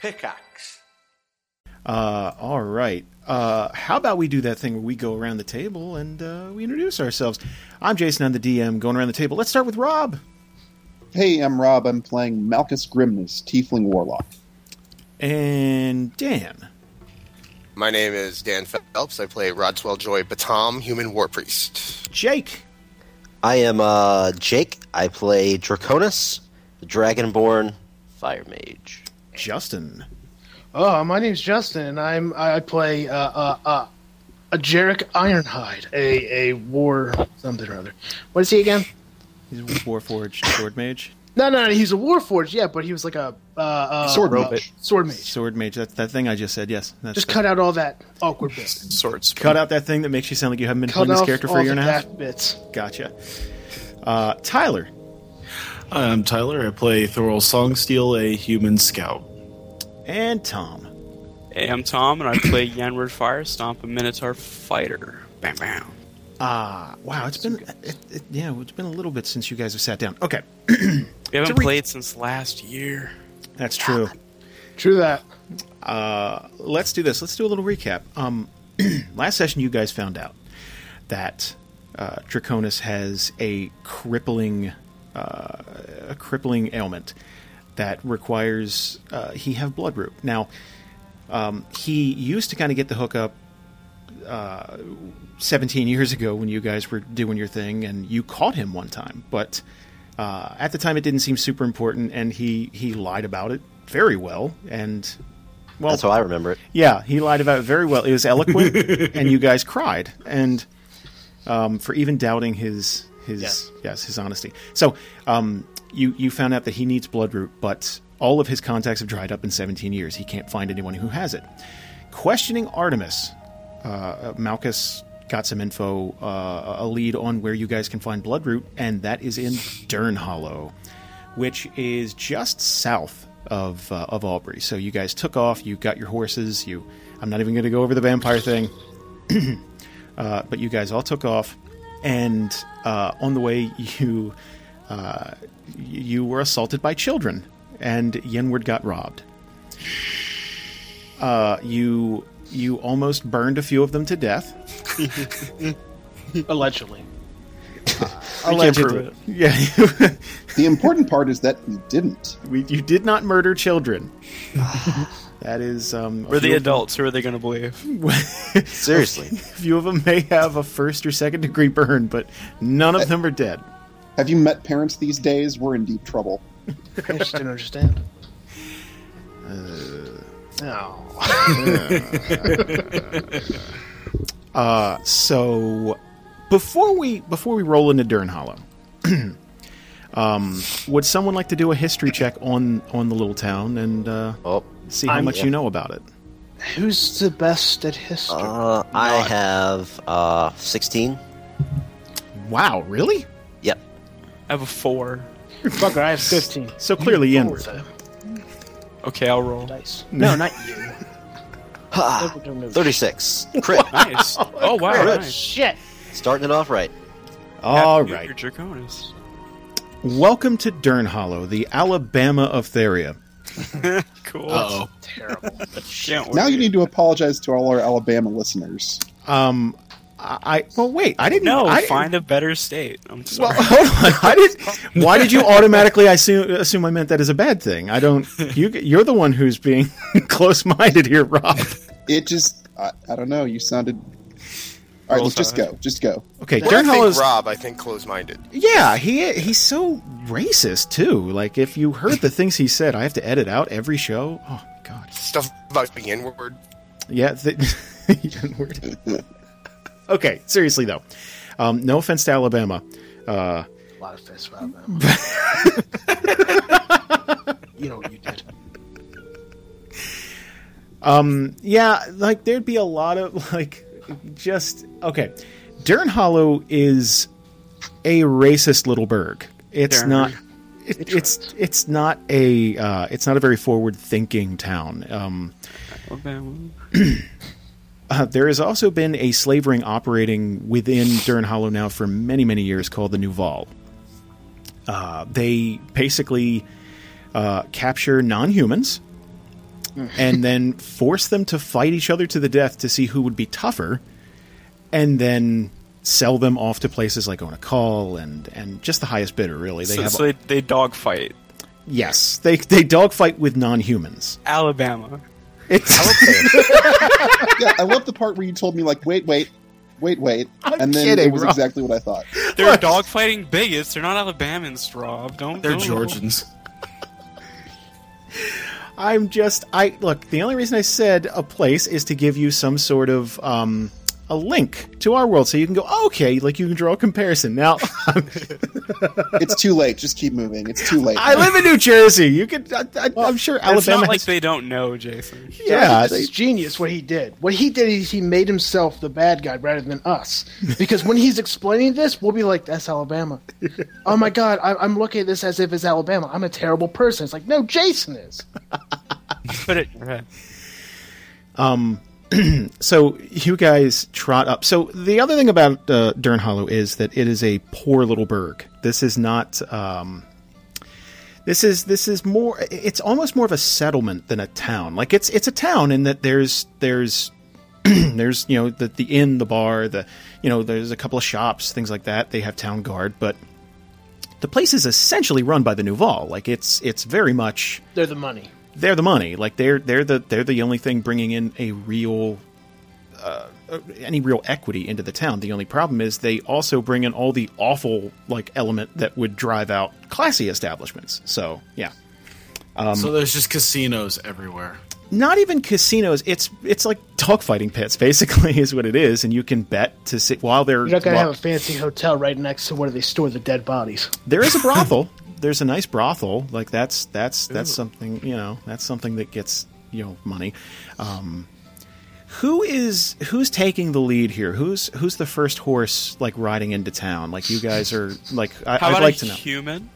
Pickaxe. Uh, all right. Uh, how about we do that thing where we go around the table and uh, we introduce ourselves? I'm Jason. I'm the DM. Going around the table. Let's start with Rob. Hey, I'm Rob. I'm playing Malchus Grimness, Tiefling Warlock. And Dan. My name is Dan Phelps. I play Rodswell Joy Batam, Human War Priest. Jake. I am uh, Jake. I play Draconis, the Dragonborn Fire Mage. Justin. Oh, my name's Justin, and I'm I play uh, uh, uh, a Jarek Ironhide, a a war something or other. What is he again? He's a Warforged Sword Mage. No, no, no he's a warforged, yeah, but he was like a uh, uh, Sword uh, mage. sword mage. Sword Mage. That's that thing I just said. Yes. That's Just the- cut out all that awkward bit. Swords. cut out that thing that makes you sound like you haven't been Cut playing this off character all for a year the and a half. bad bits. Gotcha. Uh, Tyler. I'm Tyler. I play Thorol Songsteel, a human scout. And Tom. Hey, I'm Tom, and I play Yanward Fire Stomp, a Minotaur fighter. Bam, bam. Ah, wow. It's been it, it, yeah. It's been a little bit since you guys have sat down. Okay, We haven't To re- played since last year. that's true. True that. let's do this. Let's do a little recap. Um, last session, you guys found out that uh, Draconis has a crippling, uh, a crippling ailment that requires uh, he have blood root. Now, um, he used to kind of get the hookup 17 years ago when you guys were doing your thing and you caught him one time but uh, at the time it didn't seem super important and he he lied about it very well and well That's how I remember it. yeah, he lied about it very well. It was eloquent, and you guys cried, and um, for even doubting his his yes, his honesty. So um, you you found out that he needs bloodroot, but all of his contacts have dried up in 17 years. He can't find anyone who has it. Questioning Artemis, uh, Malchus got some info, uh, a lead on where you guys can find bloodroot, and that is in Dern Hollow which is just south of uh, of Albury. So you guys took off. You got your horses. You, I'm not even going to go over the vampire thing, uh, but you guys all took off, and uh, on the way you uh, y- you were assaulted by children, and Yenward got robbed. Uh, you you almost burned a few of them to death. Allegedly. Allegedly, yeah, The important part is that he didn't. we, you did not murder children. that is, um, a We're the few of them- adults. Who are they going to believe? Seriously. few of them may have a first or second degree burn, but none of them are dead. Have you met parents these days? We're in deep trouble. I just didn't understand. Uh. No. So before we before we roll into Dern Hollow, um, would someone like to do a history check on on the little town and uh, Oh, see how I'm- much you know about it? Who's the best at history? Um, uh, I have uh, 16. Wow, really? Yep. I have a four. Fucker, I have 15. So clearly, Roll Yenward. the Okay, I'll roll. dice. No, not you. Ha! Don't know. 36. Crit. Nice. oh, wow. Crit. Nice. Shit. Starting it off right. All Happy New right. Year, Draconis. Welcome to Dern Hollow, the Alabama of Theria. Cool. Uh oh. Terrible. Can't wait. Now you need to apologize to all our Alabama listeners. Um, I, I well, wait, I didn't No, I, find a better state. I'm Well, sorry. hold on. I did. Why did you automatically assume, assume I meant that as a bad thing? I don't. You, you're the one who's being close-minded here, Rob. It just, I, I don't know, you sounded. All right, Roll let's just tide. go. Just go. Okay, When I Dern think Hollow's. Rob, I think close-minded. Yeah, he he's so racist too. Like if you heard the things he said, I have to edit out every show. Oh my god. Stuff about being inward. Yeah. Th- Even word. Okay, seriously though. Um, no offense to Alabama. Uh, A lot of fists about them. you know what you did. Yeah, like there'd be a lot of like just okay. Dern Hollow is a racist little burg. It's Dern. not. It, it's it's not a uh, it's not a very forward thinking town. Um, Alabama. uh, there has also been a slavering operating within Dern Hollow now for many many years called the Nuval. Uh, they basically uh, capture non humans and then force them to fight each other to the death to see who would be tougher, and then sell them off to places like Onakal and and just the highest bidder. Really, they so, have so they, they dogfight. yes, they they dogfight with non-humans. Alabama. It's yeah, I love the part where you told me like, wait, wait, wait, wait, and then kidding, it was Rob. exactly what I thought. They're dogfighting bigots. They're not Alabamans, Rob. Don't. They're don't- Georgians. I'm just I look. The only reason I said a place is to give you some sort of um, a link to our world, so you can go "Oh, okay, like you can draw a comparison. Now It's too late. Just keep moving. It's too late. I live in New Jersey. You could. I, I, I'm sure Alabama. It's not like has- they don't know, Jason. yeah, This they- is genius what he did. What he did is he made himself the bad guy rather than us. Because when he's explaining this, we'll be like, that's Alabama. oh my God, I, I'm looking at this as if it's Alabama. I'm a terrible person. It's like, no, Jason is. But it. okay. so you guys trot up. So the other thing about uh, Dern Hollow is that it is a poor little burg. This is not. Um, this is this is more. It's almost more of a settlement than a town. Like it's it's a town in that there's there's there's you know the the inn, the bar, the you know there's a couple of shops, things like that. They have town guard, but the place is essentially run by the Nouveau. Like it's it's very much They're the money. they're the money. Like they're they're the they're the only thing bringing in a real uh, any real equity into the town. The only problem is they also bring in all the awful like element that would drive out classy establishments. So yeah, so there's just casinos everywhere. not even casinos. It's it's like dogfighting pits basically is what it is, and you can bet to sit while they're You're not going to while- have a fancy hotel right next to where they store the dead bodies. there is a brothel. There's a nice brothel. Like that's that's that's something you know. That's something that gets you know money. Um, who is who's taking the lead here? Who's who's the first horse like riding into town? Like you guys are like I, How I'd about like a to know. human?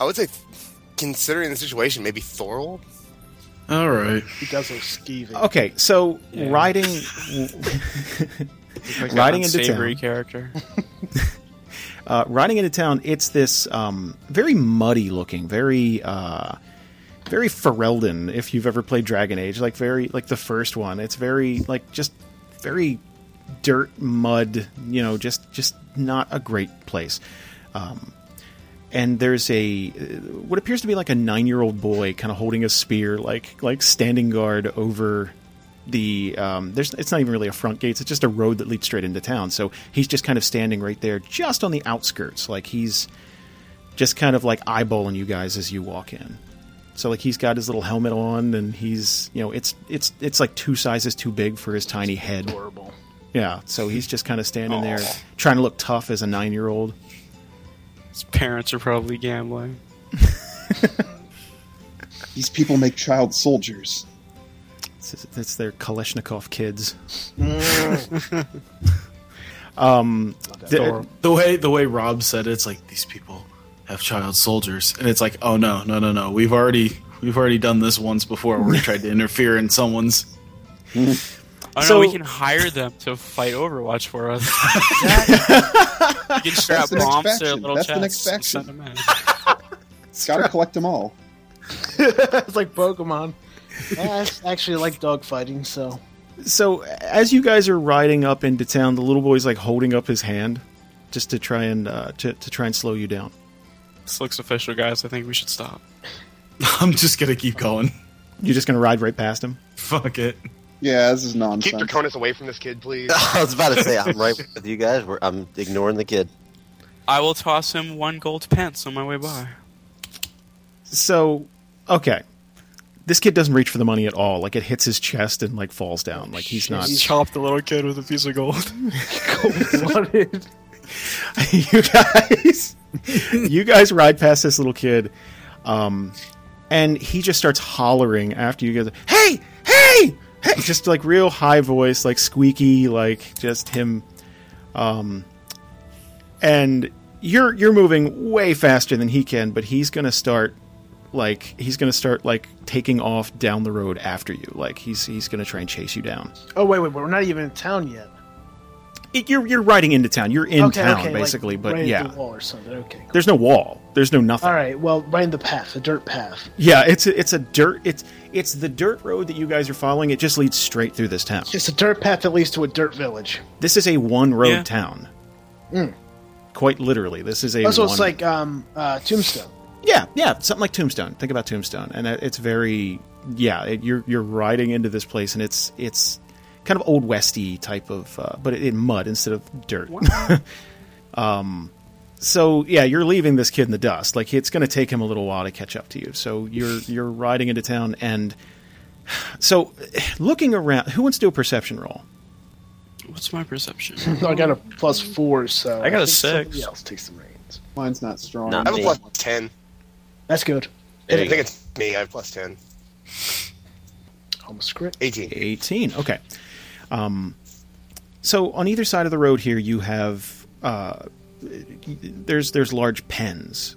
I would say, considering the situation, maybe Thorl. All right. He does look skeevy. Okay, so riding Like Riding an into unsavory town. character. uh, riding into town, it's this um, very muddy looking, very uh, very Ferelden. If you've ever played Dragon Age, like very like the first one, it's very like just very dirt mud. You know, just just not a great place. Um, and there's a uh, what appears to be like a nine year old boy kind of holding a spear, like like standing guard over the um, there's it's not even really a front gate; it's just a road that leads straight into town. So he's just kind of standing right there, just on the outskirts, like he's just kind of like eyeballing you guys as you walk in. So like he's got his little helmet on, and he's you know it's it's it's like two sizes too big for his tiny head. Horrible. Yeah, so he's just kind of standing there trying to look tough as a nine year old. His parents are probably gambling. These people make child soldiers. It's, it's their Kalashnikov kids. um, the- The way the way Rob said it, it's like these people have child soldiers, and it's like, oh no, no, no, no. We've already we've already done this once before where we tried to interfere in someone's. Oh So- no, we can hire them to fight Overwatch for us. you can strap That's the next bombs to their faction. little That's the chests next and send faction. them in. Gotta collect them all. It's like Pokemon. That's actually like dogfighting, so. so as you guys are riding up into town, the little boy's like holding up his hand just to try and uh, to, to try and slow you down. This looks official, guys. I think we should stop. I'm just gonna keep going. You're just gonna ride right past him. Fuck it. Yeah, this is Keep nonsense. Draconis away from this kid, please. I was about to say I'm right with you guys. We're, I'm ignoring the kid. I will toss him one gold pence on my way by. So okay, this kid doesn't reach for the money at all. Like it hits his chest and like falls down. Like he's not. Just chop the little kid with a piece of gold. you guys, you guys ride past this little kid, um, and he just starts hollering after you guys. Hey, hey, hey! Just like real high voice, like squeaky, like just him. Um, and you're you're moving way faster than he can, but he's gonna start like he's gonna start like taking off down the road after you. Like he's he's gonna try and chase you down. Oh, wait, wait, we're not even in town yet. it, you're you're riding into town. You're in okay, town okay, like, basically, but right yeah, at the wall or something. Okay. cool. there's no wall. There's no nothing. All right. Well, right in the path, the dirt path. Yeah, it's a, it's a dirt. It's it's the dirt road that you guys are following. It just leads straight through this town. It's a dirt path that leads to a dirt village. This is a one road Yeah. town. Quite literally, this is a. Also, one- Mm. it's like um, uh, Tombstone. yeah, yeah, something like Tombstone. Think about Tombstone, and it- it's very yeah. It, you're you're riding into this place, and it's it's kind of old westy type of, uh, but in mud instead of dirt. um, so yeah, you're leaving this kid in the dust. Like it's going to take him a little while to catch up to you. So you're you're riding into town, and so looking around. Who wants to do a perception roll? What's my perception? I got a plus four, so I got a think somebody six. Else takes the reins. Mine's not strong. Not I have a me. plus 10. That's good. I think it's me. I have plus 10. Almost crit. 18. 18. Okay. Um, so on either side of the road here, you have uh, there's there's large pens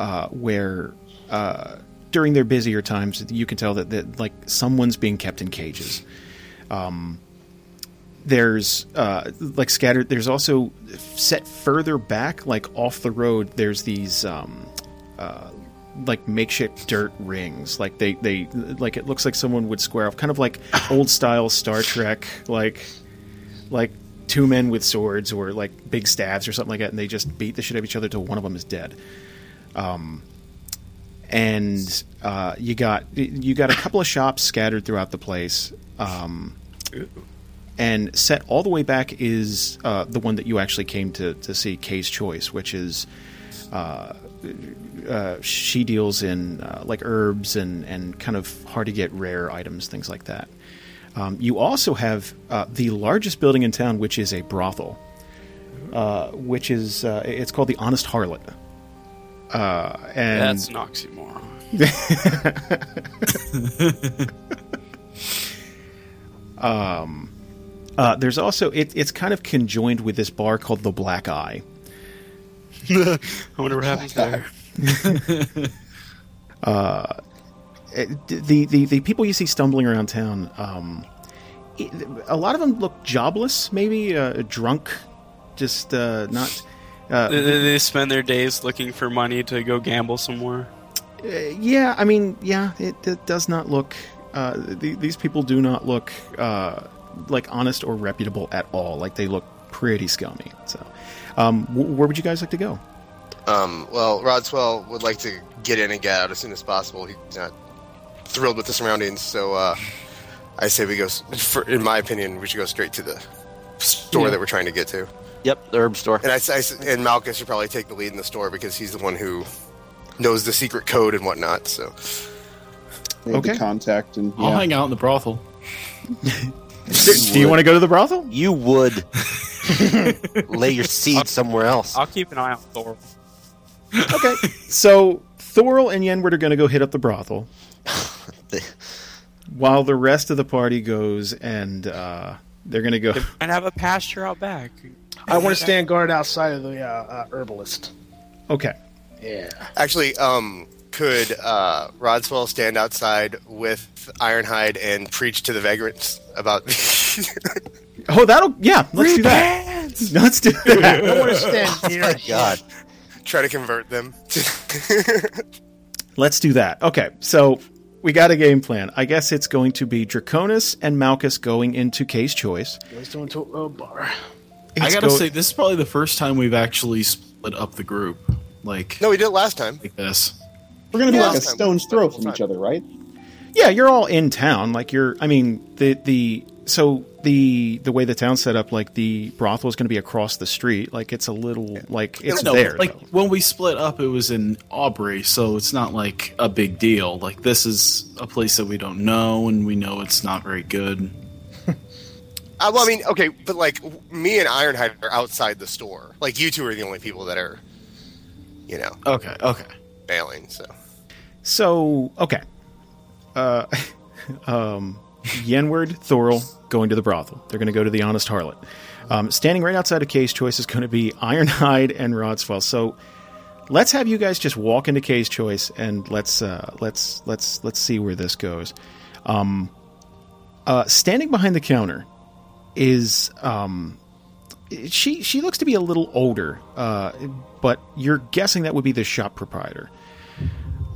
uh, where uh, during their busier times you can tell that, that like someone's being kept in cages. Um, there's uh, like scattered. There's also set further back, like off the road. There's these um, like makeshift dirt rings. Like they they like it looks like someone would square off, kind of like old style Star Trek, like like two men with swords or like big staves or something like that, and they just beat the shit out of each other till one of them is dead. Um, and uh, you got you got a couple of shops scattered throughout the place. Um, and set all the way back is uh, the one that you actually came to, to see, Kay's Choice, which is uh, she deals in uh, like herbs and, and kind of hard to get rare items, things like that. Um, you also have uh, the largest building in town, which is a brothel, uh, which is uh, it's called the Honest Harlot. Uh, and That's an oxymoron. Uh, there's also it, it's kind of conjoined with this bar called the Black Eye. I wonder what happens there. It- the, the the people you see stumbling around town, um, it- a lot of them look jobless, maybe uh, drunk, just uh, not. They, they- they spend their days looking for money to go gamble somewhere. Yeah, I mean, yeah, it, it does not look. Uh, the, these people do not look uh, like honest or reputable at all. Like they look pretty scummy. So, um, wh- where would you guys like to go? Um, well, Rodswell would like to get in and get out as soon as possible. He's not thrilled with the surroundings, so uh, I say we go, s- for, in my opinion, we should go straight to the store that we're trying to get to. Yep, the herb store. And I, s- I s- and Malchus should probably take the lead in the store because he's the one who knows the secret code and whatnot. So They had the Okay. contact and I'll yeah. hang out in the brothel. Do you want to go to the brothel? You would lay your seed somewhere else. I'll keep an eye on Thor. Okay, so Thorl and Yenward are going to go hit up the brothel, while the rest of the party goes and uh, they're going to go. And have a pasture out back. I want to stand guard outside of the uh, uh, herbalist. Okay, Yeah. actually, um, could uh, Rodswell stand outside with Ironhide and preach to the vagrants about? oh that'll yeah, let's do that. Let's do that. I want to stand near. him. God. try to convert them. Let's do that. Okay, so we got a game plan. I guess it's going to be Draconis and Malchus going into Kay's choice. Let's go into a bar. I It's gotta go- say, this is probably the first time we've actually split up the group like no, we did it last time. like this. We're gonna be Yeah. like a Last time. stone's throw from Last each time. other, right? yeah, you're all in town. Like you're, I mean, the the so the the way the town's set up, like the brothel is going to be across the street. Like it's a little like it's No, there. like though. when we split up, it was in Aubrey, so it's not like a big deal. Like this is a place that we don't know, and we know it's not very good. Uh, well, I mean, okay, but like w- me and Ironhide are outside the store. Like you two are the only people that are, you know, Okay, okay. bailing. So So okay, uh, um, Yenward, Thorl going to the brothel. They're going to go to the Honest Harlot. Um, standing right outside of Kay's Choice is going to be Ironhide and Rodswell. So let's have you guys just walk into Kay's Choice and let's uh, let's let's let's see where this goes. Um, uh, standing behind the counter is um, she she looks to be a little older, uh, but you're guessing that would be the shop proprietor.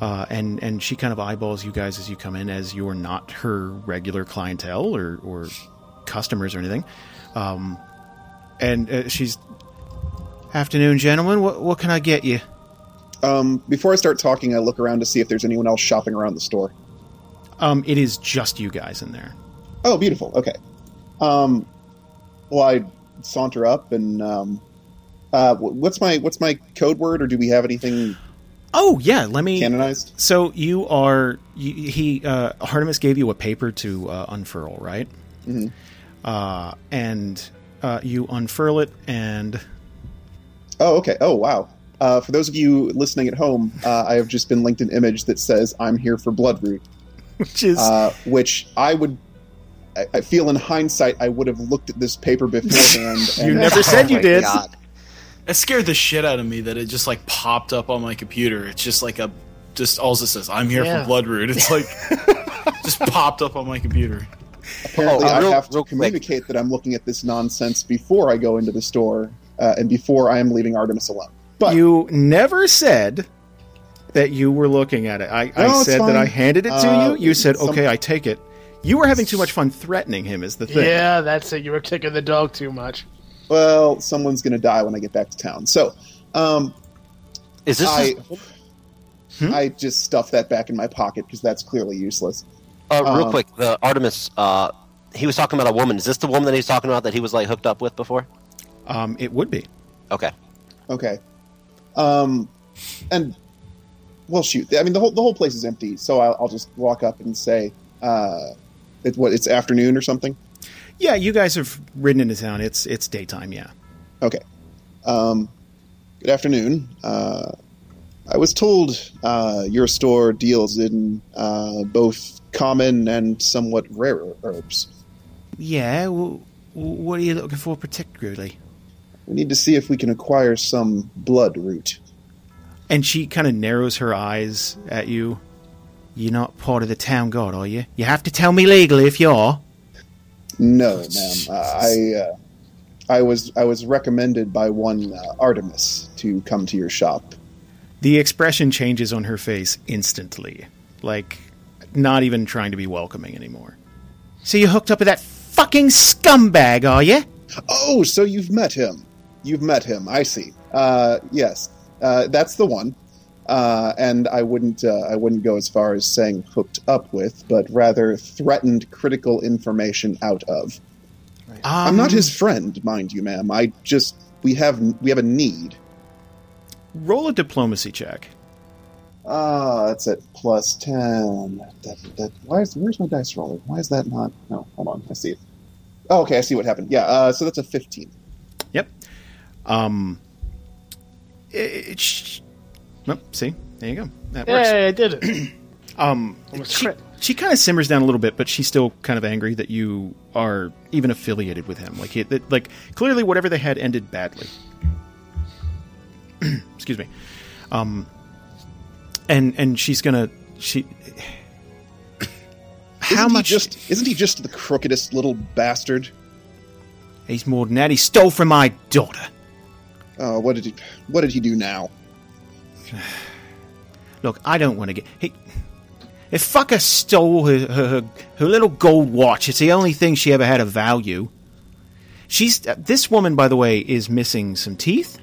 Uh, and and she kind of eyeballs you guys as you come in, as you're not her regular clientele or or customers or anything. Um, and uh, she's afternoon, gentlemen. What what can I get you? Um, before I start talking, I look around to see if there's anyone else shopping around the store. Um, it is just you guys in there. Oh, beautiful. Okay. Um, well, I saunter up and um, uh, wh- what's my what's my code word, or do we have anything Oh yeah, let me. canonized? So you are you, he uh, Artemis gave you a paper to uh, unfurl, right? Mm-hmm. Mhm. Uh, and uh, you unfurl it, and Oh, okay. Oh, wow. Uh, for those of you listening at home, uh, I have just been linked an image that says "I'm here for Bloodroot," which is uh, which I would. I- I feel in hindsight, I would have looked at this paper beforehand. you and- never said you oh my did. God. It scared the shit out of me that it just like popped up on my computer. It's just like a just all it says I'm here Yeah. for Bloodroot. It's like just popped up on my computer. Apparently, Oh, uh, I real- have to real quick. communicate that I'm looking at this nonsense before I go into the store uh, and before I am leaving Artemis alone. But You never said that you were looking at it. I, No, I it's said fine. that I handed it to Uh, you. You said, some- "Okay, I take it." You were having too much fun threatening him. Is the thing? Yeah, that's it. You were kicking the dog too much. well, someone's going to die when I get back to town. So, um, Is this? I Hmm? I just stuff that back in my pocket because that's clearly useless. uh, real um, quick, the Artemis. Uh, he was talking about a woman. Is this the woman that he's talking about that he was like hooked up with before? Um, it would be. Okay. Okay. Um, and well, shoot. I mean, the whole the whole place is empty, so I'll, I'll just walk up and say, uh, "It's what? It's afternoon or something." Yeah, you guys have ridden into town. It's it's daytime. Yeah. Okay. Um, good afternoon. Uh, I was told uh, your store deals in uh, both common and somewhat rarer herbs. Yeah. W- what are you looking for particularly? We need to see if we can acquire some blood root. And she kind of narrows her eyes at you. You're not part of the town guard, are you? You have to tell me legally if you are. No, ma'am. Uh, I uh, I was I was recommended by one uh, Artemis to come to your shop. The expression changes on her face instantly. Like, not even trying to be welcoming anymore. So you're hooked up with that fucking scumbag, are you? Oh, so you've met him. You've met him. I see. Uh, yes, uh, that's the one. Uh, and I wouldn't uh, I wouldn't go as far as saying hooked up with, but rather threatened critical information out of. I'm Um. not his friend, mind you, ma'am. I just we have we have a need. Roll a diplomacy check. Ah, that's at plus ten. That, that, why is where's my dice roller? Why is that not? No, hold on. I see it. Oh, okay, I see what happened. Yeah, uh, so that's a fifteen. Yep. Um. It, it- sh- nope, see? There you go. That works. Hey, I did it. Um, Almost she, crit. she kind of simmers down a little bit, but she's still kind of angry that you are even affiliated with him. Like, it, that like clearly, whatever they had ended badly. Excuse me. Um, and and she's gonna she. How isn't he much? Just isn't he just the crookedest little bastard? he's more than that. He stole from my daughter. Oh, what did he? What did he do now? Look, I don't want to get. He, if fucker stole her, her, her, her little gold watch, it's the only thing she ever had of value. She's uh, this woman, by the way, is missing some teeth.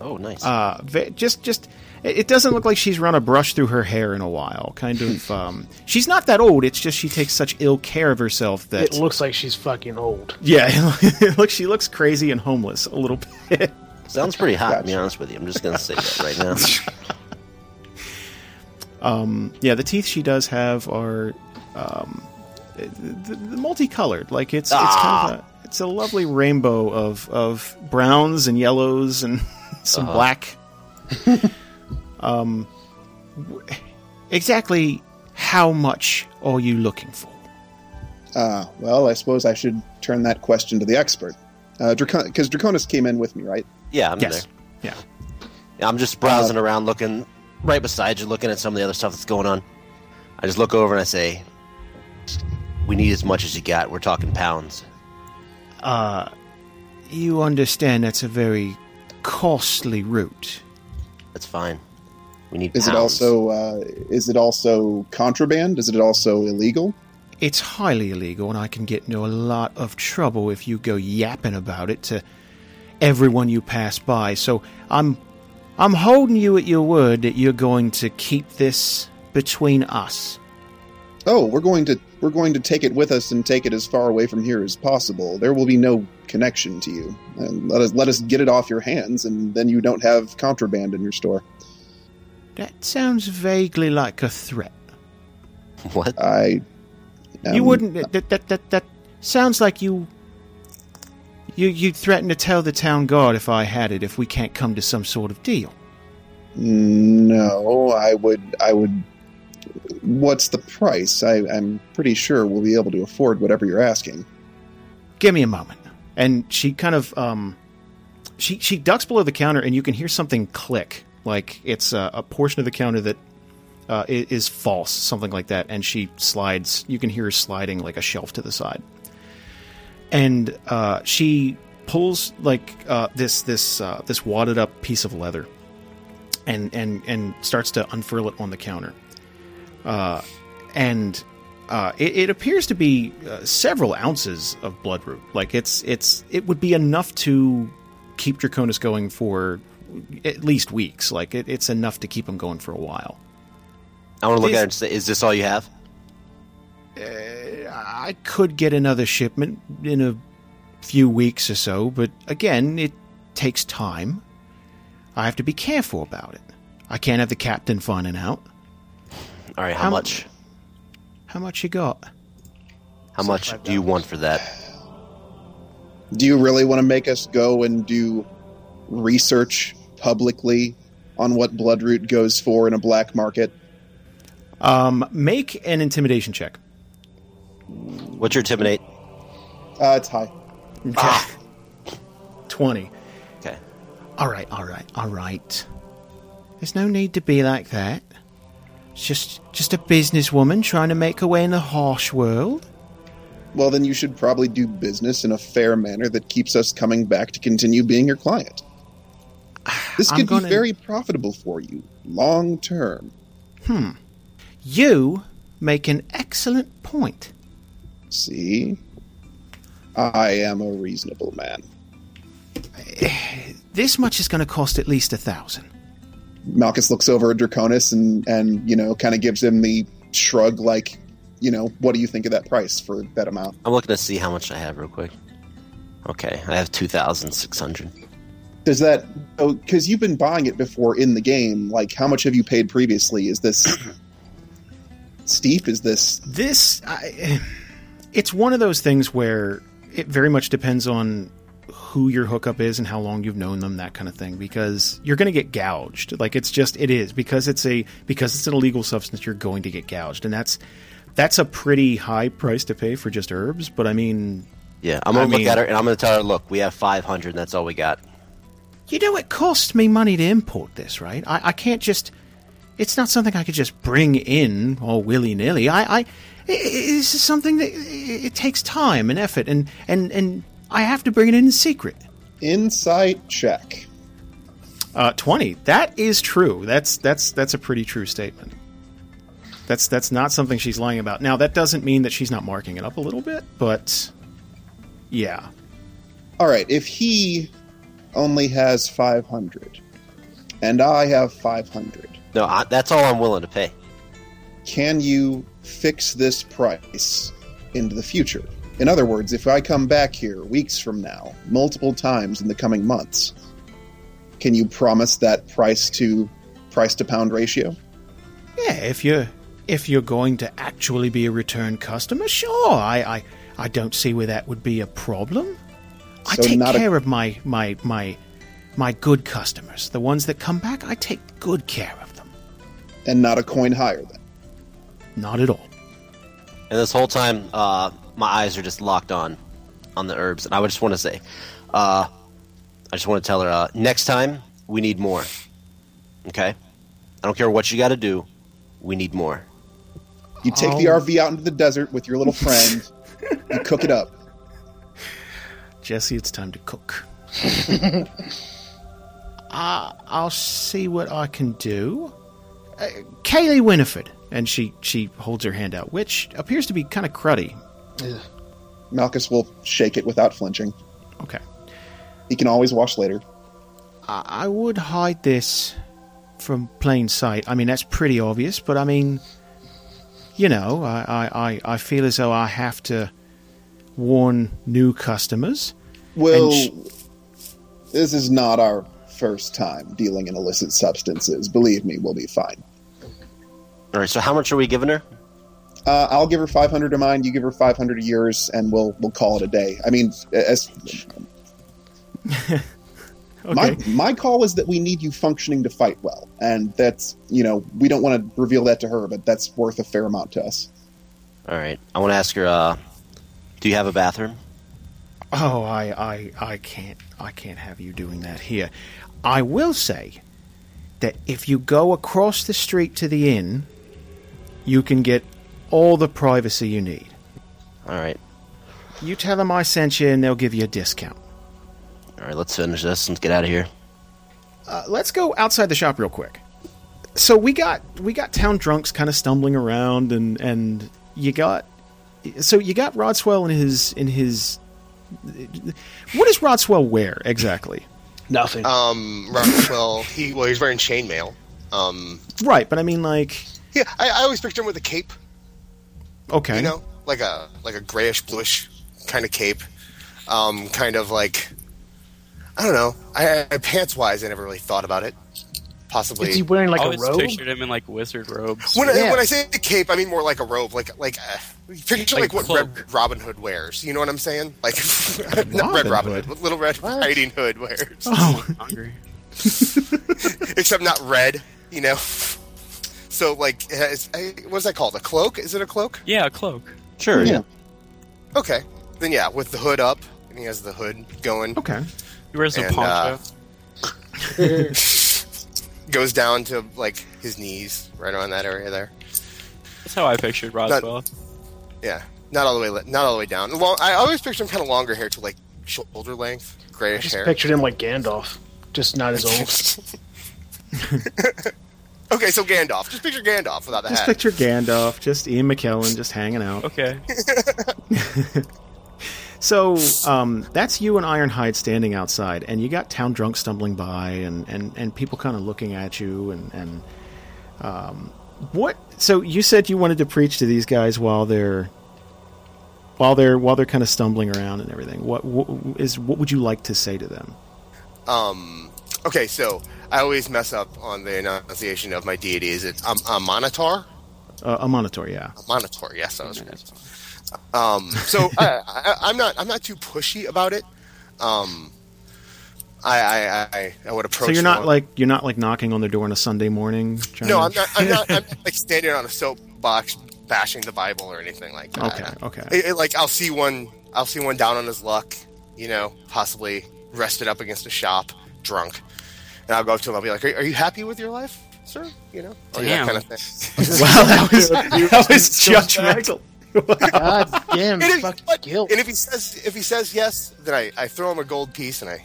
Oh, nice. Uh, ve- just, just it it doesn't look like she's run a brush through her hair in a while. Kind of, um, she's not that old. It's just she takes such ill care of herself that It looks like she's fucking old. yeah, it looks she looks crazy and homeless a little bit. Sounds pretty hot. To be honest with you, I'm just gonna say that right now. Yeah, the teeth she does have are um, the, the multicolored. Like it's it's kind of a, it's a lovely rainbow of of browns and yellows and some black. um, w- exactly how much are you looking for? Uh, well, I suppose I should turn that question to the expert. Uh, Dracon, because Draconis came in with me, right? Yeah, I'm Yes. there. Yeah. I'm just browsing around, looking right beside you, looking at some of the other stuff that's going on. I just look over and I say, "We need as much as you got. We're talking pounds." You understand that's a very costly route. That's fine. We need. Is it pounds. also uh, is it also contraband? Is it also illegal? It's highly illegal, and I can get into a lot of trouble if you go yapping about it to everyone you pass by. So I'm, I'm holding you at your word that you're going to keep this between us. Oh, we're going to we're going to take it with us and take it as far away from here as possible. There will be no connection to you, and let us let us get it off your hands, and then you don't have contraband in your store. That sounds vaguely like a threat. what? I am- you wouldn't. That that that that sounds like you. You you'd threaten to tell the town guard if I had it if we can't come to some sort of deal. No, I would. I would. What's the price? I, I'm pretty sure we'll be able to afford whatever you're asking. give me a moment and she kind of um she she ducks below the counter and you can hear something click like it's a, a portion of the counter that uh, i- is false something like that and she slides you can hear her sliding like a shelf to the side and uh, she pulls like uh, this this uh, this wadded up piece of leather and and and starts to unfurl it on the counter Uh, and uh, it, it appears to be uh, several ounces of bloodroot. Like it's it's it would be enough to keep Draconis going for at least weeks. Like it, it's enough to keep him going for a while. I want to look these- at it and say, "Is this all you have?" I could get another shipment in a few weeks or so, but again, it takes time. I have to be careful about it. I can't have the captain finding out All right. How, How mu- much? how much you got. How much do you want for that? Do you really want to make us go and do research publicly on what bloodroot goes for in a black market? Um, make an intimidation check. What's your intimidate? Uh, it's high. Twenty. Okay. All right, all right, all right. There's no need to be like that. It's just just a businesswoman trying to make her way in the harsh world. Well, then you should probably do business in a fair manner that keeps us coming back to continue being your client. This I'm could be gonna- very profitable for you long term. You make an excellent point. See? I am a reasonable man. This much is going to cost at least a thousand. Malchus looks over at Draconis and and you know kind of gives him the shrug like, you know, what do you think of that price for that amount? I'm looking to see how much I have real quick. Okay, I have two thousand six hundred. Does that oh cuz you've been buying it before in the game, like how much have you paid previously? Is this steep? Is this This, I, it's one of those things where it very much depends on who your hookup is and how long you've known them, that kind of thing. Because you're going to get gouged. Like it's just it is because it's a because it's an illegal substance. You're going to get gouged, and that's that's a pretty high price to pay for just herbs. But I mean, Yeah, I'm gonna I look mean- at her and I'm gonna tell her, "Look, we have five hundred. and That's all we got." you know, it cost me money to import this, right? I, I can't just. It's not something I could just bring in all willy nilly. I, I, i- i- this is something that i- i- it takes time and effort, and and and I have to bring it in in secret. insight check? Uh, Twenty. That is true. That's that's that's a pretty true statement. That's that's not something she's lying about. Now that doesn't mean that she's not marking it up a little bit, but yeah, All right, if he only has 500 and I have 500, No, I, that's all I'm willing to pay. can you fix this price into the future? In other words, if I come back here weeks from now, multiple times in the coming months, can you promise that price to price to pound ratio? Yeah, if you're if you're going to actually be a return customer, sure. I I, I don't see where that would be a problem. I So take not a- care of my my my my good customers, the ones that come back. I take good care of them. And not a coin higher then. Not at all. And this whole time, uh, my eyes are just locked on on the herbs, and I would just want to say, uh, I just want to tell her, uh, next time we need more. Okay, I don't care what you got to do, we need more. You take the RV out into the desert with your little friend and cook it up. Jesse, it's time to cook. I, I'll see what I can do. Uh, Kaylee Winifred, and she she holds her hand out, which appears to be kind of cruddy. Malchus will shake it without flinching. Okay, He can always wash later. I, I would hide this from plain sight. I mean, that's pretty obvious, but I mean, you know, I I, I, I feel as though I have to warn new customers. Well, sh- this is not our first time dealing in illicit substances. Believe me, we'll be fine. All right. So how much are we giving her? Uh, I'll give her 500 of mine. You give her 500 of yours, and we'll we'll call it a day. I mean, as my my call is that we need you functioning to fight well, and that's you know we don't want to reveal that to her, but that's worth a fair amount to us. All right. I want to ask her. Uh, do you have a bathroom? Oh, I, I, I can't, I can't have you doing that here. I will say that if you go across the street to the inn, you can get all the privacy you need. All right. You tell them I sent you, and they'll give you a discount. All right. Let's finish this and get out of here. Uh, let's go outside the shop real quick. So we got we got town drunks kind of stumbling around, and and you got so you got Rodswell in his in his. What does Rodswell wear exactly? Nothing. Um, Robert, well, he well he's wearing chainmail. Um, Right, but I mean like yeah, I, I always picture him with a cape. okay, you Hmm? know, like a like a grayish bluish kind of cape, um, kind of like I don't know. I, I pants wise, I never really thought about it. Possibly Is he wearing like I a always robe? pictured him in like wizard robes. when I, Yeah. when I say the cape, I mean more like a robe, like like uh, picture Like like, what cloak. Red Robin Hood wears. You know what I'm saying? Like not Red Robin Robin Hood? Hood, what Little Red Riding Hood wears, Oh, hungry. except not red. You know. So like, it has- I- what's that called? A cloak? Is it a cloak? Yeah, a cloak. Sure. Yeah. Okay, then yeah, with the hood up, and he has the hood going. okay. He wears a And, poncho. uh, goes down to like his knees, right around that area there. That's how I pictured Roswell. Yeah, not all the way, li- not all the way down. Long, I always picture him kind of longer hair to like shoulder length, I grayish just hair. pictured him like Gandalf, just not as old. okay, so Gandalf. Just picture Gandalf without the Just hat. picture Gandalf, just Ian McKellen, just hanging out. Okay. So um, that's you and Ironhide standing outside, and you got town drunk stumbling by, and and and people kind of looking at you, and and um, what? So you said you wanted to preach to these guys while they're while they're while they're kind of stumbling around and everything. What, what is what would you like to say to them? um, okay, so I always mess up on the enunciation of my deity. Is it um, a monitor? Uh, a monitor, yeah. A monitor. Yes, I was. Um, so I, I, I'm not. I'm not too pushy about it. Um, I, I, I, I would approach. So you're one- not like you're not like knocking on their door on a Sunday morning. Trying No, to- I'm not. I'm not. I'm not like standing on a soapbox bashing the Bible or anything like that. Okay, okay. It, it, like I'll see one. I'll see one down on his luck. You know, possibly rested up against a shop, drunk, and I'll go up to him. I'll be like, "Are, are you happy with your life, sir? You know, or that Damn. kind of thing." Wow, that was, that was judgmental. God damn, and, fuck if, but- guilt. and if he says if he says yes, then I, I throw him a gold piece and I,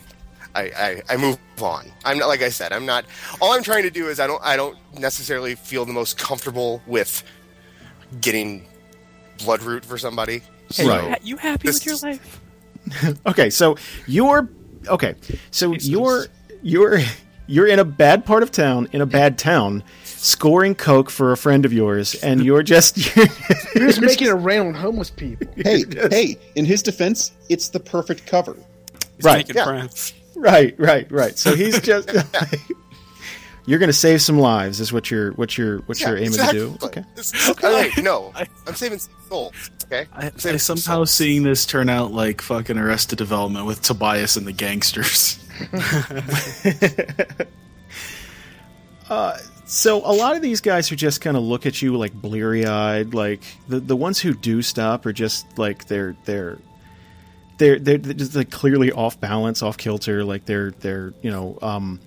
I, I, I move on. I'm not like I said. I'm not. All I'm trying to do is I don't I don't necessarily feel the most comfortable with getting blood root for somebody. So, Right. Ha- you happy This- with your life? Okay, so you're okay. So you're you're you're in a bad part of town, in a bad town, scoring coke for a friend of yours, and you're just you're, He was making a rain on homeless people. Hey, hey! In his defense, it's the perfect cover. He's Right, making yeah. friends. right, right, right. So he's just you're going to save some lives, is what you're what you're what yeah, you're aiming exactly. to do. Okay. It's- I- no, I'm saving souls. Okay. I, I'm I saving somehow souls. seeing this turn out like fucking Arrested Development with Tobias and the gangsters. So a lot of these guys who just kind of look at you like bleary eyed, like the the ones who do stop are just like they're they're they're they're, they're just like clearly off balance, off kilter. Like they're they're you know um,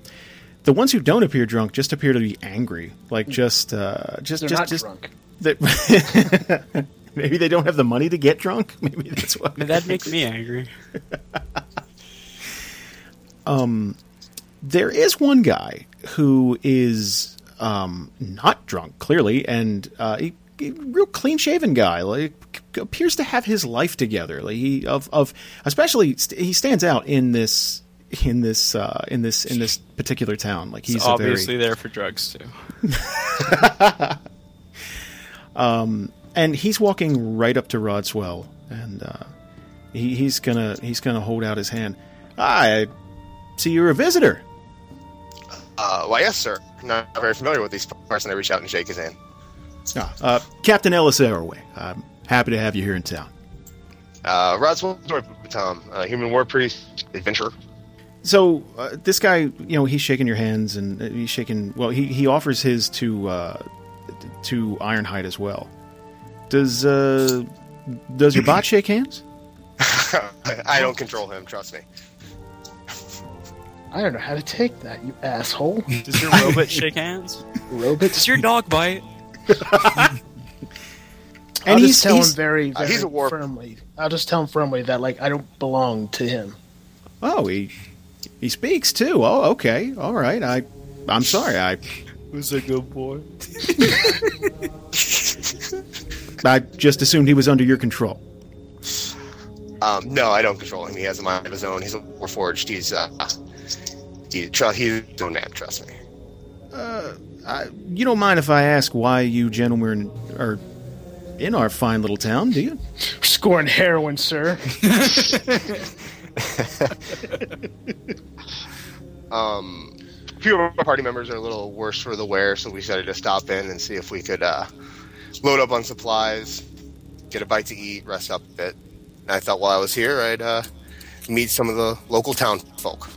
the ones who don't appear drunk just appear to be angry, like just uh, just They're just not just drunk. that- Maybe they don't have the money to get drunk. Maybe that's why. That'd make me angry. there is one guy who is um, not drunk clearly and uh, he, he- real clean shaven guy like c- appears to have his life together like he of, of especially st- he stands out in this in this uh, in this in this particular town like he's He's a very- obviously there for drugs too. and he's walking right up to Rodswell, and uh, he, he's gonna he's gonna hold out his hand. I see you're a visitor. Uh, why, yes, sir. I'm not very familiar with these parts, and I reach out and shake his hand. Ah, uh, Captain Ellis Arroway. I'm happy to have you here in town. Uh, Roswell, Tom, uh, human war priest, adventurer. So uh, this guy, you know, he's shaking your hands and uh, he's shaking. Well, he, he offers his to uh, t- to Ironhide as well. Does uh, does your bot shake hands? I don't control him, trust me. I don't know how to take that, you asshole. Does your robot shake hands? Robot. Does your dog bite? I'll And he's- just tell he's- him very, uh, very he's a warp. firmly. I'll just tell him firmly that like I don't belong to him. Oh, he he speaks too. Oh, okay, all right. I I'm sorry. I Who's a good boy? I just assumed he was under your control. Um, no, I don't control him. He has a mind of his own. He's a warforged. He's uh, he, tru- he's his own man. Trust me. You don't mind if I ask why you gentlemen are in our fine little town, do you? Scoring heroin, sir. Um, a few of our party members are a little worse for the wear, so we decided to stop in and see if we could uh, load up on supplies, get a bite to eat, rest up a bit. And I thought while I was here, I'd uh, meet some of the local town folk.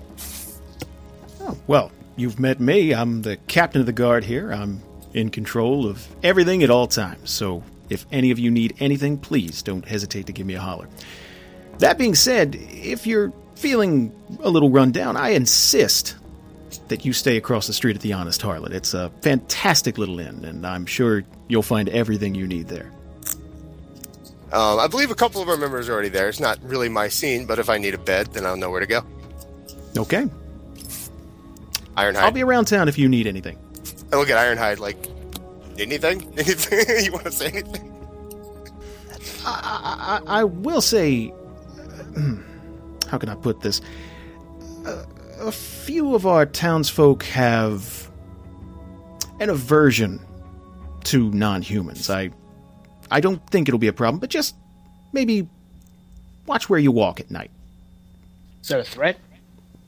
Oh, well, you've met me. I'm the captain of the guard here. I'm in control of everything at all times. So if any of you need anything, please don't hesitate to give me a holler. That being said, if you're feeling a little run down, I insist that you stay across the street at the Honest Harlot. It's a fantastic little inn, and I'm sure you'll find everything you need there. Um, I believe a couple of our members are already there. It's not really my scene, but if I need a bed, then I'll know where to go. Okay. Ironhide. I'll be around town if you need anything. I look at Ironhide like, anything? Anything? you want to say anything? I, I will say, how can I put this? A, a few of our townsfolk have an aversion to non-humans. I, I don't think it'll be a problem, but just maybe watch where you walk at night. Is that a threat?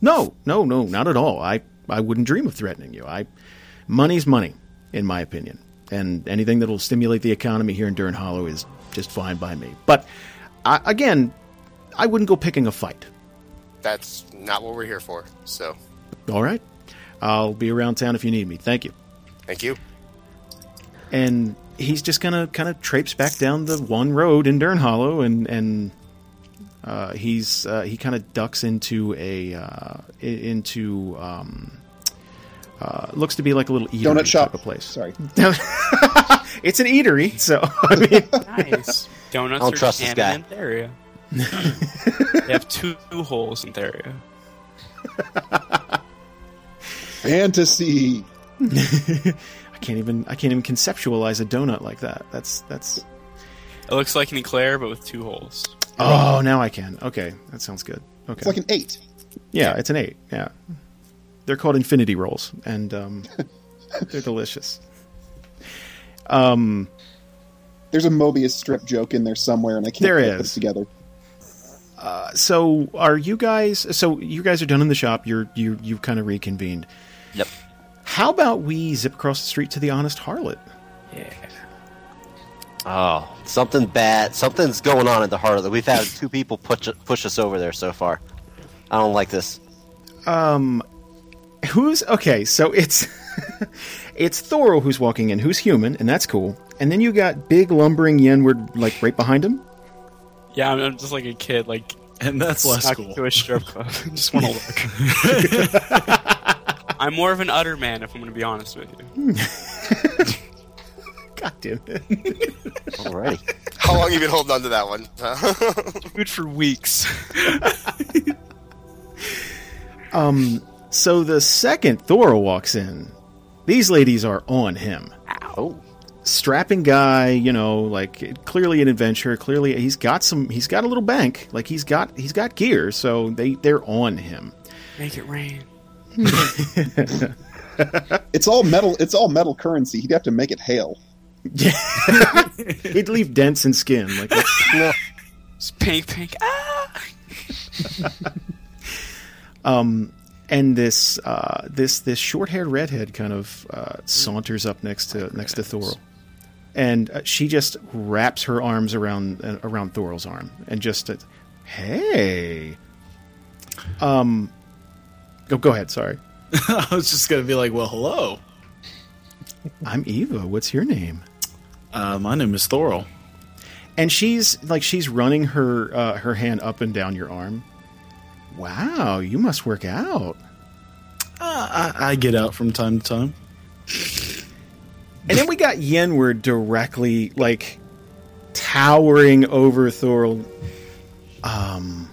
No, no, no, not at all. I, I wouldn't dream of threatening you. I, money's money, in my opinion, and anything that'll stimulate the economy here in Durn Hollow is just fine by me. But I, again, I wouldn't go picking a fight. That's not what we're here for. So, All right, I'll be around town if you need me. Thank you. thank you. And he's just gonna kind of traipse back down the one road in Durn Hollow, and and uh, he's uh, he kind of ducks into a uh, i- into um, uh, looks to be like a little eatery Donut shop. type of place. Sorry. it's an eatery, so I mean, Nice. Donuts I don't are trust this canon guy. in Theria. they have two holes in Theria. Fantasy. I can't even I can't even conceptualize a donut like that. That's that's It looks like an eclair, but with two holes. oh now I can. Okay, that sounds good. Okay, It's like an eight. yeah, it's an eight. Yeah, they're called infinity rolls, and um, they're delicious. There's a Mobius strip joke in there somewhere, and I can't There quite put is. it together. So are you guys? So you guys are done in the shop. You're you you kind of reconvened. Yep. How about we zip across the street to the Honest Harlot? Yeah. Oh, something bad. Something's going on at the heart of it. We've had two people push push us over there so far. I don't like this. who's okay so it's it's thoro who's walking in who's human and that's cool and then you got big lumbering yenward like right behind him Yeah, I'm, I'm just like a kid, like And that's less stuck cool. to a strip club. just want to look. I'm more of an utter man, if I'm going to be honest with you. god damn it Alrighty. How long you been holding on to that one? huh? Food for weeks. So the second Thora walks in, these ladies are on him. Oh. Strapping guy, you know, like clearly an adventurer. Clearly, he's got some. He's got a little bank. Like he's got he's got gear. So they they're on him. Make it rain. It's all metal. It's all metal currency. He'd have to make it hail. He'd leave dents in skin. Like that's- It's pink, pink. Ah! and this uh, this this short haired redhead kind of uh, saunters up next to next to Thorol, and uh, she just wraps her arms around uh, around Thorol's arm and just, uh, hey, um, go go ahead. Sorry, I was just gonna be like, well, hello. I'm Eva. What's your name? Uh, my name is Thorol. And she's like she's running her uh, her hand up and down your arm. Wow, you must work out. Uh, I, I get out from time to time. And then we got Yenward directly like towering over Thorl. Um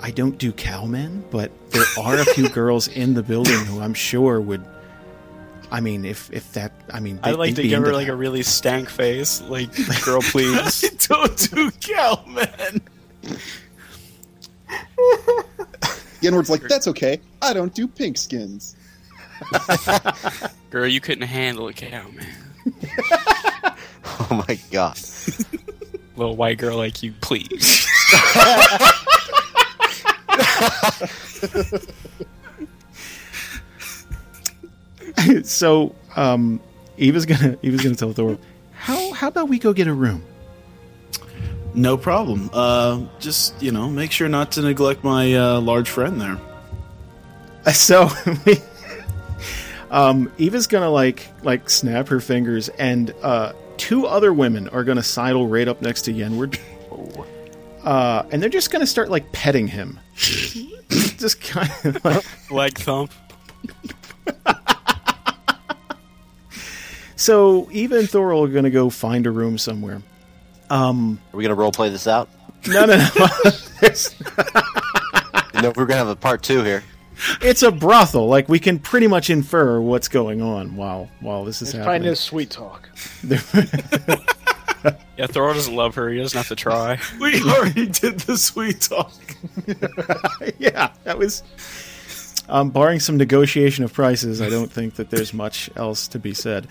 I don't do cowmen, but there are a few girls in the building who I'm sure would I mean if if that I mean I'd they- like they'd to be give into her like that. a really stank face, like girl, please. Don't do cow, man. Yenward's like, that's okay. I don't do pink skins. Girl, you couldn't handle a cow, man. Oh my god. Little white girl like you, please. so um Eva's gonna Eva's gonna tell Thor how how about we go get a room? No problem. Uh, just you know, make sure not to neglect my uh, large friend there. so we, um, Eva's gonna like like snap her fingers, and uh, two other women are gonna sidle right up next to Yenward, uh, and they're just gonna start like petting him, just kind of like Leg thump. so. Eva and Thor are gonna go find a room somewhere. Are we gonna role play this out? No, no, no. There's- No, we're gonna have a part two here. it's a brothel. Like we can pretty much infer what's going on while while this is It's probably happening. no sweet talk. Yeah, Thor doesn't love her. He doesn't have to try. We already did the sweet talk. yeah, that was. Um, barring some negotiation of prices, I don't think that there's much else to be said.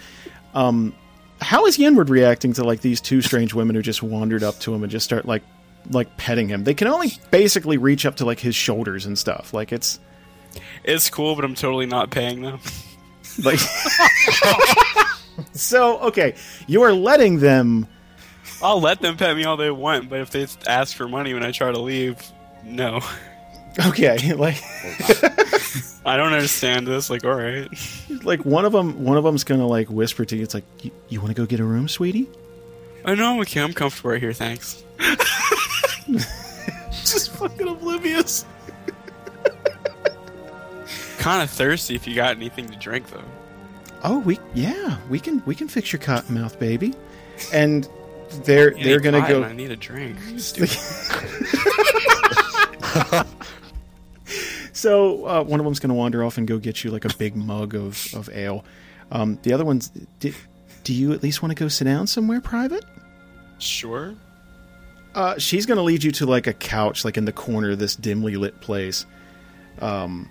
Um, how is Yenward reacting to like these two strange women who just wandered up to him and just start like like petting him? They can only basically reach up to like his shoulders and stuff. Like it's It's cool, but I'm totally not paying them. like so okay. You are letting them. I'll let them pet me all they want, but if they ask for money when I try to leave, no. Okay, like I don't understand this. Like, all right. like one of them one of them's gonna like whisper to you. It's like you, you want to go get a room, sweetie. I know I'm okay. I'm comfortable right here. Thanks. Just fucking oblivious. Kind of thirsty. If you got anything to drink, though. oh we yeah we can we can fix your cotton mouth baby and they're You they're need gonna pie go and I need a drink. Stupid. so uh, one of them's gonna wander off and go get you like a big mug of of ale um, the other one's do, do you at least want to go sit down somewhere private sure. uh, she's gonna lead you to like a couch like in the corner of this dimly lit place um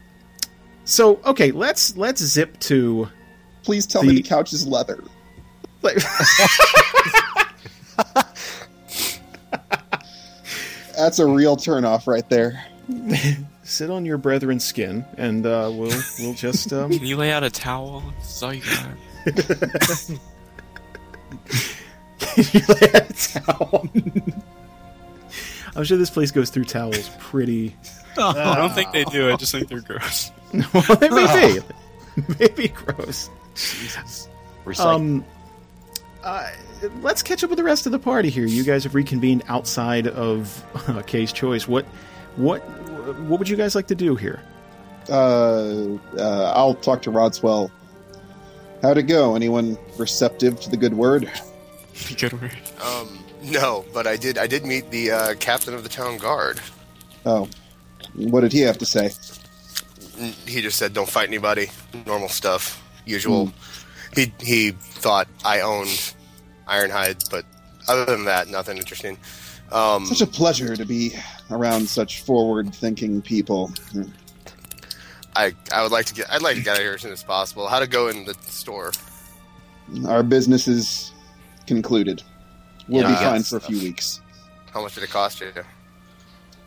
so okay let's let's zip to Please tell The- me the couch is leather. like That's a real turnoff right there. sit on your brethren's skin and uh we'll we'll just um Can you lay out a towel? This is all you got. you lay out a towel. I'm sure this place goes through towels pretty. I don't think they do. I just think they're gross. Well, they may be. Maybe gross. Recycle. Um, uh, let's catch up with the rest of the party here. You guys have reconvened outside of uh, Kay's choice. What, what, what would you guys like to do here? Uh, uh, I'll talk to Rodswell. How'd it go? Anyone receptive to the good word? Good word. um, No, but I did. I did meet the uh, captain of the town guard. Oh, what did he have to say? N- He just said, "Don't fight anybody." Normal stuff. Usual. He he thought I owned Ironhide, but other than that, nothing interesting. Um, Such a pleasure to be around such forward-thinking people. I I would like to get. I'd like to get out of here as soon as possible. How to go in the store? Our business is concluded. We'll Yeah, be I fine guess. for a few weeks. How much did it cost you?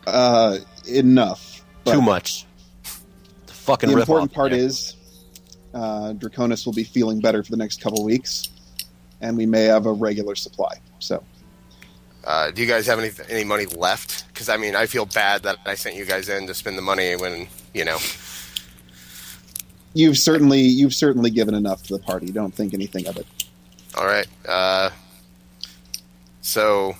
Uh, enough. but Too much. The fucking The ripoff, important part man. is uh, Draconis will be feeling better for the next couple weeks, and we may have a regular supply. So Uh, do you guys have any any money left? Because I mean, I feel bad that I sent you guys in to spend the money when you know. you've certainly you've certainly given enough to the party. Don't think anything of it. All right. Uh, so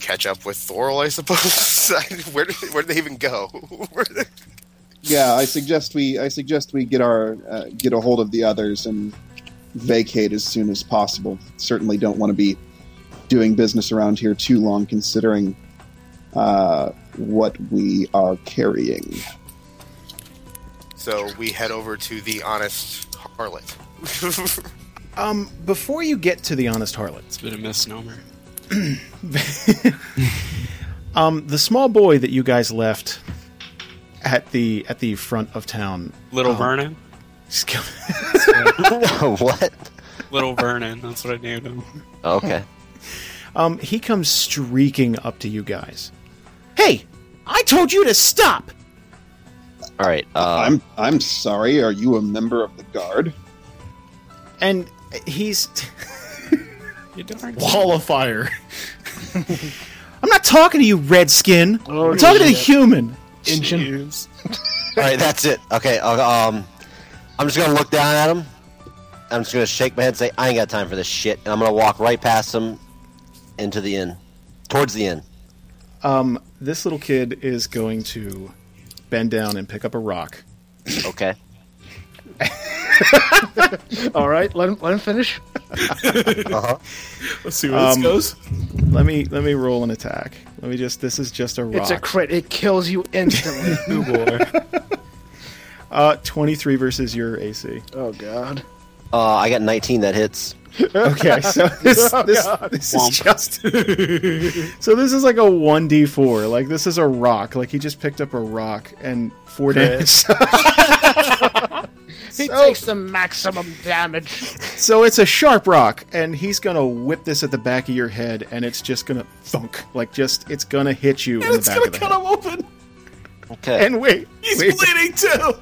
catch up with Thorl, I suppose. where did where did they even go? Where did- Yeah, I suggest we I suggest we get our uh, get a hold of the others and vacate as soon as possible. Certainly don't want to be doing business around here too long, considering uh, what we are carrying. so we head over to the honest harlot. Um, before you get to the honest harlot, It's been a misnomer. um, the small boy that you guys left at the at the front of town, Little Oh. Vernon. what? Little Vernon. That's what I named him. Okay. um, he comes streaking up to you guys. Hey, I told you to stop. All right. Uh, I'm I'm sorry. Are you a member of the guard? And he's You darn. wall of fire. I'm not talking to you, redskin. Oh, I'm talking to the human. Engine. Jeez. All right, that's it. Okay, uh, um, I'm just gonna look down at him. I'm just gonna shake my head, and say, "I ain't got time for this shit," and I'm gonna walk right past him into the inn, towards the inn. Um, this little kid is going to bend down and pick up a rock. Okay. All right, let him let him finish. Uh huh. Let's see where this Um, goes. Let me let me roll an attack. Let me just. This is just a rock. It's a crit. It kills you instantly. uh, twenty-three versus your AC. oh god. Uh, I got 19 that hits. Okay, so this Oh, this, this is Womp. just. so this is like a one d four. Like this is a rock. Like he just picked up a rock and four damage. He So- takes the maximum damage. So it's a sharp rock, and he's gonna whip this at the back of your head, and it's just gonna thunk, like just it's gonna hit you in the It's back gonna of the cut head. him open. Okay. And wait, He's wait, bleeding too.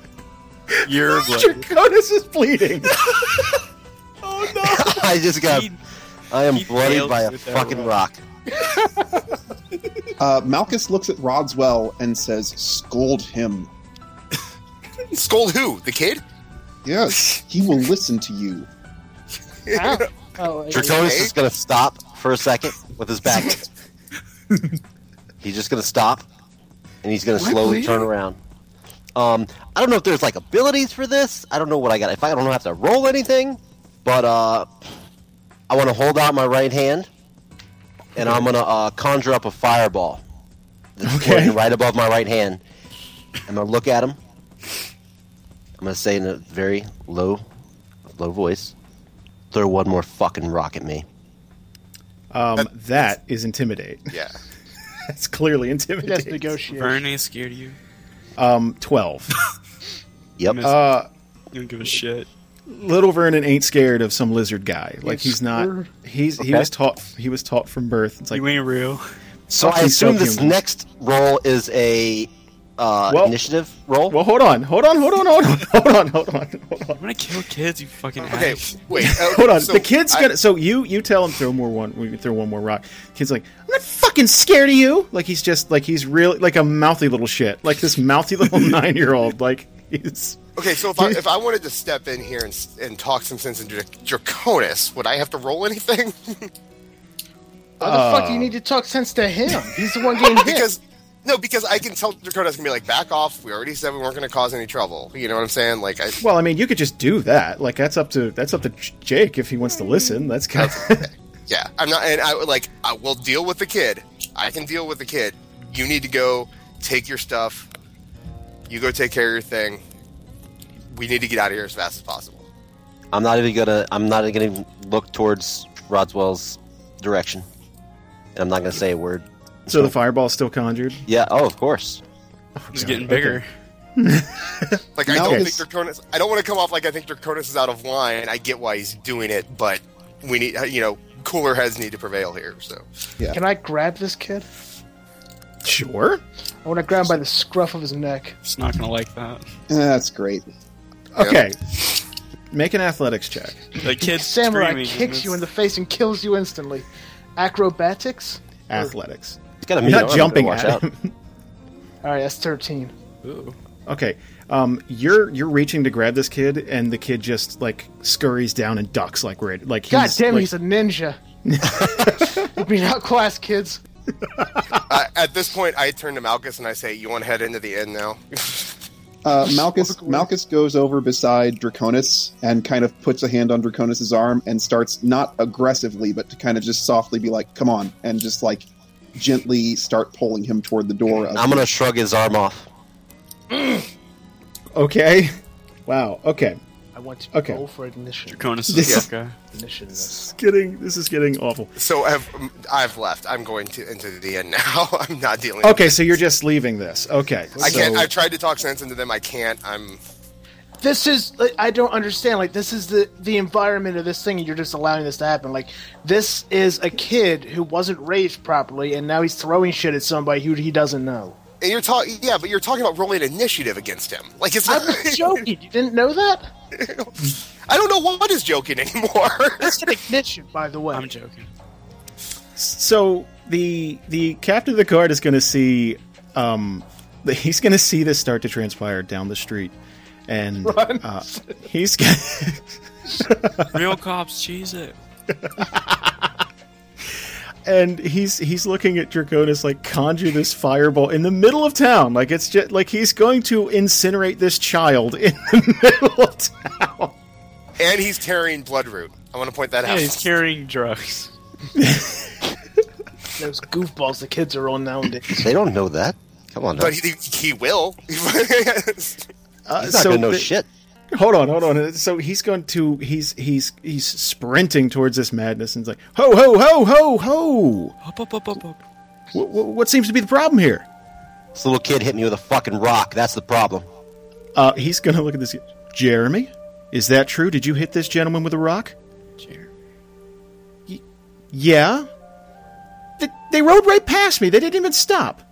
You're blood. Draconis is bleeding. Oh no! I just got. He- I am he bloodied nailed by you a with that fucking rock. Uh, Malchus looks at Rodswell and says, "Scold him. Scold who? The kid? Yes, he will listen to you." Ow. Oh, wait. Draconis is gonna stop for a second with his back. he's just gonna stop, and he's gonna slowly turn around. Um, I don't know if there's like abilities for this. I don't know what I got. If I don't have to roll anything, but uh, I want to hold out my right hand, and I'm gonna uh, conjure up a fireball that's Okay. floating right above my right hand. I'm gonna look at him. I'm gonna say in a very low, low voice, "Throw one more fucking rock at me." Um, that is intimidate. Yeah. That's clearly He has intimidate. negotiation. Vernon scared you. Um, twelve. Yep. Miss- Uh, You don't give a shit. little Vernon ain't scared of some lizard guy. Like Yes, he's not. sir. He's he Okay. was taught he was taught from birth. It's like you ain't real. So I fucking assume this subhuman. next roll is a uh, Well- initiative roll. Well, hold on, hold on, hold on, hold on, hold on, hold on, hold on. I'm gonna kill kids. You fucking. Okay. hack. Wait. uh, Hold on. so the kid's I- gonna. So you you tell him throw more one. We can throw one more rock. Kid's like, I'm not fucking scared of you. Like he's just like he's really like a mouthy little shit. Like this mouthy little nine year old. Like he's Okay. So if I if I wanted to step in here and s- and talk some sense into Dra- Draconis, would I have to roll anything? Why the fuck do you need to talk sense to him? He's the one getting hit. because no, because I can tell Draconis can be like, back off. We already said we weren't going to cause any trouble. You know what I'm saying? Like, I, well. I mean, you could just do that. Like that's up to that's up to J- Jake if he wants to listen. That's kind. Of, Yeah, I'm not, and I would, like I will deal with the kid. I can deal with the kid. You need to go take your stuff. You go take care of your thing. We need to get out of here as fast as possible. I'm not even gonna. I'm not even gonna look towards Roswell's direction, and I'm not gonna say a word. So the fireball's still conjured. Yeah. Oh, of course. It's getting bigger. Like I Now don't it's- think Draconis. I don't want to come off like I think Draconis is out of line. I get why he's doing it, but we need you know cooler heads need to prevail here. So Can I grab this kid? Sure. I want to grab him by the scruff of his neck. It's not gonna like that. That's great. Okay. Make an athletics check. The kid's Samurai screaming, and kicks it's- you in the face and kills you instantly. Acrobatics? Athletics. It's got a You're mean not arm, jumping better watch at out. him. All right, that's 13. Ooh. Okay. Um, you're you're reaching to grab this kid, and the kid just like scurries down and ducks like right. Like he's, God damn, like, he's a ninja. You're being outclassed, kids. I, at this point, I turn to Malchus and I say, "You want to head into the end now?" Uh, Malchus Malchus goes over beside Draconis and kind of puts a hand on Draconis's arm and starts not aggressively, but to kind of just softly be like, "Come on," and just like gently start pulling him toward the door. Of I'm gonna shrug his arm off. okay. Wow. Okay. I want to Okay. go for ignition. Draconis This- is a sucker. Ignition. This is getting this is getting awful. so I've I've left. I'm going to into the end now. I'm not dealing. Okay, so you're just leaving this. Okay. I Oh, so- can't. I tried to talk sense into them. I can't. I'm. This is like, I don't understand. Like this is the the environment of this thing, and you're just allowing this to happen. Like this is a kid who wasn't raised properly, and now he's throwing shit at somebody who he doesn't know. And you're talking. Yeah, but you're talking about rolling initiative against him. Like it's not. I'm not joking. You didn't know that? I don't know what is joking anymore. That's an ignition, by the way. I'm joking. So the the captain of the guard is going to see, um, the- he's going to see this start to transpire down the street, and uh, he's gonna, Real cops, cheese it. and he's he's looking at Draconis like conjure this fireball in the middle of town, like it's just like he's going to incinerate this child in the middle of town. and he's carrying bloodroot. I want to point that Yeah, out. he's carrying drugs. Those goofballs the kids are on nowadays. They don't know that. Come on, now. but he, he will. Uh, he's not so gonna know the- shit. Hold on, hold on. So he's going to he's he's he's sprinting towards this madness and he's like ho ho ho ho ho. Up, up, up, up, up. What, what, what seems to be the problem here? This little kid hit me with a fucking rock. That's the problem. Uh, he's going to look at this. Jeremy, is that true? Did you hit this gentleman with a rock? Jeremy. Y- yeah. Th- they rode right past me. They didn't even stop.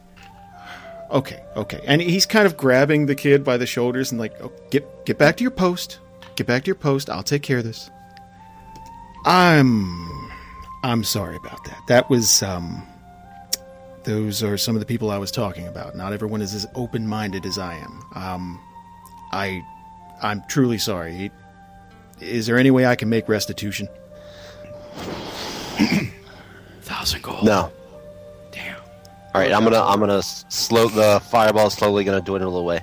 Okay, okay. And he's kind of grabbing the kid by the shoulders and like, oh, get get back to your post. Get back to your post. I'll take care of this. I'm I'm sorry about that. That was um those are some of the people I was talking about. Not everyone is as open-minded as I am. Um I I'm truly sorry. Is there any way I can make restitution? Thousand gold. No. Damn. All right, I'm gonna I'm gonna s- slow the fireball slowly gonna dwindle away.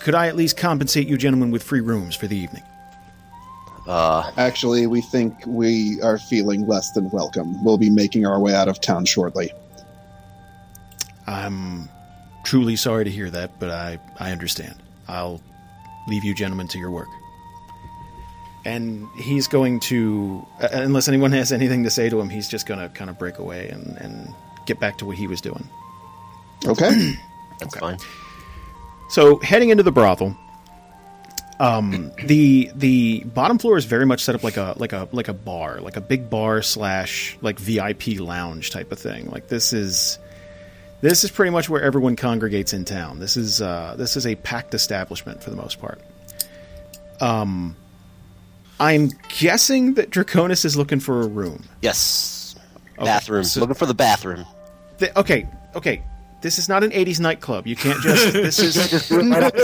Could I at least compensate you gentlemen with free rooms for the evening? Actually, we think we are feeling less than welcome. We'll be making our way out of town shortly. I'm truly sorry to hear that, but I, I understand. I'll leave you gentlemen to your work. And he's going to, uh, unless anyone has anything to say to him, he's just going to kind of break away and, and get back to what he was doing. Okay. That's fine. So heading into the brothel, um, the the bottom floor is very much set up like a like a like a bar, like a big bar slash like VIP lounge type of thing. Like this is this is pretty much where everyone congregates in town. This is uh, this is a packed establishment for the most part. Um, I'm guessing that Draconis is looking for a room. Yes. bathroom. so- Looking for the bathroom. Th- okay, okay. This is not an '80s nightclub. You can't just. This is. you You got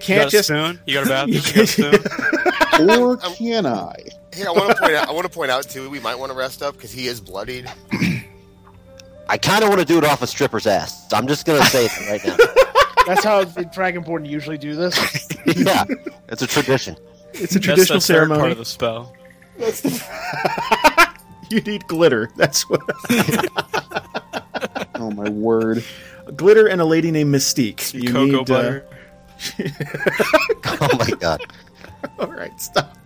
can't a just. spoon? You got a bathroom? You You got a spoon? or can I? hey, I want to point out. I want to point out too. We might want to rest up because he is bloodied. I kind of want to do it off a stripper's ass. I'm just gonna say it right now. That's how the Dragonborn usually do this. yeah, it's a tradition. It's a That's the traditional third ceremony. part of the spell. You need glitter. That's what Oh my word! glitter and a lady named Mystique. You Cocoa need, uh, butter. Oh my god. all right, stop.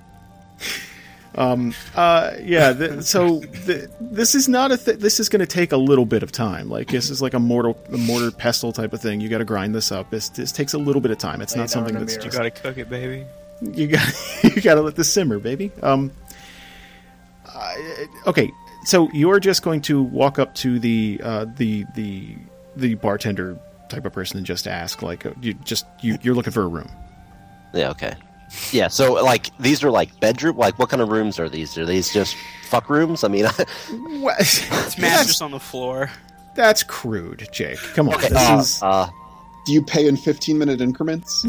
Um. Uh. Yeah. Th- so th- this is not a. Th- this is going to take a little bit of time. Like this is like a mortal, a mortar pestle type of thing. You got to grind this up. This this takes a little bit of time. It's Lay down not something in a that's mirror. You just gotta cook it, baby. you got you got to let this simmer, baby. Um. I, okay, so you're just going to walk up to the uh, the the the bartender type of person and just ask, like, uh, you just you you're looking for a room. Yeah, okay. Yeah, so like these are like bedroom like what kind of rooms are these? Are these just fuck rooms? I mean What? It's mattress on the floor. That's crude, Jake. Come on, this uh, is. uh, Do you pay in fifteen minute increments?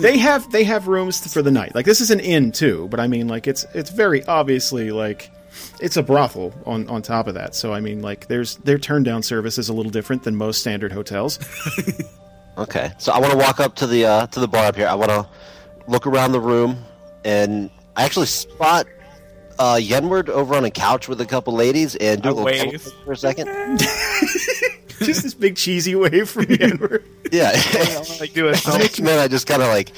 they have they have rooms for the night. Like this is an inn too, but I mean, like it's it's very obviously like it's a brothel on on top of that. So I mean, like there's their turn down service is a little different than most standard hotels. Okay, so I want to walk up to the uh, to the bar up here. I want to look around the room, and I actually spot uh, Yenward over on a couch with a couple ladies, and do I a little wave. camera flick for a second. Just this big cheesy wave from the Edward. Yeah, Like do a thumb. and then I just kind of like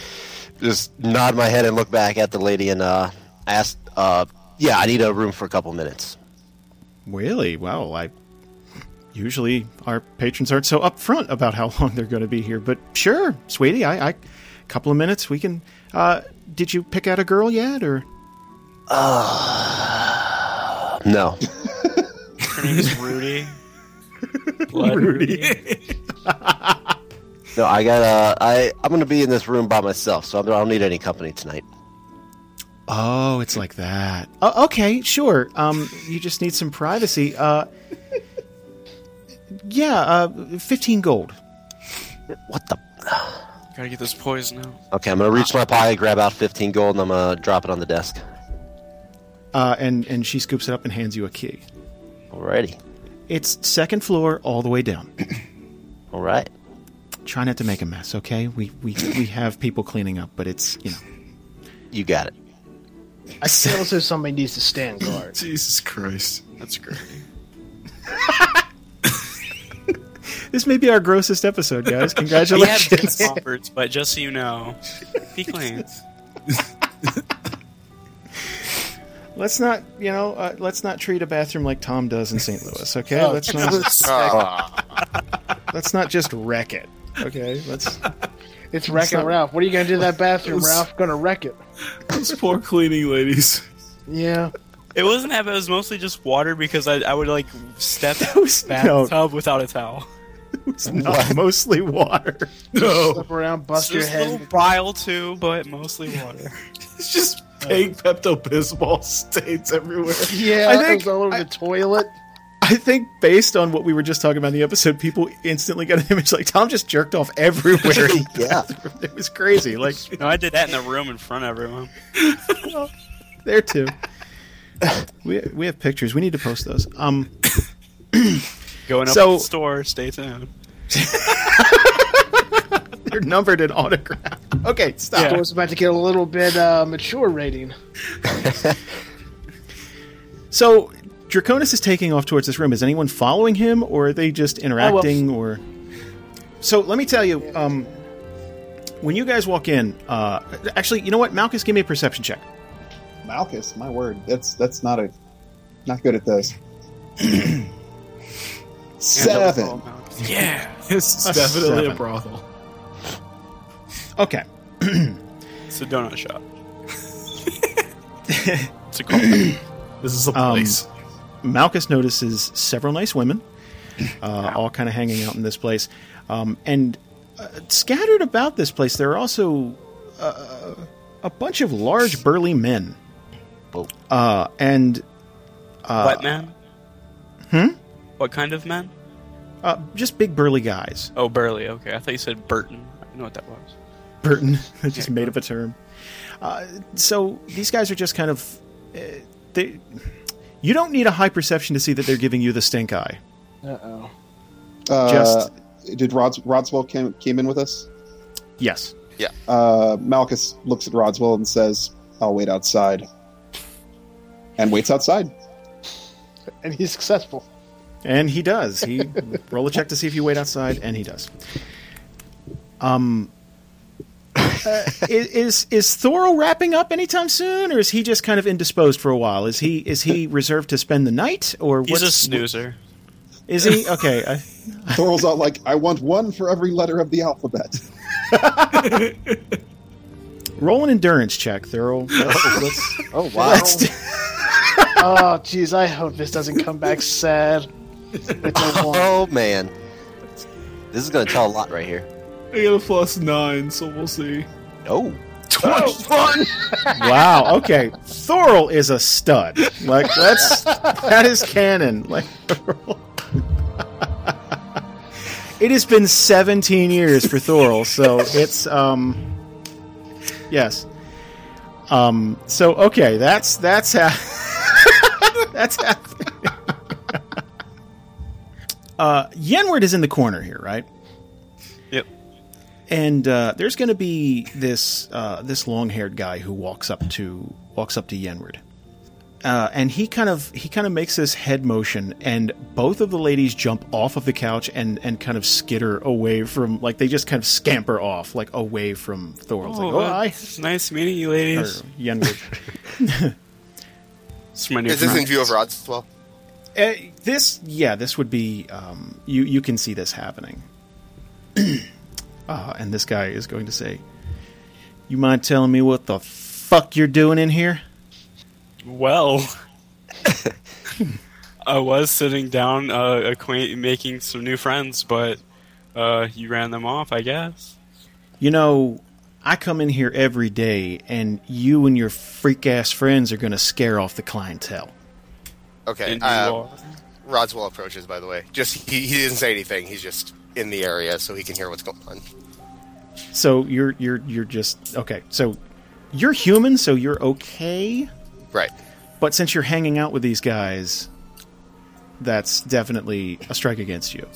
just nod my head and look back at the lady and uh, ask, uh, "Yeah, I need a room for a couple minutes." Really? Wow. I usually our patrons aren't so upfront about how long they're going to be here, but sure, sweetie, I, I couple of minutes we can. Uh, did you pick out a girl yet, or No, Her name is Rudy. Blood Rudy. no, I got uh, I I'm gonna be in this room by myself, so I don't need any company tonight. Oh, it's like that. Oh, okay, sure. Um, you just need some privacy. Uh, yeah, uh, fifteen gold. What the? Gotta get this poison out. Okay, I'm gonna reach my pocket, grab out 15 gold, and I'm gonna drop it on the desk. Uh, and and she scoops it up and hands you a key. Alrighty. It's second floor all the way down. All right. Try not to make a mess, okay? We we we have people cleaning up, but it's you know. You got it. I said, Also, somebody needs to stand guard. Jesus Christ. That's great. this may be our grossest episode, guys. We have Congratulations. grasshoppers, but just so you know, be clean. let's not you know uh, let's not treat a bathroom like Tom does in St. Louis, okay? let's not Uh, let's not just wreck it. Okay, let's. It's wrecking not- Ralph. What are you gonna do to that bathroom, Ralph? Gonna wreck it. Those poor cleaning ladies. Yeah. It wasn't that, but it was mostly just water because I, I would like step was- bathtub without a towel. It's not mostly water. No. Oh. Slip around, bust your There's a little head. bile too, but mostly water. It's just big Pepto Bismol stains everywhere. Yeah, I I think- think, it was all over I- the toilet. I think based on what we were just talking about in the episode, people instantly got an image like Tom just jerked off everywhere. Yeah. it was crazy. Like No, I did that in the room in front of everyone. there too. We we have pictures. We need to post those. Um, Going up So- to the store, stay tuned. they're numbered and autographed. Okay, stop. I was about to get a little bit uh, mature rating. So Draconis is taking off towards this room. Is anyone following him, or are they just Oh, interacting? Or so let me tell you. Um, when you guys walk in, uh, actually, you know what? Malchus, give me a perception check. Malchus, my word, that's that's not a not good at those. Seven. Yeah. It's A definitely seven. a brothel. Okay. It's a donut shop. it's a coffee. This is a Um, place. Malchus notices several nice women, uh, all kind of hanging out in this place, um, and uh, scattered about this place there are also uh, a bunch of large, burly men, Well, uh, and what man? Hmm? What kind of man? uh, just big, burly guys. Oh, Burley. Okay, I thought you said Burton. I didn't know what that was. Burton. I just made up a term. Uh, so these guys are just kind of. Uh, they, you don't need a high perception to see that they're giving you the stink eye. Uh oh. Uh, Just- did Rods- Rodswell came came in with us? Yes. Uh, Malchus looks at Rodswell and says, "I'll wait outside." and waits outside. and he's successful. And he does. He roll a check to see if you wait outside, and he does. Um, uh, is is- is Thoro wrapping up anytime soon, or is he just kind of indisposed for a while? Is he is he reserved to spend the night, or He's what's, a snoozer. Is he okay? I, Thorl's all like, I want one for every letter of the alphabet. roll an endurance check, Thoro. Let's, Oh wow! let's do- Oh, jeez, I hope this doesn't come back sad. It's a one. Oh man, this is gonna tell a lot right here. I got a plus nine, so we'll see. Oh, wow. Okay, Thorl is a stud. Like that's that is canon. Like it has been 17 years for Thorl, so it's um yes. Um so okay, that's that's how that's how Uh Yenward is in the corner here, right? Yep. and uh, there's going to be this uh, this long-haired guy who walks up to walks up to Yenward, uh, and he kind of he kind of makes this head motion, and both of the ladies jump off of the couch and and kind of skitter away from like they just kind of scamper off like away from Thorol's like oh uh, I it's nice meeting you, or ladies. Yenward. It's my new Is this in friend. view of Rodswell? Uh, this yeah this would be um, you you can see this happening uh, and this guy is going to say you mind telling me what the fuck you're doing in here Well, I was sitting down, uh, acquaint- making some new friends, but uh, you ran them off, I guess. you know i come in here every day and you and your freak ass friends are going to scare off the clientele Okay. And you Uh, are- Rodswell approaches, by the way. Just he, he didn't say anything. He's just in the area, so he can hear what's going on. so you're you're you're just okay so you're human so you're okay Right. but since you're hanging out with these guys that's definitely a strike against you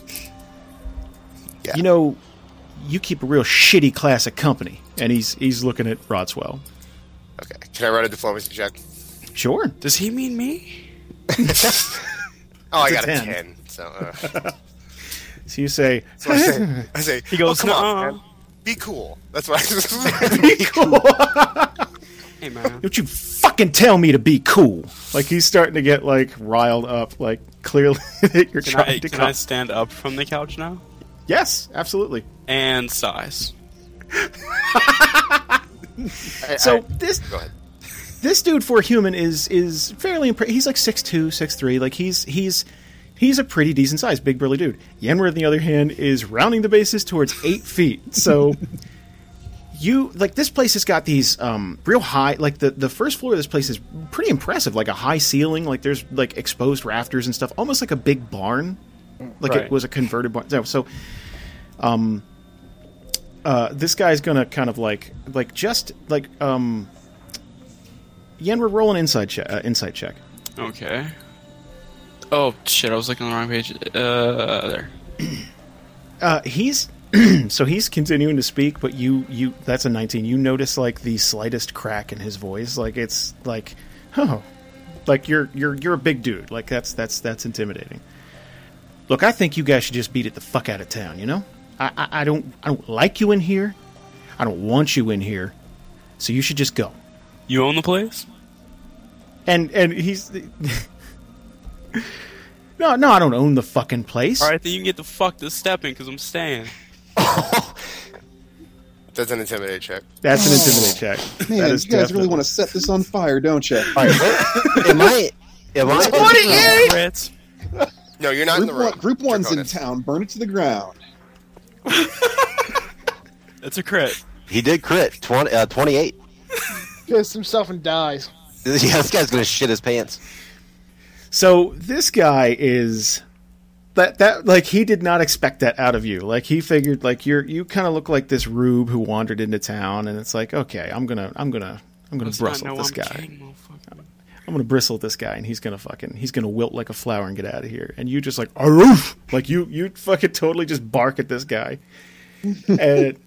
Yeah. you know you keep a real shitty class of company and he's he's looking at rodswell Okay. Can I run a diplomacy check? sure Does he mean me? Oh, I It's a got a 10. ten. So, uh, so you say so I say, I say, He goes, oh, come on, "Nuh-uh." man. be cool. That's what I Hey, man. don't you fucking tell me to be cool like he's starting to get like riled up like clearly that you're Can trying I, to can come- I stand up from the couch now? yes absolutely And size. I- so I- this go ahead. this dude for a human is is fairly impressive. He's like 6'2", 6'3". Like he's he's he's a pretty decent size, big burly dude. Yenward, on the other hand, is rounding the bases towards eight feet. So you like this place has got these um, real high. Like the the first floor of this place is pretty impressive. Like a high ceiling. Like there's like exposed rafters and stuff, almost like a big barn. Like it Right. was a converted barn. So, so um. Uh, this guy's gonna kind of like, like just like, um, Yenward, roll an inside check. Uh, insight check. Okay. Oh, shit, I was looking on the wrong page. Uh, there. Uh, he's so he's continuing to speak, but you you that's a nineteen. You notice like the slightest crack in his voice, like it's like, oh, like you're you're you're a big dude. Like that's that's that's intimidating. Look, I think you guys should just beat it the fuck out of town. You know, I I, I don't I don't like you in here. I don't want you in here. So you should just go. You own the place? And and he's. No, no, I don't own the fucking place. Alright, then you can get the fuck to stepping, because I'm staying. That's an intimidate check. That's Oh. an intimidate check. Man, that you is guys really want to set this on fire, don't you? all right. What, am I? Am I? Brits. No, you're not in Group, the one, room. group You're one's going in town. Burn it to the ground. It's a crit. He did crit 20, uh, 28. Piss himself and dies. Yeah, this guy's gonna shit his pants. So this guy is that that like he did not expect that out of you. Like he figured like you're you kind of look like this rube who wandered into town, and it's like okay, I'm gonna I'm gonna I'm gonna Does not bristle know this I'm guy. king, motherfucker. I'm gonna bristle this guy, and he's gonna fucking he's gonna wilt like a flower and get out of here. And you just like Aroof! like you you fucking totally just bark at this guy, and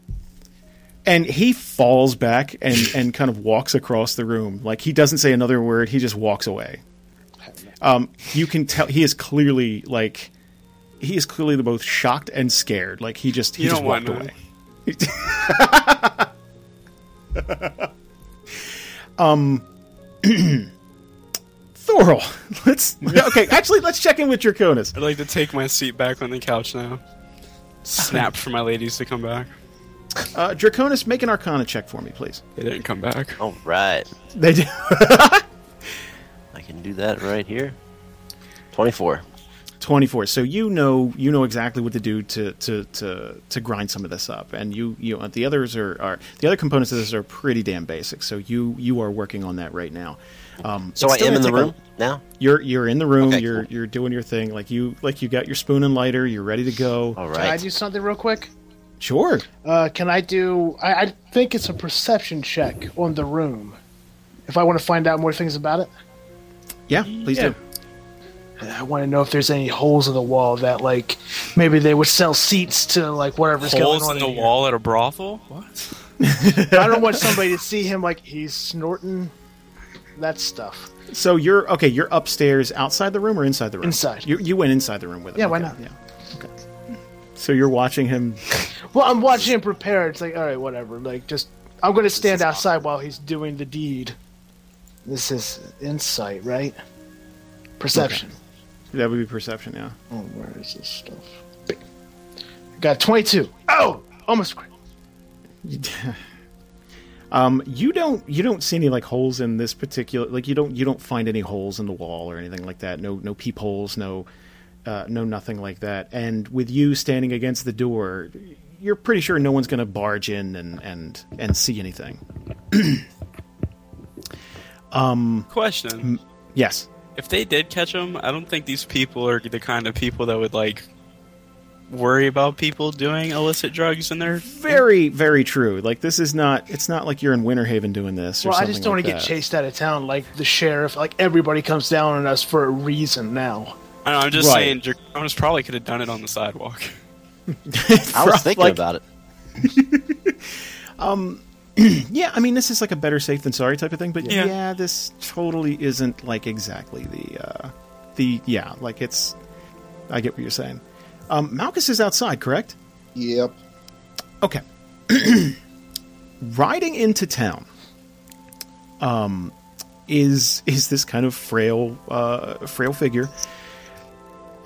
And he falls back and, and kind of walks across the room. Like he doesn't say another word. He just walks away. Um, you can tell he is clearly like he is clearly both shocked and scared. Like he just he You just don't want walked none. away. um, Thorl, let's okay. Actually, let's check in with Draconis. I'd like to take my seat back on the couch now. Snap for my ladies to come back. Uh, Draconis, make an Arcana check for me, please. They didn't come back. All right, They do. I can do that right here. Twenty-four. 24 so you know you know exactly what to do to to to, to grind some of this up and you you uh, the others are, are the other components of this are pretty damn basic so you you are working on that right now um, So it's I still am in gonna the take a- room now. you're you're in the room Okay, you're cool. you're doing your thing like you like you got your spoon and lighter you're ready to go All Can I right. do something real quick? sure Uh, can I do? I, I think it's a perception check on the room. If I want to find out more things about it, yeah please do I want to know if there's any holes in the wall that, like, maybe they would sell seats to like whatever's going Holes on in the here. wall at a brothel? What? I don't want somebody to see him like he's snorting that stuff. so you're okay you're upstairs outside the room or inside the room Inside. you, you went inside the room with him Yeah, why okay, not? yeah Okay. so you're watching him Well, I'm watching him prepare. It's like, all right, whatever. Like, just I'm going to stand outside while he's doing the deed. This is insight, right? Perception. that would be perception yeah Oh, where is this stuff? Got 22. Oh, almost. crit. Um, you don't you don't see any like holes in this particular like you don't you don't find any holes in the wall or anything like that. No no peepholes, no uh, no nothing like that. And with you standing against the door, you're pretty sure no one's going to barge in and and and see anything. Question. Yes. If they did catch him, I don't think these people are the kind of people that would, like, worry about people doing illicit drugs in their. Very very true. Like this is not it's not like you're in Winter Haven doing this or Well, I something just don't like want to get that. chased out of town like the sheriff. Like, everybody comes down on us for a reason now. I know, I'm just Right. saying, Draconis probably could have done it on the sidewalk. I was Rob, thinking like, about it. Yeah, I mean, this is like a better safe than sorry type of thing, but yeah, Yeah. this totally isn't like exactly the uh, the yeah, like it's. I get what you're saying. Um, Malchus is outside, correct? Yep. Okay. Riding into town, um, is is this kind of frail uh, frail figure,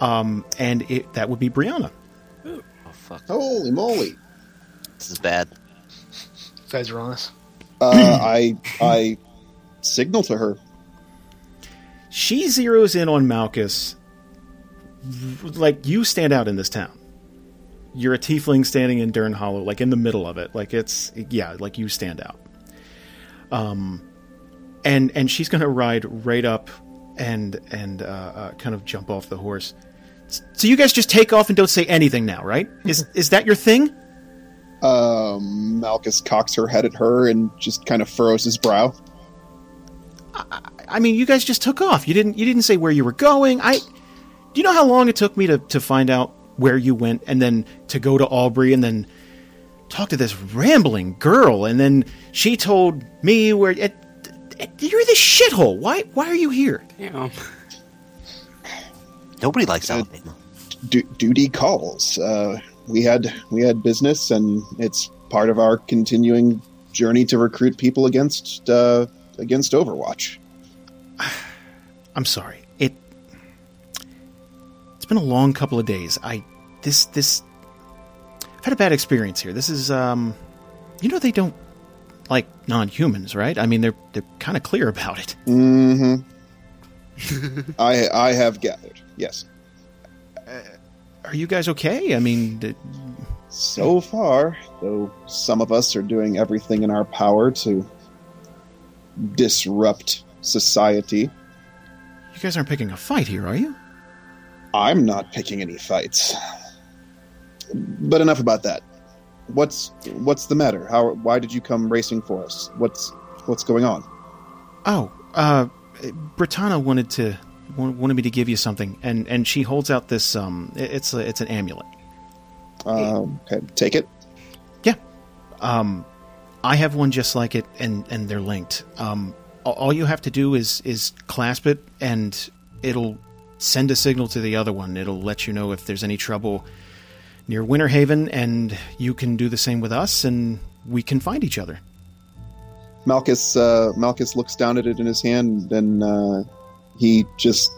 um, and it, that would be Brianna. Oh fuck, Holy moly! this is bad. You guys are on us. Uh, I I signal to her. she zeroes in on Malchus. Like you stand out in this town. You're a tiefling standing in Dern Hollow, like in the middle of it. Like it's yeah, like you stand out. Um, and and she's gonna ride right up and and uh, uh, kind of jump off the horse. S- So you guys just take off and don't say anything now, right? Is is that your thing? Um, Malchus cocks her head at her and just kind of furrows his brow. I mean, you guys just took off. You didn't. You didn't say where you were going. I. Do you know how long it took me to to find out where you went, and then to go to Aubrey, and then talk to this rambling girl, and then she told me where. It, it- you're the shithole. Why? Why are you here? Damn. Nobody likes Alabama. du- duty calls. Uh, we had we had business, and it's part of our continuing journey to recruit people against uh, against Overwatch. I'm sorry. It. It's been a long couple of days. I. This. This. I've had a bad experience here. This is. Um. You know they don't like non-humans, right? I mean, they're they're kind of clear about it. hmm I I have gathered. Yes, are you guys okay? I mean, d- so far, though, some of us are doing everything in our power to disrupt society. you guys aren't picking a fight here, are you? I'm not picking any fights. But enough about that. What's what's the matter? How why did you come racing for us? What's what's going on? Oh, uh, Britannia wanted to wa- wanted me to give you something, and and she holds out this um, i- it's a, it's an amulet. Um, okay, take it. Yeah, um, I have one just like it, and and they're linked. Um, a- all you have to do is is clasp it, and it'll send a signal to the other one. It'll let you know if there's any trouble near Winter Haven, and you can do the same with us, and we can find each other. Malchus uh, Malchus looks down at it in his hand, and uh, he just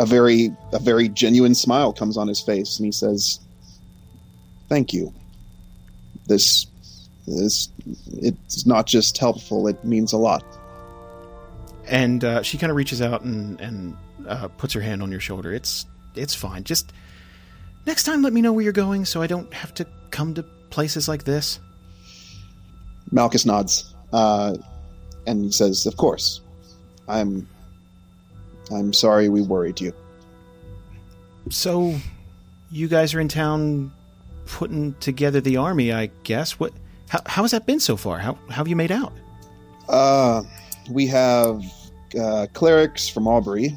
a very a very genuine smile comes on his face, and he says, "Thank you. This this it's not just helpful; it means a lot." And uh, she kind of reaches out and and uh, puts her hand on your shoulder. It's it's fine. Just next time, let me know where you're going, so I don't have to come to places like this. Malchus nods, uh, and he says, "Of course, I'm I'm sorry we worried you." So, you guys are in town putting together the army, I guess. What? How, how has that been so far? How, how have you made out? Uh, we have uh, clerics from Aubrey.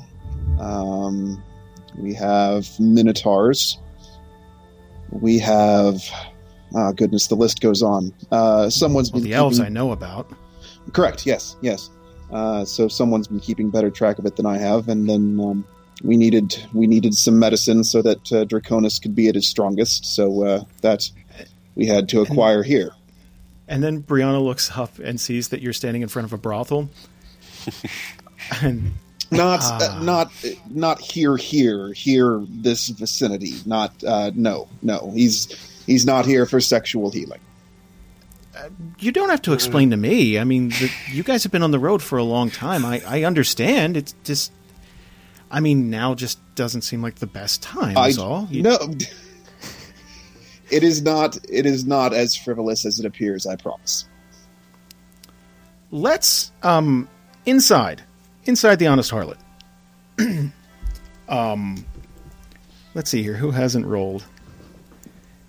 Um, we have minotaurs. We have, ah, goodness, the list goes on. Uh, someone's Well, been the elves I keeping- know about. correct. Yes, yes. Uh, so someone's been keeping better track of it than I have, and then um, we needed we needed some medicine so that uh, Draconis could be at his strongest. So uh, that we had to acquire here. And then Brianna looks up and sees that you're standing in front of a brothel. and not uh, not not here here here this vicinity not uh no no he's he's not here for sexual healing you don't have to explain to me. I mean, the, you guys have been on the road for a long time. I, I understand. It's just, I mean, now just doesn't seem like the best time. Is all. You- no it is not it is not as frivolous as it appears i promise let's um inside inside the honest harlot um let's see here who hasn't rolled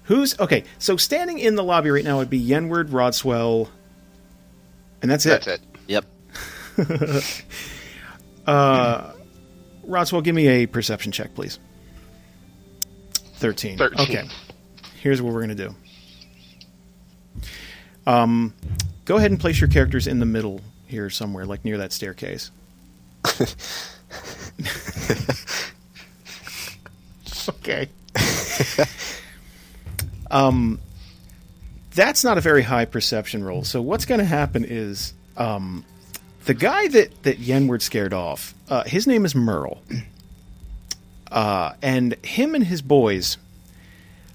who's okay so standing in the lobby right now would be yenward rodswell and that's it, That's it. Yep. rodswell give me a perception check please 13 13. okay here's what we're gonna do um go ahead and place your characters in the middle here somewhere like near that staircase okay. um, that's not a very high perception roll. So what's going to happen is um, the guy that that Yenward scared off. Uh, his name is Merle, uh, and him and his boys.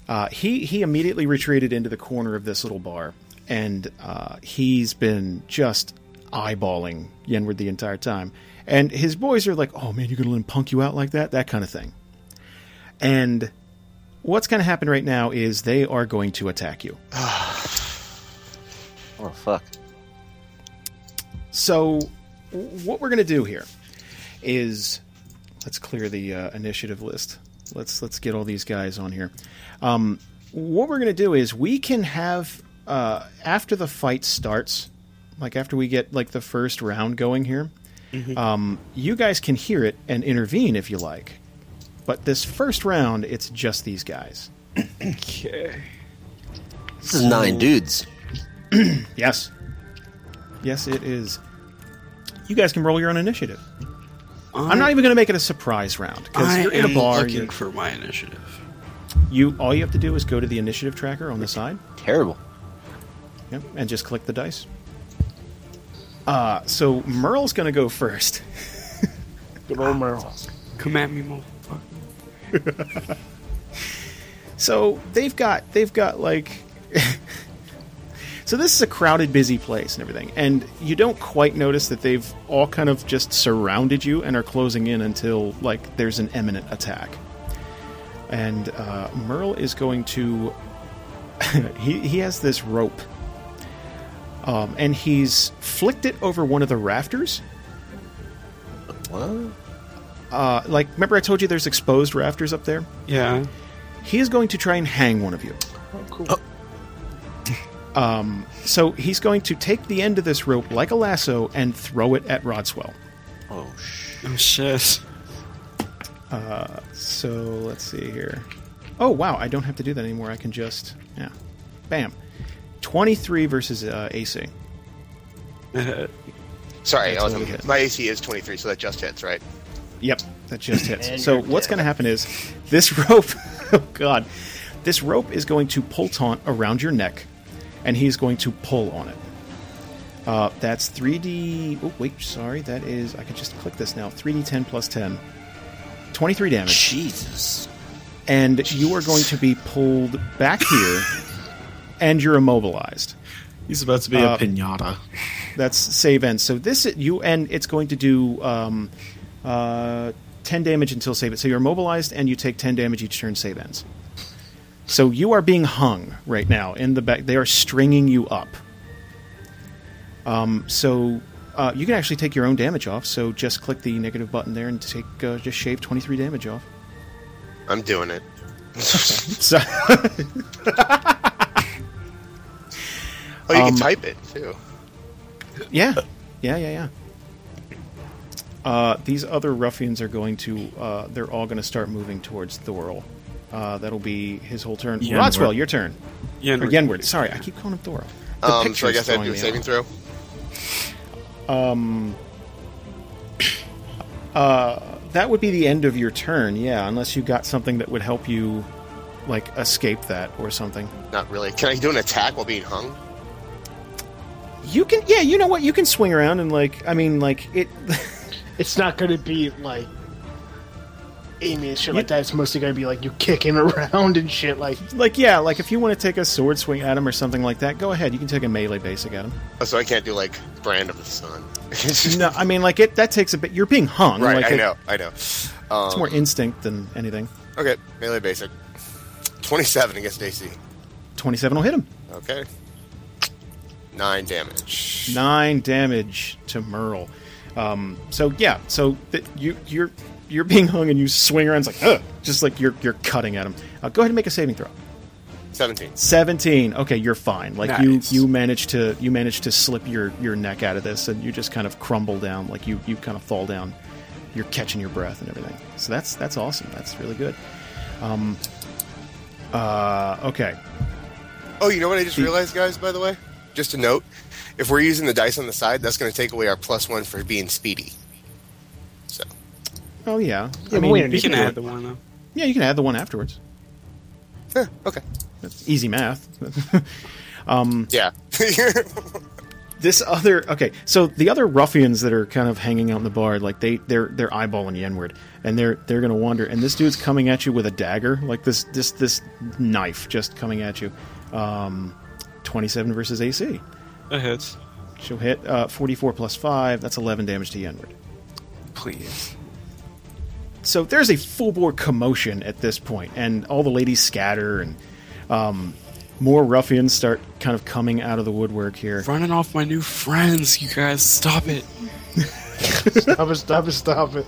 Uh, he he immediately retreated into the corner of this little bar, and uh, he's been just eyeballing Yenward the entire time. And his boys are like, "Oh man, you're gonna let him punk you out like that? That kind of thing." And what's going to happen right now is they are going to attack you. Oh fuck. So, w- what we're going to do here is let's clear the uh, initiative list. Let's let's get all these guys on here. Um, what we're going to do is we can have uh, after the fight starts, like after we get like the first round going here. Um, you guys can hear it and intervene if you like, but this first round it's just these guys. This is nine dudes. Yes. Yes, it is. You guys can roll your own initiative. I'm not even going to make it a surprise round because I you're in a am bar. looking You, for my initiative. you all you have to do is go to the initiative tracker on the side, Terrible. yep, and just click the dice. Uh, so Merle's going to go first. Good old Merle. Come at me, motherfucker. So they've got they've got like So this is a crowded busy place and everything. And you don't quite notice that they've all kind of just surrounded you and are closing in until like there's an imminent attack. And uh, Merle is going to he, he has this rope. Um, and he's flicked it over one of the rafters. What? Uh, like, remember I told you there's exposed rafters up there? Yeah. He is going to try and hang one of you. Oh, cool. So he's going to take the end of this rope like a lasso and throw it at Rodswell. Oh sh. Oh shit. So let's see here. Oh wow, I don't have to do that anymore. I can just yeah, bam. 23 versus uh, AC. Sorry, I That's was what we hit. my AC is 23, so that just hits, right? Yep, that just hits. And so you're what's dead. going to happen is this rope. Oh God, this rope is going to pull taunt around your neck, and he's going to pull on it. Uh, that's three D. Oh wait, sorry, that is. I can just click this now. Three D ten plus 10. 23 damage, Jesus. and you are going to be pulled back here, and you're immobilized. He's about to be Uh, a pinata. That's save end. So this you and it's going to do um, uh, ten damage until save it. So you're immobilized and you take ten damage each turn. Save ends. So you are being hung right now in the back. They are stringing you up. Um, so uh, you can actually take your own damage off. So just click the negative button there and take uh, just shave twenty three damage off. I'm doing it. So Oh, you Um, can type it too. yeah, yeah, yeah, yeah. Uh, these other ruffians are going to. Uh, they're all going to start moving towards Thorl. Uh, that'll be his whole turn. Yenward. Rotswell, your turn. Yeah, Or Yenward. Sorry, I keep calling him Thorl. The Um, so I picture's guess I have to throwing do a me saving off. throw. That would be the end of your turn. Yeah, unless you got something that would help you, like escape that or something. Not really. Can I do an attack while being hung? You can. Yeah, you know what? You can swing around and like. I mean, like it. It's not going to be like aiming and shit like that. It's mostly going to be like you kicking around and shit. Like like yeah, like if you want to take a sword swing at him or something like that, go ahead. You can take a melee basic at him. Oh, so I can't do like Brand of the Sun. No, I mean like it. That takes a bit. You're being hung. right, like I it- know, I know. Um, It's more instinct than anything. Okay, melee basic. 27 against AC. Twenty-seven will hit him. Okay. Nine damage. Nine damage to Merle. Um, so yeah, so th- you you're you're being hung and you swing around it's like Ugh! just like you're you're cutting at him. Uh, go ahead and make a saving throw. 17. Seventeen. Okay, you're fine. Like Nice. you you managed to you managed to slip your your neck out of this and you just kind of crumble down. Like you you kind of fall down. You're catching your breath and everything. So that's that's awesome. That's really good. Um. Uh. Okay. Oh, you know what I just realized, guys, by the way? Just a note. If we're using the dice on the side, that's going to take away our plus one for being speedy. So, Oh yeah. Yeah, but wait You a minute. can do add it. the one up. Yeah, you can add the one afterwards. huh, okay. That's easy math. Yeah. this other okay, so the other ruffians that are kind of hanging out in the bar, like they they're they're eyeballing Yenward, and they're they're gonna wander, and this dude's coming at you with a dagger, like this this this knife just coming at you. Um, twenty seven versus AC. That hits. She'll hit uh, forty four plus five. That's eleven damage to Yenward. Please. so there's a full bore commotion at this point, and all the ladies scatter, and um, more ruffians start kind of coming out of the woodwork here. Running off my new friends, you guys. Stop it. stop it, stop it, stop it.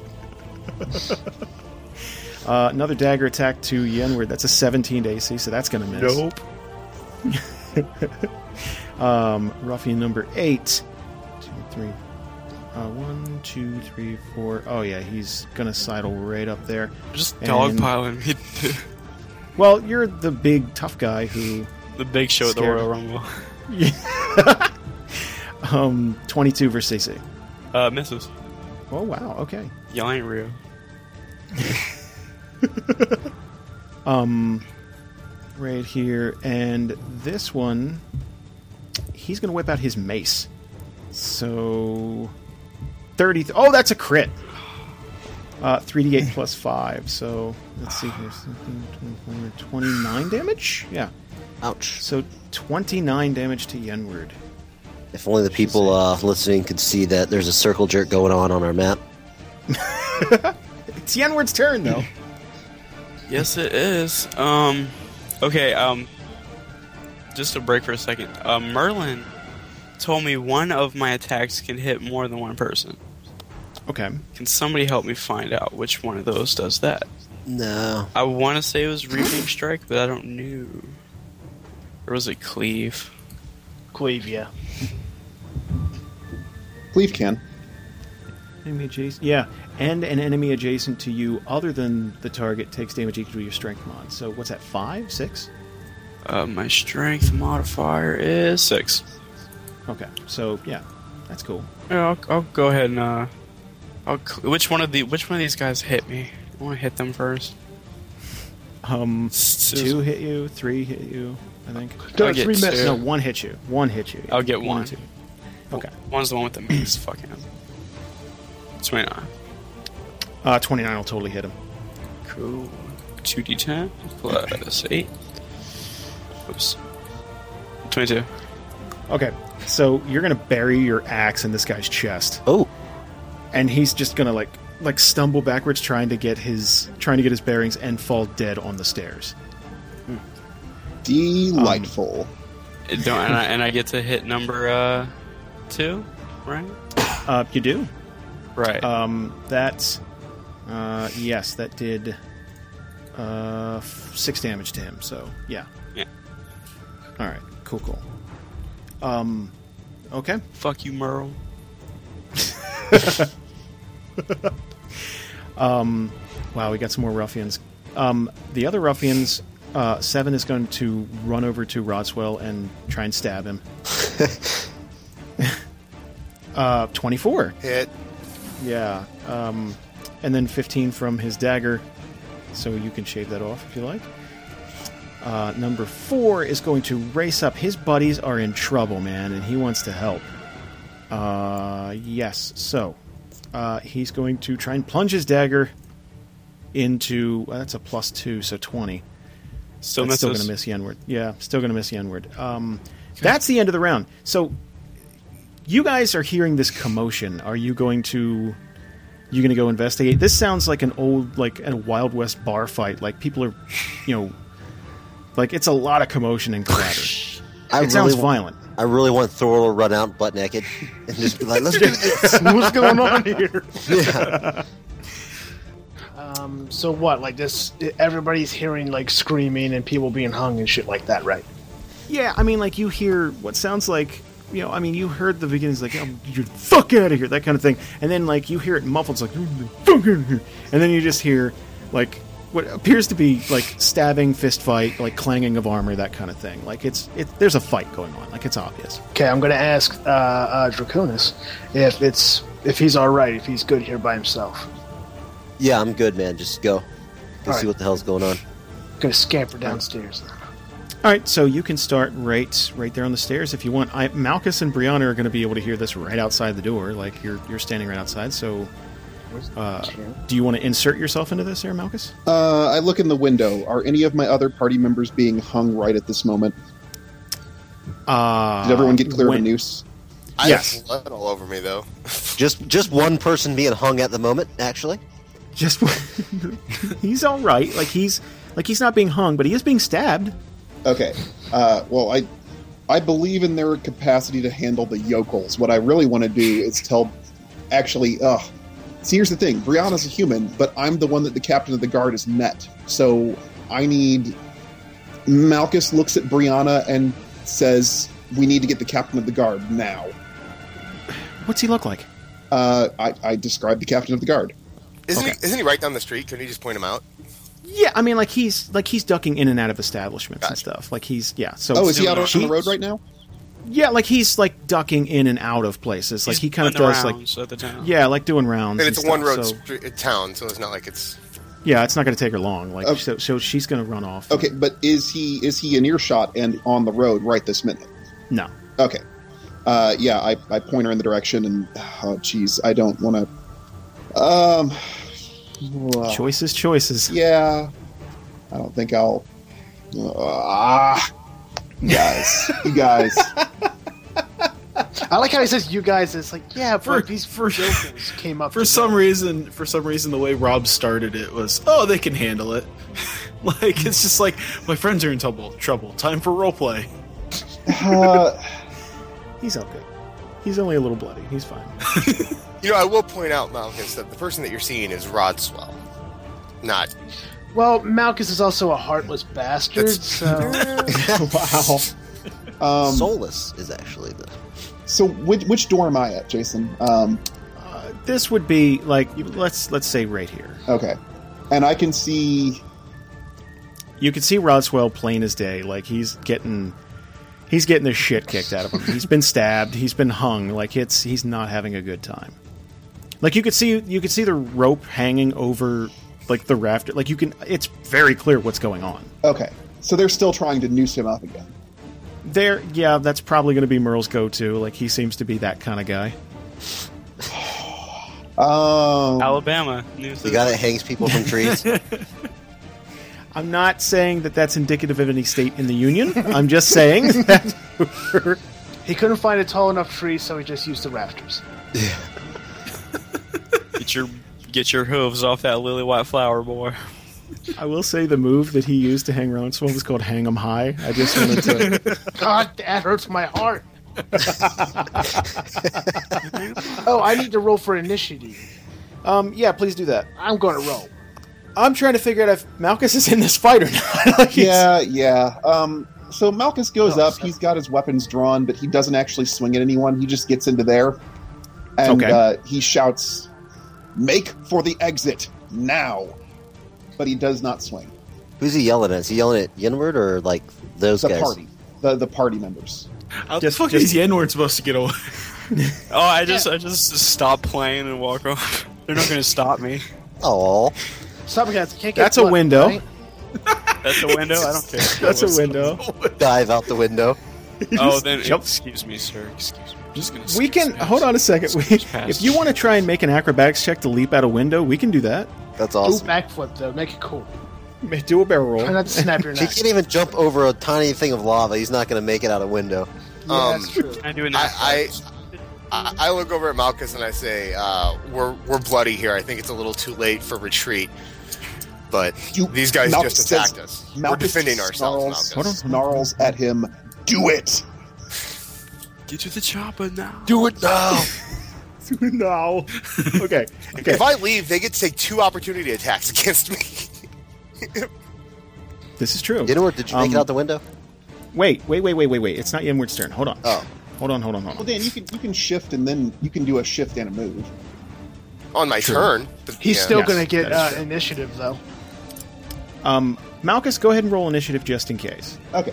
Uh, another dagger attack to Yenward. That's a 17 to AC, so that's going to miss. Um, ruffian number eight. Two, three. Uh, one, two, three, four. Oh, yeah, he's going to sidle right up there. Just And- dogpiling me. Well, you're the big tough guy who. the big show at the Scared. Royal Rumble. Um, 22 versus AC. Uh, misses. Oh, wow, okay. Y'all ain't real. right here, and this one, he's going to whip out his mace. So, thirty. oh, that's a crit. Uh, 3d8 plus 5, so let's see here. 16, 24, 29 damage? Yeah. Ouch. So 29 damage to Yenward. If only the people uh, listening could see that there's a circle jerk going on on our map. It's Yenward's turn, though. Yes, it is. Um, okay. Um, just a break for a second. Uh, Merlin told me one of my attacks can hit more than one person. okay. Can somebody help me find out which one of those does that? No. I want to say it was Reaping Strike, but I don't know. Or was it Cleave? Cleave, yeah. Cleave can. Enemy adjacent. Yeah, and an enemy adjacent to you other than the target takes damage equal to your strength mod. So what's that, 5? 6? Uh, my strength modifier is six. Okay, so yeah, that's cool. Yeah, I'll, I'll go ahead and uh, I'll, cl- which one of the which one of these guys hit me? I want to hit them first. Um, S- two hit you, three hit you, I think. No, I'll get three missed. two. No, one hit you. One hit you. I'll get One, one. two. Okay, One's the one with the mace. Fuck him. Twenty nine. uh, twenty nine will totally hit him. Cool. Two D ten plus eight. Oops. Twenty two. Okay, so you're gonna bury your axe in this guy's chest, Oh, and he's just gonna like like stumble backwards, trying to get his trying to get his bearings, and fall dead on the stairs. Delightful. It Don't, and, I, and I get to hit number uh, two, right? Uh, you do. Right. Um, that's uh, yes, that did uh, f- six damage to him. So yeah. yeah. All right. Cool. Cool. Um, okay. Fuck you, Merle. Wow, we got some more ruffians. Um, the other ruffians, uh, Seven is going to run over to Roswell and try and stab him. uh, 24. Hit. Yeah. Um, and then 15 from his dagger. So you can shave that off if you like. Uh, number four is going to race up. His buddies are in trouble, man, and he wants to help. Uh, yes. So uh, he's going to try and plunge his dagger into. uh, that's a plus two, so 20. Still That's misses. still going to miss Yenward. Yeah, still going to miss Yenward. Um, That's the end of the round. So, you guys are hearing this commotion. Are you going to? You going to go investigate? This sounds like an old, like a Wild West bar fight. Like people are, you know, like it's a lot of commotion and clatter. it I really sounds wa- violent. I really want Thor to run out butt naked and just be like, "Let's do this." What's going on here? Yeah. Um, so what? Like this? Everybody's hearing like screaming and people being hung and shit like that, right? Yeah, I mean, like you hear what sounds like you know. I mean, you heard the beginnings like oh, "you fuck out of here," that kind of thing, and then like you hear it muffled, it's like "You're the "fuck out of here," and then you just hear like what appears to be like stabbing, fist fight, like clanging of armor, that kind of thing. Like it's it, there's a fight going on. Like it's obvious. Okay, I'm gonna ask uh, uh, Draconis if it's if he's all right, if he's good here by himself. yeah, I'm good, man. Just go. Go All see right. what the hell's going on. gonna scamper downstairs. All right, so you can start right right there on the stairs if you want. I, Malchus and Brianna are going to be able to hear this right outside the door. Like you're you're standing right outside. So, uh, do you want to insert yourself into this, there, Malchus? Uh, I look in the window. Are any of my other party members being hung right at this moment? Uh, Did everyone get clear of a when- noose? I Yes. have blood all over me though. Just just one person being hung at the moment, actually. just he's all right like he's like he's not being hung but he is being stabbed Okay. Uh, well, I I believe in their capacity to handle the yokels. What I really want to do is tell. Actually, ugh. See, here's the thing. Brianna's a human, but I'm the one that the captain of the guard has met. So I need. Malchus looks at Brianna and says, "We need to get the captain of the guard now." what's he look like Uh, I, I described the captain of the guard. Isn't Okay. he? Isn't he right down the street? Couldn't he just point him out? yeah i mean like he's like he's ducking in and out of establishments and Gotcha. stuff like he's yeah so Oh, is he doing out on that. the road right now? yeah like he's like ducking in and out of places like He's he kind of putting the does like rounds at the town. yeah like doing rounds And it's a stuff, one road so, street town, so it's not like it's. yeah it's not gonna take her long like Oh. so, so she's gonna run off Okay, but is he is he in earshot and on the road right this minute? no Okay. Uh, yeah, I, I point her in the direction, and oh, jeez, I don't want to. Um. uh, choices choices yeah, I don't think I'll. Ah, you guys, you guys. I like how he says you guys. It's like yeah, For- for these first came up For to some me. reason, for some reason, the way Rob started it was, "Oh, they can handle it." like it's just like my friends are in trouble. Trouble. Time for roleplay. Uh, he's all good he's only a little bloody he's fine You know, I will point out, Malchus, that the person that you're seeing is Rodswell, not Well, Malchus is also a heartless bastard. So wow um, Soulless is actually the. so which, which door am I at, Jason? Um, uh, this would be like let's let's say right here okay, and I can see. you can see Rodswell plain as day. Like he's getting he's getting the shit kicked out of him. he's been stabbed. He's been hung. Like it's he's not having a good time. Like you could see you could see the rope hanging over like the rafter. Like you can it's very clear what's going on. Okay, so they're still trying to noose him up again. There, yeah, that's probably going to be Merle's go-to. Like he seems to be that kind of guy. Um, Alabama news. The guy that hangs people from trees. I'm not saying that that's indicative of any state in the union. I'm just saying that He couldn't find a tall enough tree, so he just used the rafters. Get your get your hooves off that lily white flower, boy. I will say the move that he used to hang Ronswell was called "Hang 'em High." I just wanted to. God, that hurts my heart. oh, I need to roll for initiative. Um, yeah, please do that. I'm going to roll. I'm trying to figure out if Malchus is in this fight or not. Like, he's- yeah, yeah. Um, so Malchus goes Oh, up. so- He's got his weapons drawn, but he doesn't actually swing at anyone. He just gets into there, and Okay. uh, he shouts, "Make for the exit now!" But he does not swing. Who's he yelling at? Is he yelling at Yinward or like those The guys? party, the the party members. How Just- the fuck is just- Yenward supposed to get away? Oh, I just I just stop playing and walk off. They're not gonna stop me. Oh, Stop, guys. I can't get That's a blood, window. right? That's a window. I don't care. that's a window. dive out the window. Oh, then Jump. excuse me, sir. Excuse me. I'm just gonna. We can hold on a second. We, if you want to try and make an acrobatics check to leap out a window, we can do that. That's Do awesome. backflip though. Make it cool. Do a barrel roll. Try not to snap your He neck. can't even jump over a tiny thing of lava. He's not going to make it out a window. Yeah, um, that's true. I do an I, I, I look over at Malchus and I say, uh, "We're we're bloody here. I think it's a little too late for retreat." But You- these guys Malchus just says- attacked us. we're defending ourselves, Snarls, Malchus. snarls at him. Do it. get to the chopper now. Do it now. no. Okay. Okay. If I leave, they get to take two opportunity attacks against me. This is true. Yinward, did you make Um, it out the window? Wait, wait, wait, wait, wait, wait. It's not Yemward's turn. Hold on. Oh. Hold on, hold on, hold Well, on. Dan, you can you can shift and then you can do a shift and a move. On my turn, but- He's yeah. still Yes, going to get that uh, is true. initiative though. Um, Malchus, go ahead and roll initiative just in case. Okay.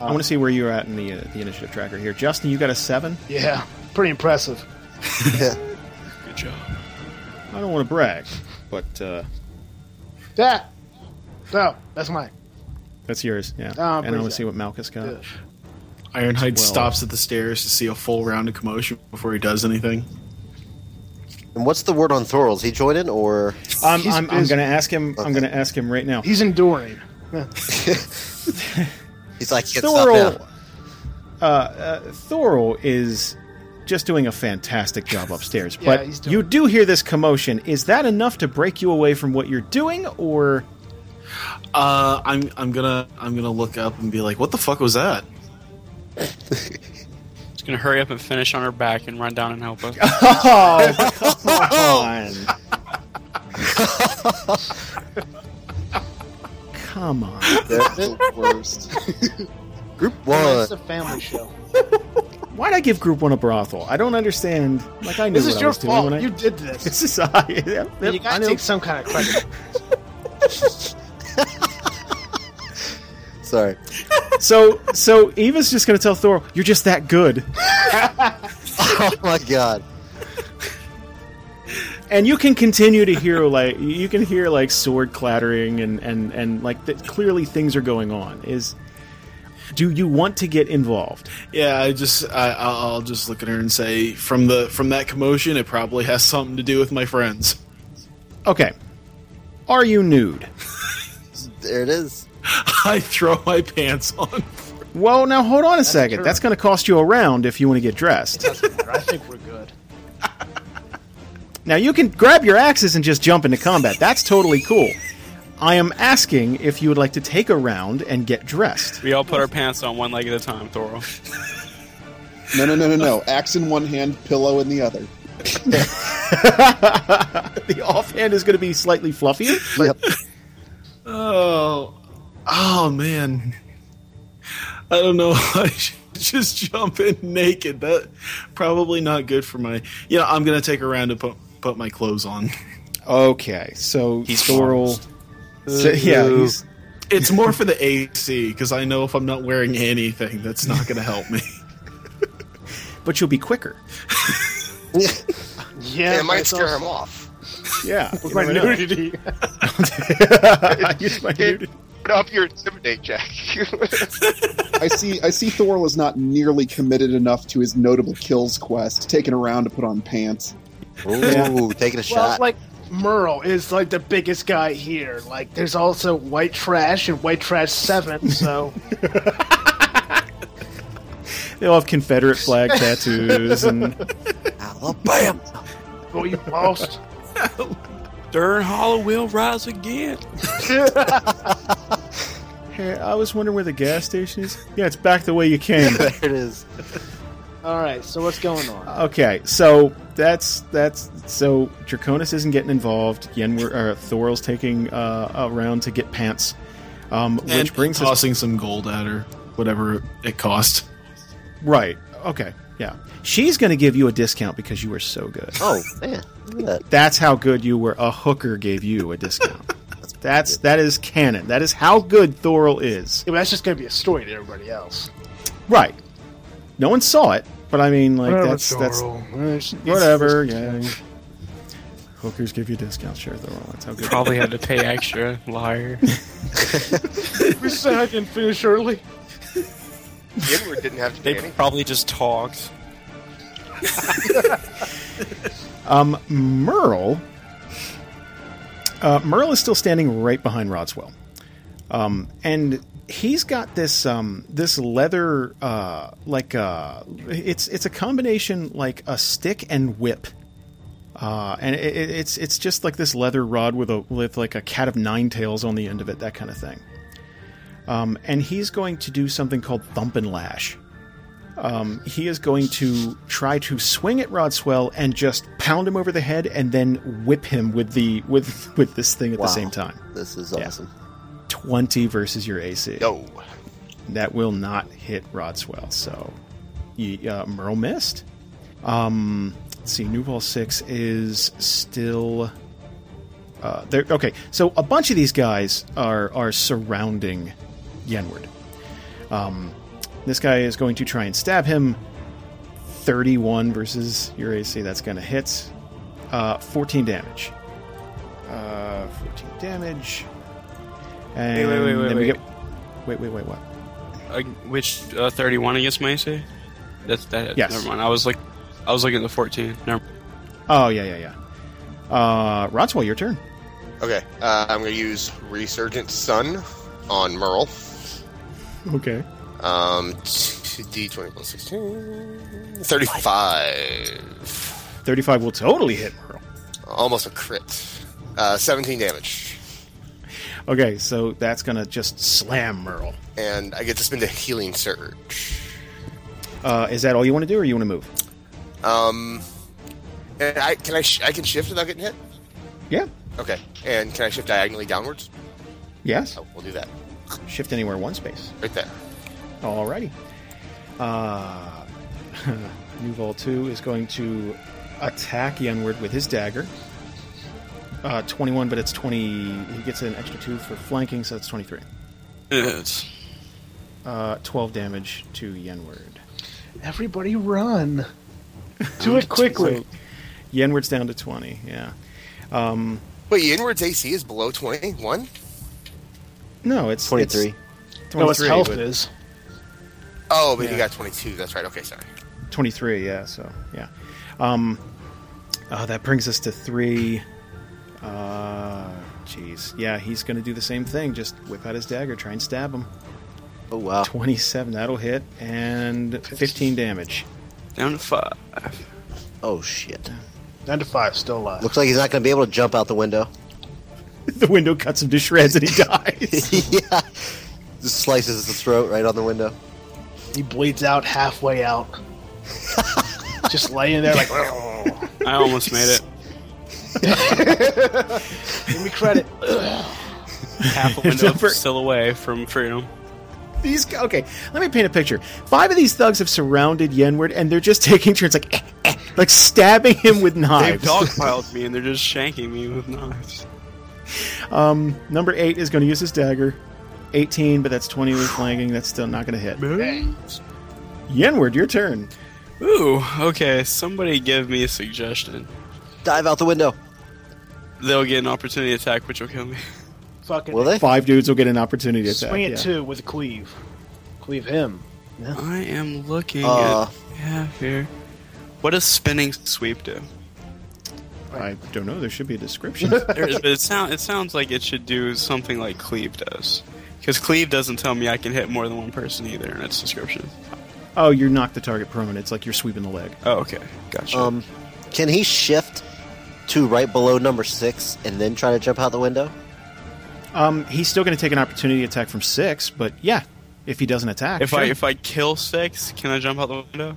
I want to see where you're at in the, uh, the initiative tracker here. Justin, you got a seven. Yeah, pretty impressive. Good job. I don't want to brag, but uh, That. No, that's mine. that's yours. Yeah. Ah, and I want appreciate to see what Malchus got. Yeah. Ironhide Well- stops at the stairs to see a full round of commotion before he does anything. And what's the word on Thorals? He joined in or I'm, He's I'm, I'm busy. going to ask him. I'm Okay. going to ask him right now. He's enduring. he's like, can't stop Thorol, now. uh, uh, Thorol is just doing a fantastic job upstairs. Yeah, he's but doing you it. do hear this commotion. Is that enough to break you away from what you're doing, or Uh, I'm I'm gonna I'm gonna look up and be like, what the fuck was that? Just gonna hurry up and finish on her back and run down and help us. oh, come on. Come on. That's the worst. Group one. It's a family show. Why'd I give Group 1 a brothel? I don't understand. Like, I knew This what is I your was doing fault. when I... You did this. This is I. Yep, yep, You I gotta know. take some kind of credit. Sorry. So, so Eva's just going to tell Thor, you're just that good. Oh my god. And you can continue to hear, like, you can hear, like, sword clattering and, and, and like, that clearly things are going on. Is, do you want to get involved? Yeah, I just I, I'll I'll just look at her and say, from the from that commotion, it probably has something to do with my friends. Okay. Are you nude? There it is. I throw my pants on. Well, now hold on a second. true. That's going to cost you a round if you want to get dressed. Doesn't matter. I think we're good. Now you can grab your axes and just jump into combat. That's totally cool. I am asking if you would like to take a round and get dressed. we all put our pants on one leg at a time, Thoro. No, no, no, no, no. Axe in one hand, pillow in the other. The offhand is going to be slightly fluffier. Yep. Oh, oh man. I don't know. I should just jump in naked. That probably not good for my. You know, I'm gonna take a round to put put my clothes on. Okay, so He's Thorol. bronzed. So, yeah, he's it's more for the AC because I know if I'm not wearing anything, that's not going to help me. but you'll be quicker. Yeah, Yeah, it might that's scare awesome. him off. Yeah, With my nudity. I used my nudity. Put up your intimidate check. I see. I see. Thor was not nearly committed enough to his notable kills quest, taking around to put on pants. Ooh, taking a Well, shot. like Merle is like the biggest guy here. Like, there's also White Trash and White Trash Seven. So They'll have Confederate flag tattoos and Oh, Alabama. what you lost? Darn Hollow will rise again. Hey, I was wondering where the gas station is. Yeah, it's back the way you came. there it is. All right. So what's going on? Okay, so that's that's so Draconis isn't getting involved. Yenwer or Thorl's taking uh, a round to get pants, um, which and brings us tossing some gold at her, whatever it cost. right. Okay, yeah, she's going to give you a discount because you were so good. Oh man, look at that. That's how good you were. A hooker gave you a discount. That's that is canon. That is how good Thorl is. Yeah, but that's just gonna be a story to everybody else. Right. No one saw it, but I mean, like that's that's that's whatever. Yeah. Hookers give you discounts. Sure, Thorl. That's how good. Probably had to pay extra, liar. We said I can finish early. Edward didn't have to They pay anything. probably just talked. Um, Merle. Uh, Merle is still standing right behind Rodswell, um, and he's got this um, this leather uh, like uh, it's it's a combination like a stick and whip, uh, and it, it- it's it's just like this leather rod with a with like a cat of nine tails on the end of it, that kind of thing. Um, and he's going to do something called thump and lash Um, he is going to try to swing at Rodswell and just pound him over the head and then whip him with the with with this thing at Wow. the same time. This is Yeah. awesome. 20 versus your AC. No. That will not hit Rodswell. So you, uh, Merle missed. Um, let's see, Nuval 6 is still uh, there. Okay, so a bunch of these guys are are surrounding Yenward. Um, this guy is going to try and stab him. 31 versus your AC. That's going to hit. Uh, 14 damage. Uh, 14 damage. And wait, wait, wait, then we wait. get. Wait, wait, wait, what? Uh, which uh, 31 against my AC? That's that. Yes. Never mind. I was like, I was looking at the 14. Never. Oh, yeah, yeah, yeah. Uh, Rodswell, your turn. Okay, uh, I'm going to use Resurgent Sun on Merle. Okay. Um, t- D20 plus 16. 35. 35 will totally hit Merle. Almost a crit. Uh, 17 damage. Okay, so that's going to just slam Merle. And I get to spend a healing surge. Uh, is that all you want to do, or you want to move? Um, and I can I sh- I can shift without getting hit. Yeah. Okay, and can I shift diagonally downwards? Yes. Oh, we'll do that Shift anywhere one space. right there. Alrighty. Uh, Nuval 2 is going to attack Yenward with his dagger. Uh, 21, but it's 20. He gets an extra 2 for flanking, so that's 23. It's Uh, 12 damage to Yenward. Everybody run. Do it quickly. Yenward's down to 20, yeah. Wait, inwards AC is below twenty one. No, it's it's 23. 23, no, its health but- is. Oh, but you Yeah. got twenty two. That's right. Okay, sorry. 23 yeah so yeah um uh, that brings us to three uh jeez yeah he's gonna do the same thing just whip out his dagger try and stab him Oh wow. 27 that'll hit and 15 damage down to five. Oh shit. Nine to five, still alive. Looks like he's not going to be able to jump out the window. the window cuts him to shreds and he dies yeah. Just slices his throat right on the window. He bleeds out halfway out. Just laying there like. I almost made it. Give me credit. Half a window Never- still away from freedom. these gu- okay let me paint a picture five of these thugs have surrounded yenward and they're just taking turns like eh, eh, like stabbing him with They've knives dogpiled me and they're just shanking me with knives. Um, number eight is going to use his dagger 18, but that's 20 with flanking. That's still not going to hit. Yenward, your turn. Ooh, okay. Somebody give me a suggestion. Dive out the window. They'll get an opportunity attack, which will kill me. Fucking Will they? Five dudes will get an opportunity attack. swing it yeah. too with a cleave. Cleave him. I am looking Uh. at yeah, here. What does spinning sweep do? I don't know. There should be a description. There is, but it, sound, it sounds like it should do something like cleave does. Because cleave doesn't tell me I can hit more than one person either in its description. oh, you knock the target prone. It's like you're sweeping the leg. Oh, okay. Gotcha. Um, can he shift to right below number six and then try to jump out the window? Um, he's still going to take an opportunity attack from six, but yeah, if he doesn't attack. if I sure. if I kill six, can I jump out the window?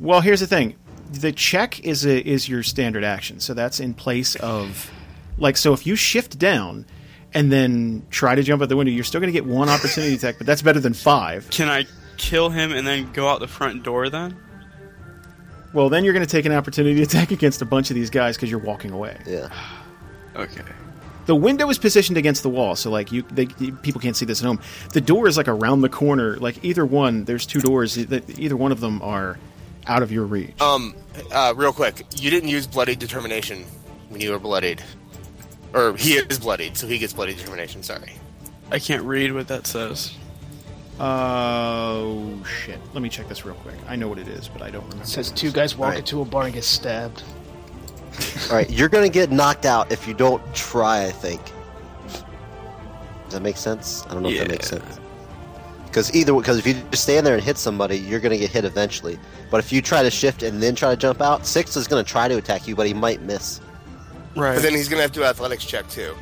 Well, here's the thing: the check is a, is your standard action, so that's in place of, like, so if you shift down and then try to jump out the window, you're still going to get one opportunity attack, but that's better than five. Can I kill him and then go out the front door then? Well, then you're going to take an opportunity attack against a bunch of these guys because you're walking away. Yeah. Okay. The window is positioned against the wall, so like you, they, people can't see this at home. The door is like around the corner. Like either one, there's two doors. e- that- Either one of them are out of your reach. Um, uh, real quick, you didn't use bloodied determination when you were bloodied, or he is bloodied, so he gets bloodied determination. Sorry. I can't read what that says. Oh shit! Let me check this real quick. I know what it is, but I don't remember. It says two guys walk Right. into a bar and get stabbed. All right, you're gonna get knocked out if you don't try. I think. Does that make sense? I don't know if that makes Yeah. sense. Because either, because if you just stand there and hit somebody, you're gonna get hit eventually. But if you try to shift and then try to jump out, six is gonna try to attack you, but he might miss. Right. But then he's gonna have to do athletics check too.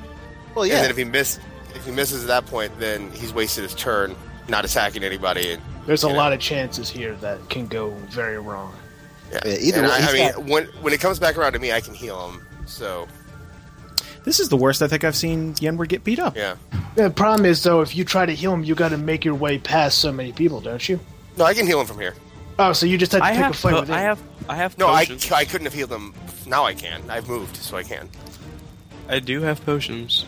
Well, yeah. And then if he miss, if he misses at that point, then he's wasted his turn, not attacking anybody. And, There's a Yeah. lot of chances here that can go very wrong. yeah. Yeah, either And way, I, I he's mean, got- when when it comes back around to me, I can heal him. So This is the worst I think I've seen Yenward get beat up. yeah. The problem is though, if you try to heal him, you got to make your way past so many people, don't you? No, I can heal him from here. Oh, so you just have to I pick have, a fight po- with it. I have I have No, I, potions. I couldn't have healed him. Now I can. I've moved, so I can. I do have potions.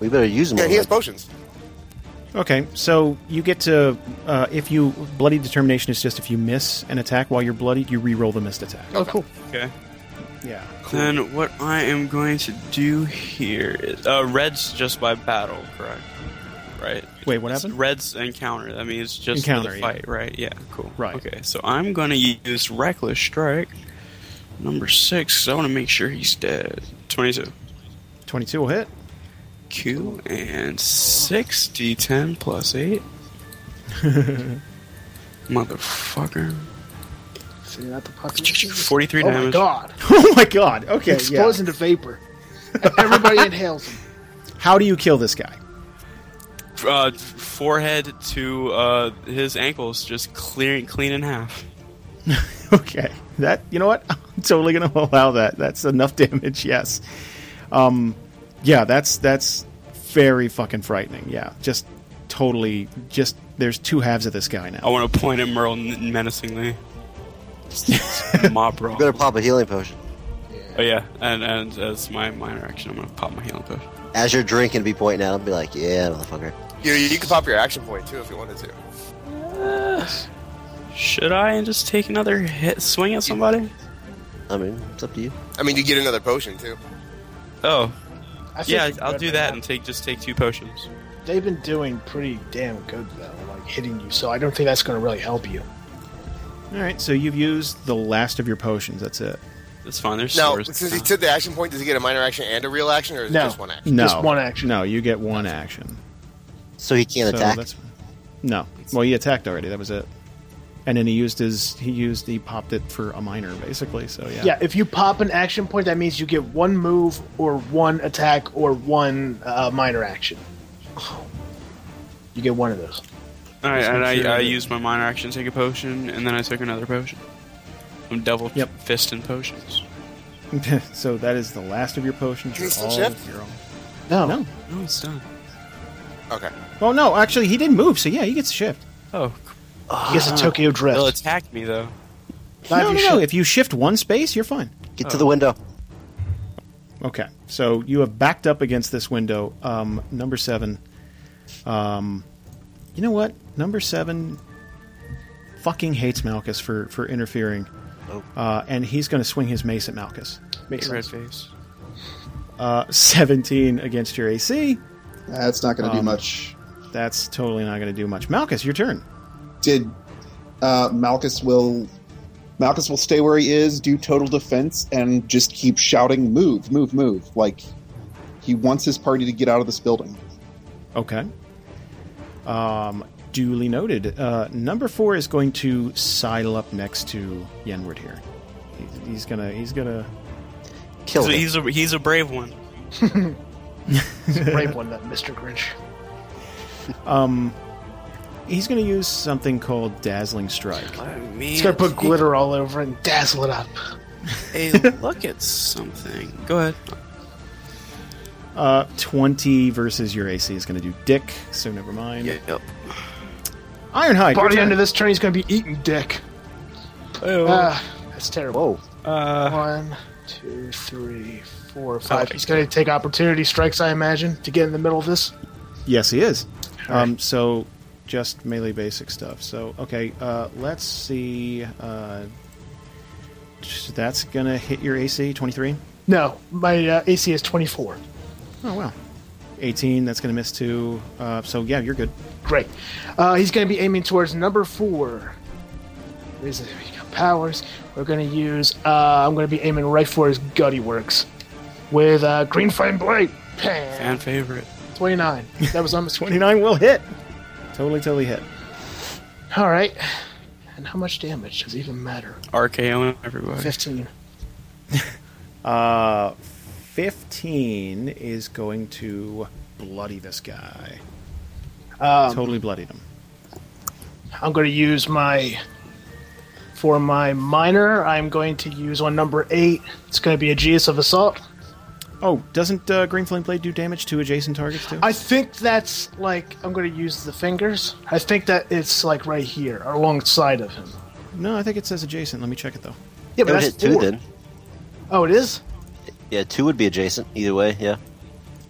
we better use him. Yeah, he has already. potions. Okay, so you get to uh, if you bloody determination is just if you miss an attack while you're bloodied, you re-roll the missed attack. oh, cool. Okay. Yeah. Then what I am going to do here is uh, reds just by battle, correct? Right. Wait, what It's happened? Reds encounter. That means just for Encounter, the yeah. fight, right? Yeah, cool. Right. Okay, so I'm gonna use reckless strike, number six. 'cause I want to make sure he's dead. Twenty-two. Twenty-two will hit. Q and six D10 plus eight. Motherfucker. So you're not the puppy. Forty-three Oh my damage. god! oh my god. Okay. Explodes into vapor. Everybody inhales him. yeah. How do you kill this guy? Uh, forehead to uh, his ankles, just clear, clean in half. Okay. That you know what? I'm totally gonna allow that. That's enough damage, yes. Um yeah, that's that's very fucking frightening. Yeah. Just totally just there's two halves of this guy I now. want to point at Merle n- menacingly. Mob bro. You better pop a healing potion Oh yeah, and and as my minor action, I'm gonna pop my healing potion. as you're drinking. Be pointing at him. Be like, yeah, motherfucker. You you could pop your action point too if you wanted to. Should I and just take another hit swing at somebody? I mean, it's up to you. I mean, you get another potion too. Oh I think yeah, you I'll better do that not. and take just take two potions. They've been doing pretty damn good though, like hitting you. So I don't think that's going to really help you. Alright, so you've used the last of your potions, that's it. That's fine. There's Now, swords. since he took the action point, does he get a minor action and a real action, or is No. it just one action? No. Just one action. No, you get one action. So he can't So attack. that's- no. Well, he attacked already. That was it. And then he used his. He used. He popped it for a minor, basically. So yeah. Yeah. if you pop an action point, that means you get one move or one attack or one uh, minor action. You get one of those. All right, and make sure I, I that- used my minor action, to take a potion, and then I took another potion. I'm double Yep. fisting potions. so that is the last of your potions. Can he You're still all, shift? you're all- No. No. No, it's done. Okay. Well, no. Actually, he didn't move. So yeah, he gets to shift. Oh, He gets a Tokyo Drift. they'll attack me though. Not no, if no, you no. shift. If you shift one space, you're fine. Get to the window. Okay. So you have backed up against this window. Um, number seven. Um, you know what? Number seven fucking hates Malchus for, for interfering. Uh, and he's going to swing his mace at Malchus. Makes red face. Uh, 17 against your AC. That's not going to do much. That's totally not going to do much. Malchus, your turn. Did uh, Malchus will Malchus will stay where he is, do total defense, and just keep shouting, "Move, move, move!" Like he wants his party to get out of this building. Okay. Um, duly noted. Uh, number four is going to sidle up next to Yenward here. He- He's gonna. He's gonna. Kill So him. he's a he's a brave one. Brave one, that Mr. Grinch. He's gonna use something called dazzling strike. I He's mean, gonna put glitter all over and dazzle it up. hey, look at something. Go ahead. Uh, Twenty versus your AC is gonna do dick. So never mind. Yep. Ironhide. Party your turn. under this train is gonna be eating dick. Oh, Ah, that's terrible. Whoa. uh, One, two, three, four, five. He's gonna take opportunity strikes, I imagine, to get in the middle of this. Yes, he is. Um, so just melee basic stuff. So okay, uh, let's see. Uh, that's gonna hit your AC twenty three. No, my uh, AC is 24. Oh wow. 18, that's going to miss two. Uh, so, yeah, you're good. Great. Uh, he's going to be aiming towards number four. Where is it? Here we go. Powers. We're going to use. Uh, I'm going to be aiming right for his gutty works with uh, green flame blade. Bam. fan favorite. 29. That was almost 29. 29 will hit. Totally, totally hit. All right. And how much damage does it even matter? RKO and everybody. 15. Uh, 15 is going to bloody this guy. totally bloodied him. I'm going to use my. For my minor, I'm going to use on number eight. It's going to be a Aegeus of Assault. Oh, doesn't uh, Green Flame Blade do damage to adjacent targets, too? I think that's like I'm going to use the fingers. I think that it's like right here, alongside of him. no, I think it says adjacent. Let me check it, though. It Yeah, but would that's hit two four. then. Oh, it is. Yeah, two would be adjacent. Either way, yeah.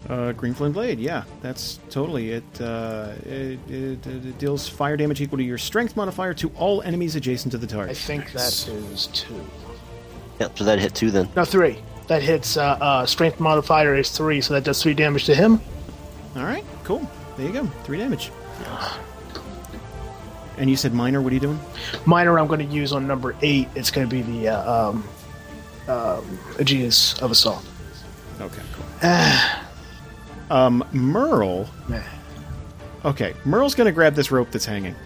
Uh, Green Flame Blade, yeah, that's totally it, uh, it, it. It deals fire damage equal to your strength modifier to all enemies adjacent to the I target. think that is two. Yeah, so that'd hit two then. No, three. That hits. Uh, uh, strength modifier is three, so that does three damage to him. All right, cool. There you go. Three damage. And you said minor. What are you doing? Minor, I'm going to use on number eight. It's going to be the uh, um, um, Aegeus of Assault. Okay, cool. um, Merle. Meh. Okay, Merle's gonna grab this rope that's hanging,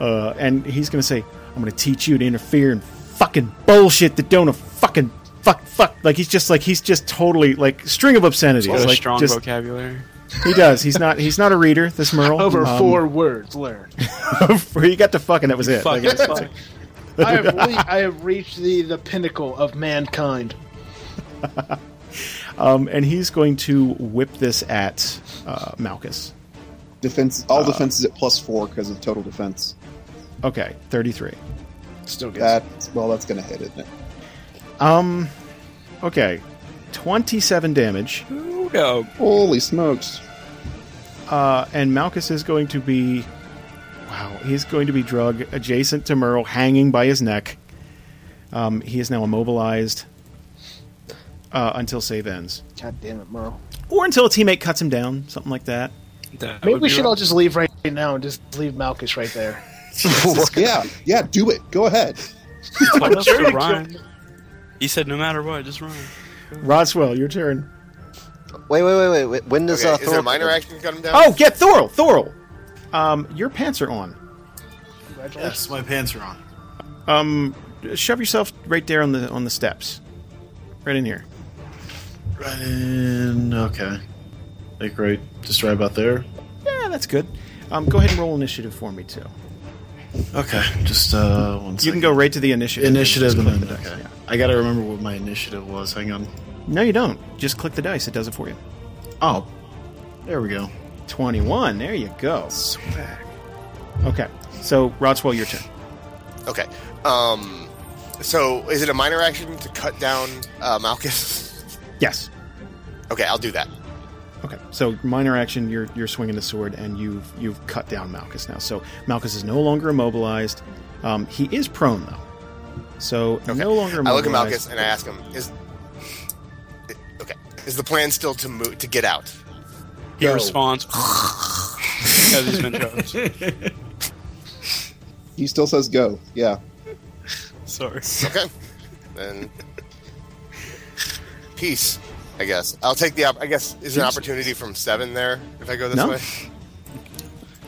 uh, and he's gonna say, "I'm gonna teach you to interfere and fucking bullshit that don't a fucking fuck fuck." Like he's just like he's just totally like string of obscenities. What a like, strong just- vocabulary. He does. He's not. He's not a reader. This Merle. Over Um, four words learned. four. you got to fucking. That was it. Like, Fucking fuck. I have, re- I have reached the, the pinnacle of mankind. um, and he's going to whip this at uh, Malchus. Defense. All defense is at plus four because of total defense. Okay, thirty-three. Still good. Uh, That's well, that's going to hit, isn't it? Um, okay, twenty-seven damage, Ooh, no. Holy smokes! uh, and Malchus is going to be, wow, he's going to be drug adjacent to Merle, hanging by his neck. Um, he is now immobilized uh, until save ends, God damn it, Merle. or until a teammate cuts him down, something like that. That Maybe would we be should rough. all just leave right now and just leave Malchus right there. yeah, yeah, do it. Go ahead. Told us to run. He said, "No matter what, just run." Roswell, your turn. Wait, wait, wait, wait, wait. When does Okay, uh, is there Thor- a minor action to cut him down? Oh, get Thorl, Thorl. Um, your pants are on. Congratulations. Yes, my pants are on. Um, shove yourself right there on the on the steps, right in here. Right in. Okay. Like right, just right about there. Yeah, that's good. Um, go ahead and roll initiative for me too. Okay, just uh, one You can second. go right to the initiative. and initiative. just And click then, the dice, okay, yeah. I gotta remember what my initiative was. Hang on. No, you don't. Just click the dice. It does it for you. Oh, there we go. Twenty-one. There you go. Okay. So Rodswell, your turn. Okay. Um, so is it a minor action to cut down uh, Malchus? Yes. Okay, I'll do that. Okay. So minor action. You're you're swinging the sword, and you've you've cut down Malchus now. So Malchus is no longer immobilized. Um, he is prone though. So Okay. no longer. I look at immobilized. Malchus and I ask him, "Is okay? Is the plan still to move to get out?" He No. responds because he's been choked. He still says go. Yeah. Sorry. Okay, then peace. I guess I'll take the. Op- I guess is there an opportunity from seven there if I go this No. way?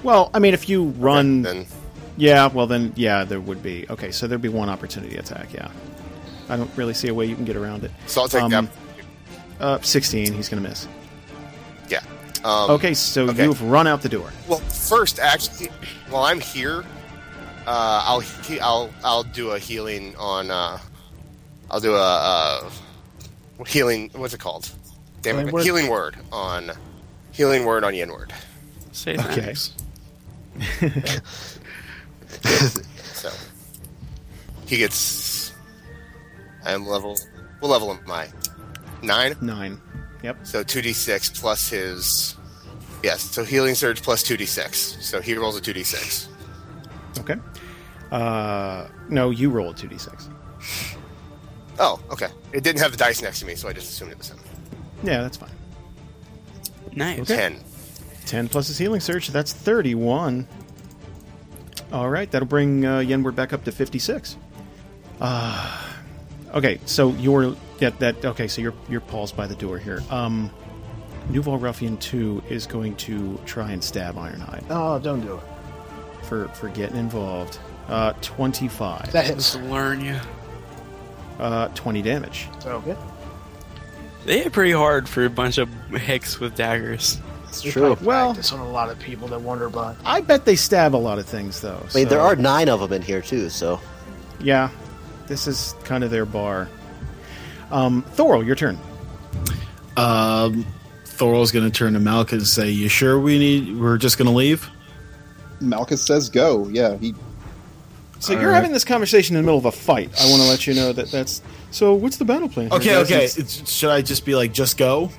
Well, I mean, if you run, Then yeah. Well, then yeah, there would be. Okay, so there'd be one opportunity attack. Yeah. I don't really see a way you can get around it. so I'll take Um, that. Uh, 16. He's going to miss. Yeah. Um, Okay, so okay. you've run out the door. Well, first, actually, while I'm here, uh, I'll he- I'll I'll do a healing on. Uh, I'll do a uh, healing. What's it called? Damn Healing it! word? Healing word on. Healing word on Yenward. Say Okay. thanks. So he gets. I am level. What level am I? Nine. Nine. Yep. So two d six plus his. Yes. So healing surge plus two d six. So he rolls a two d six. Okay. Uh, no, you roll a 2d6. Oh, okay. It didn't have the dice next to me, so I just assumed it was him. Yeah, that's fine. Nice. Ten. 10 plus his healing surge, that's 31. All right, that'll bring uh, Yenward back up to 56. Uh, okay, so you're yeah, that okay, so you're you're paused by the door here. Um Nouveau Ruffian 2 is going to try and stab Ironhide Oh, don't do it. for for getting involved. Uh 25. That hits. To learn you. uh 20 damage. Okay. They hit pretty hard for a bunch of hicks with daggers. It's We true. probably Well- practice on a lot of people that wander by. I bet they stab a lot of things though. I mean, so- there are nine of them in here too. So Yeah. This is kind of their bar. Um Thorol, your turn. Um, Thorol's going to turn to Malchus and say, "You sure we need? We're just going to leave?" Malchus says go. Yeah. He So All you're right. having this conversation in the middle of a fight. I want to let you know that that's. So what's the battle plan? here, Okay, guys? okay. It's- It's- should I just be like, "Just go"?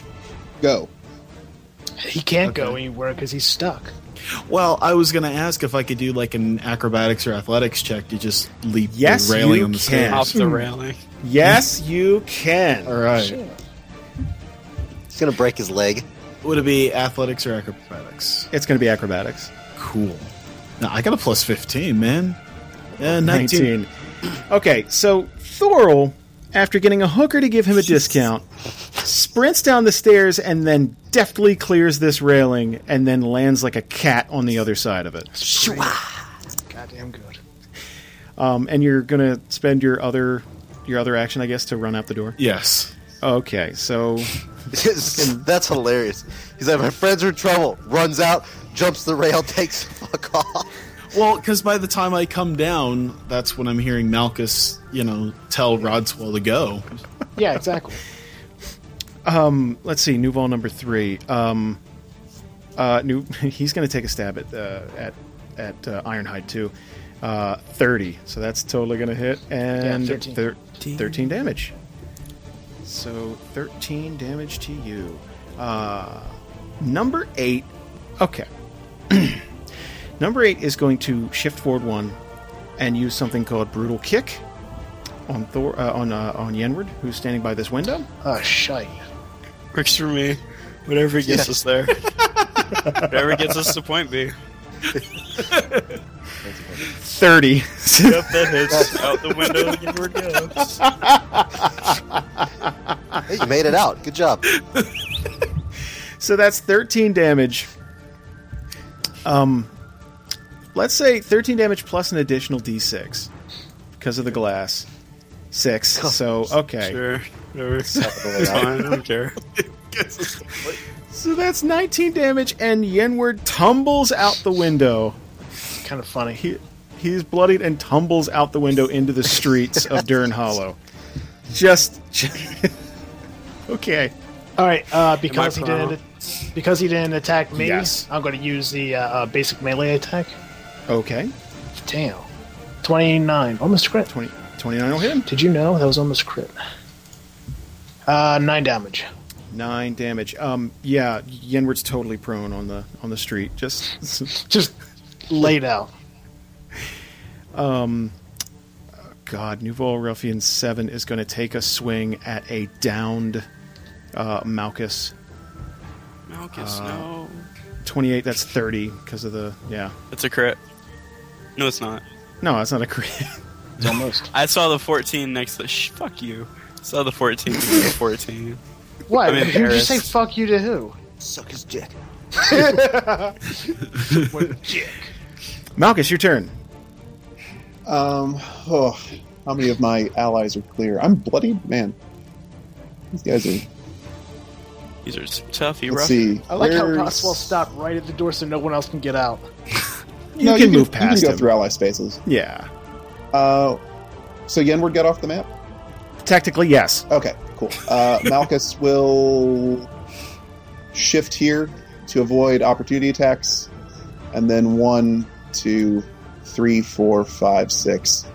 go. He can't go anywhere because he's stuck. Well, I was going to ask if I could do like an acrobatics or athletics check to just leap Yes, the railing you on the can. Off stairs. the railing. Yes, you can. All right. Shit. he's gonna break his leg. Would it be athletics or acrobatics? It's going to be acrobatics. Cool. Now I got a plus fifteen, man. Yeah, nineteen. 19. Okay, so Thorol, after getting a hooker to give him a discount, sprints down the stairs and then deftly clears this railing and then lands like a cat on the other side of it. Goddamn good. Um, and you're going to spend your other your other action, I guess, to run out the door. Yes. Okay, so That's hilarious. He's like, my friends are in trouble. Runs out, jumps the rail, takes the fuck off. Well, because by the time I come down, that's when I'm hearing Malchus, you know, tell Rodswell to go. Yeah, exactly. let's see, Nuval number three. Um, uh, new, he's going to take a stab at uh, at at uh, Ironhide too. Uh, Thirty, so that's totally going to hit, and Yeah, 13. thir- thirteen damage. So thirteen damage to you. Uh, number eight. Okay. number eight is going to shift forward one and use something called brutal kick on Thor uh, on uh, on Yenward, who's standing by this window. Oh, shite. Works for me. Whatever gets us there. Whatever gets us to point B. 30. Yep, that hits. Out the window, inward goes. Hey, you made it out. Good job. so that's 13 damage. Um, let's say 13 damage plus an additional d6 because of the glass. Six. So, okay. Sure. Whatever. It's fine. I don't care. So that's 19 damage, and Yenward tumbles out the window. Kind of funny. He, he's bloodied and tumbles out the window into the streets of Dern Hollow. Just. just okay. All right, uh, because he Am I didn't because he didn't attack me, Yes. I'm going to use the uh, uh, basic melee attack. Okay. Damn, twenty nine, almost crit. 20, 29 will hit him. Did you know that was almost crit? Uh, nine damage. Nine damage. Um, yeah, Yenward's totally prone on the on the street. Just, Just laid out. God, Nouveau Ruffian Seven is going to take a swing at a downed uh, Malchus. Malchus, no. Twenty-eight. That's thirty because of the yeah. It's a crit. No, it's not. No, that's not a crit. It's almost. I saw the 14 next to. Shh, fuck you. Saw the 14 next to the 14. What? I'm Who'd you say embarrassed. fuck you to who? Suck his dick. Malchus, your turn. Um, oh, how many of my allies are clear? I'm bloody man. These guys are. These are some toughy Let's rough. see. I like how Where's- Roswell stopped right at the door so no one else can get out. You No, can move past You can go him. through ally spaces. Yeah. Uh, so Yenward got off the map. Technically, yes. Okay, cool. Uh, Malchus will shift here to avoid opportunity attacks, and then one, two, three, four, five, six,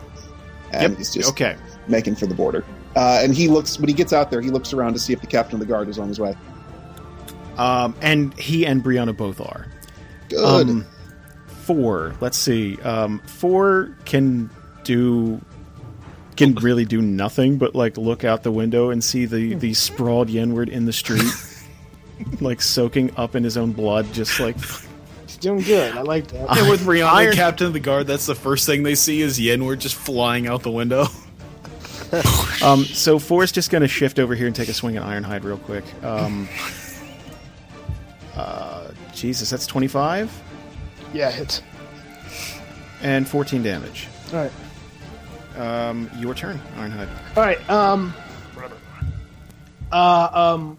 and Yep. he's just okay. making for the border. Uh, and he looks when he gets out there. He looks around to see if the captain of the guard is on his way. Um, and he and Brianna both are. Good. Um, four. Let's see. Um, four can do can really do nothing but like look out the window and see the the sprawled Yenward in the street, like soaking up in his own blood, just like He's doing good. I like that. Yeah, with Rihanna, Iron- captain of the guard, that's the first thing they see is Yenward just flying out the window. Um, so Four's just going to shift over here and take a swing at Ironhide real quick. Um, uh, Jesus, that's 25 Yeah, hits. and 14 damage. All right. Um, your turn, Ironhide. All right. Um. Uh. Um.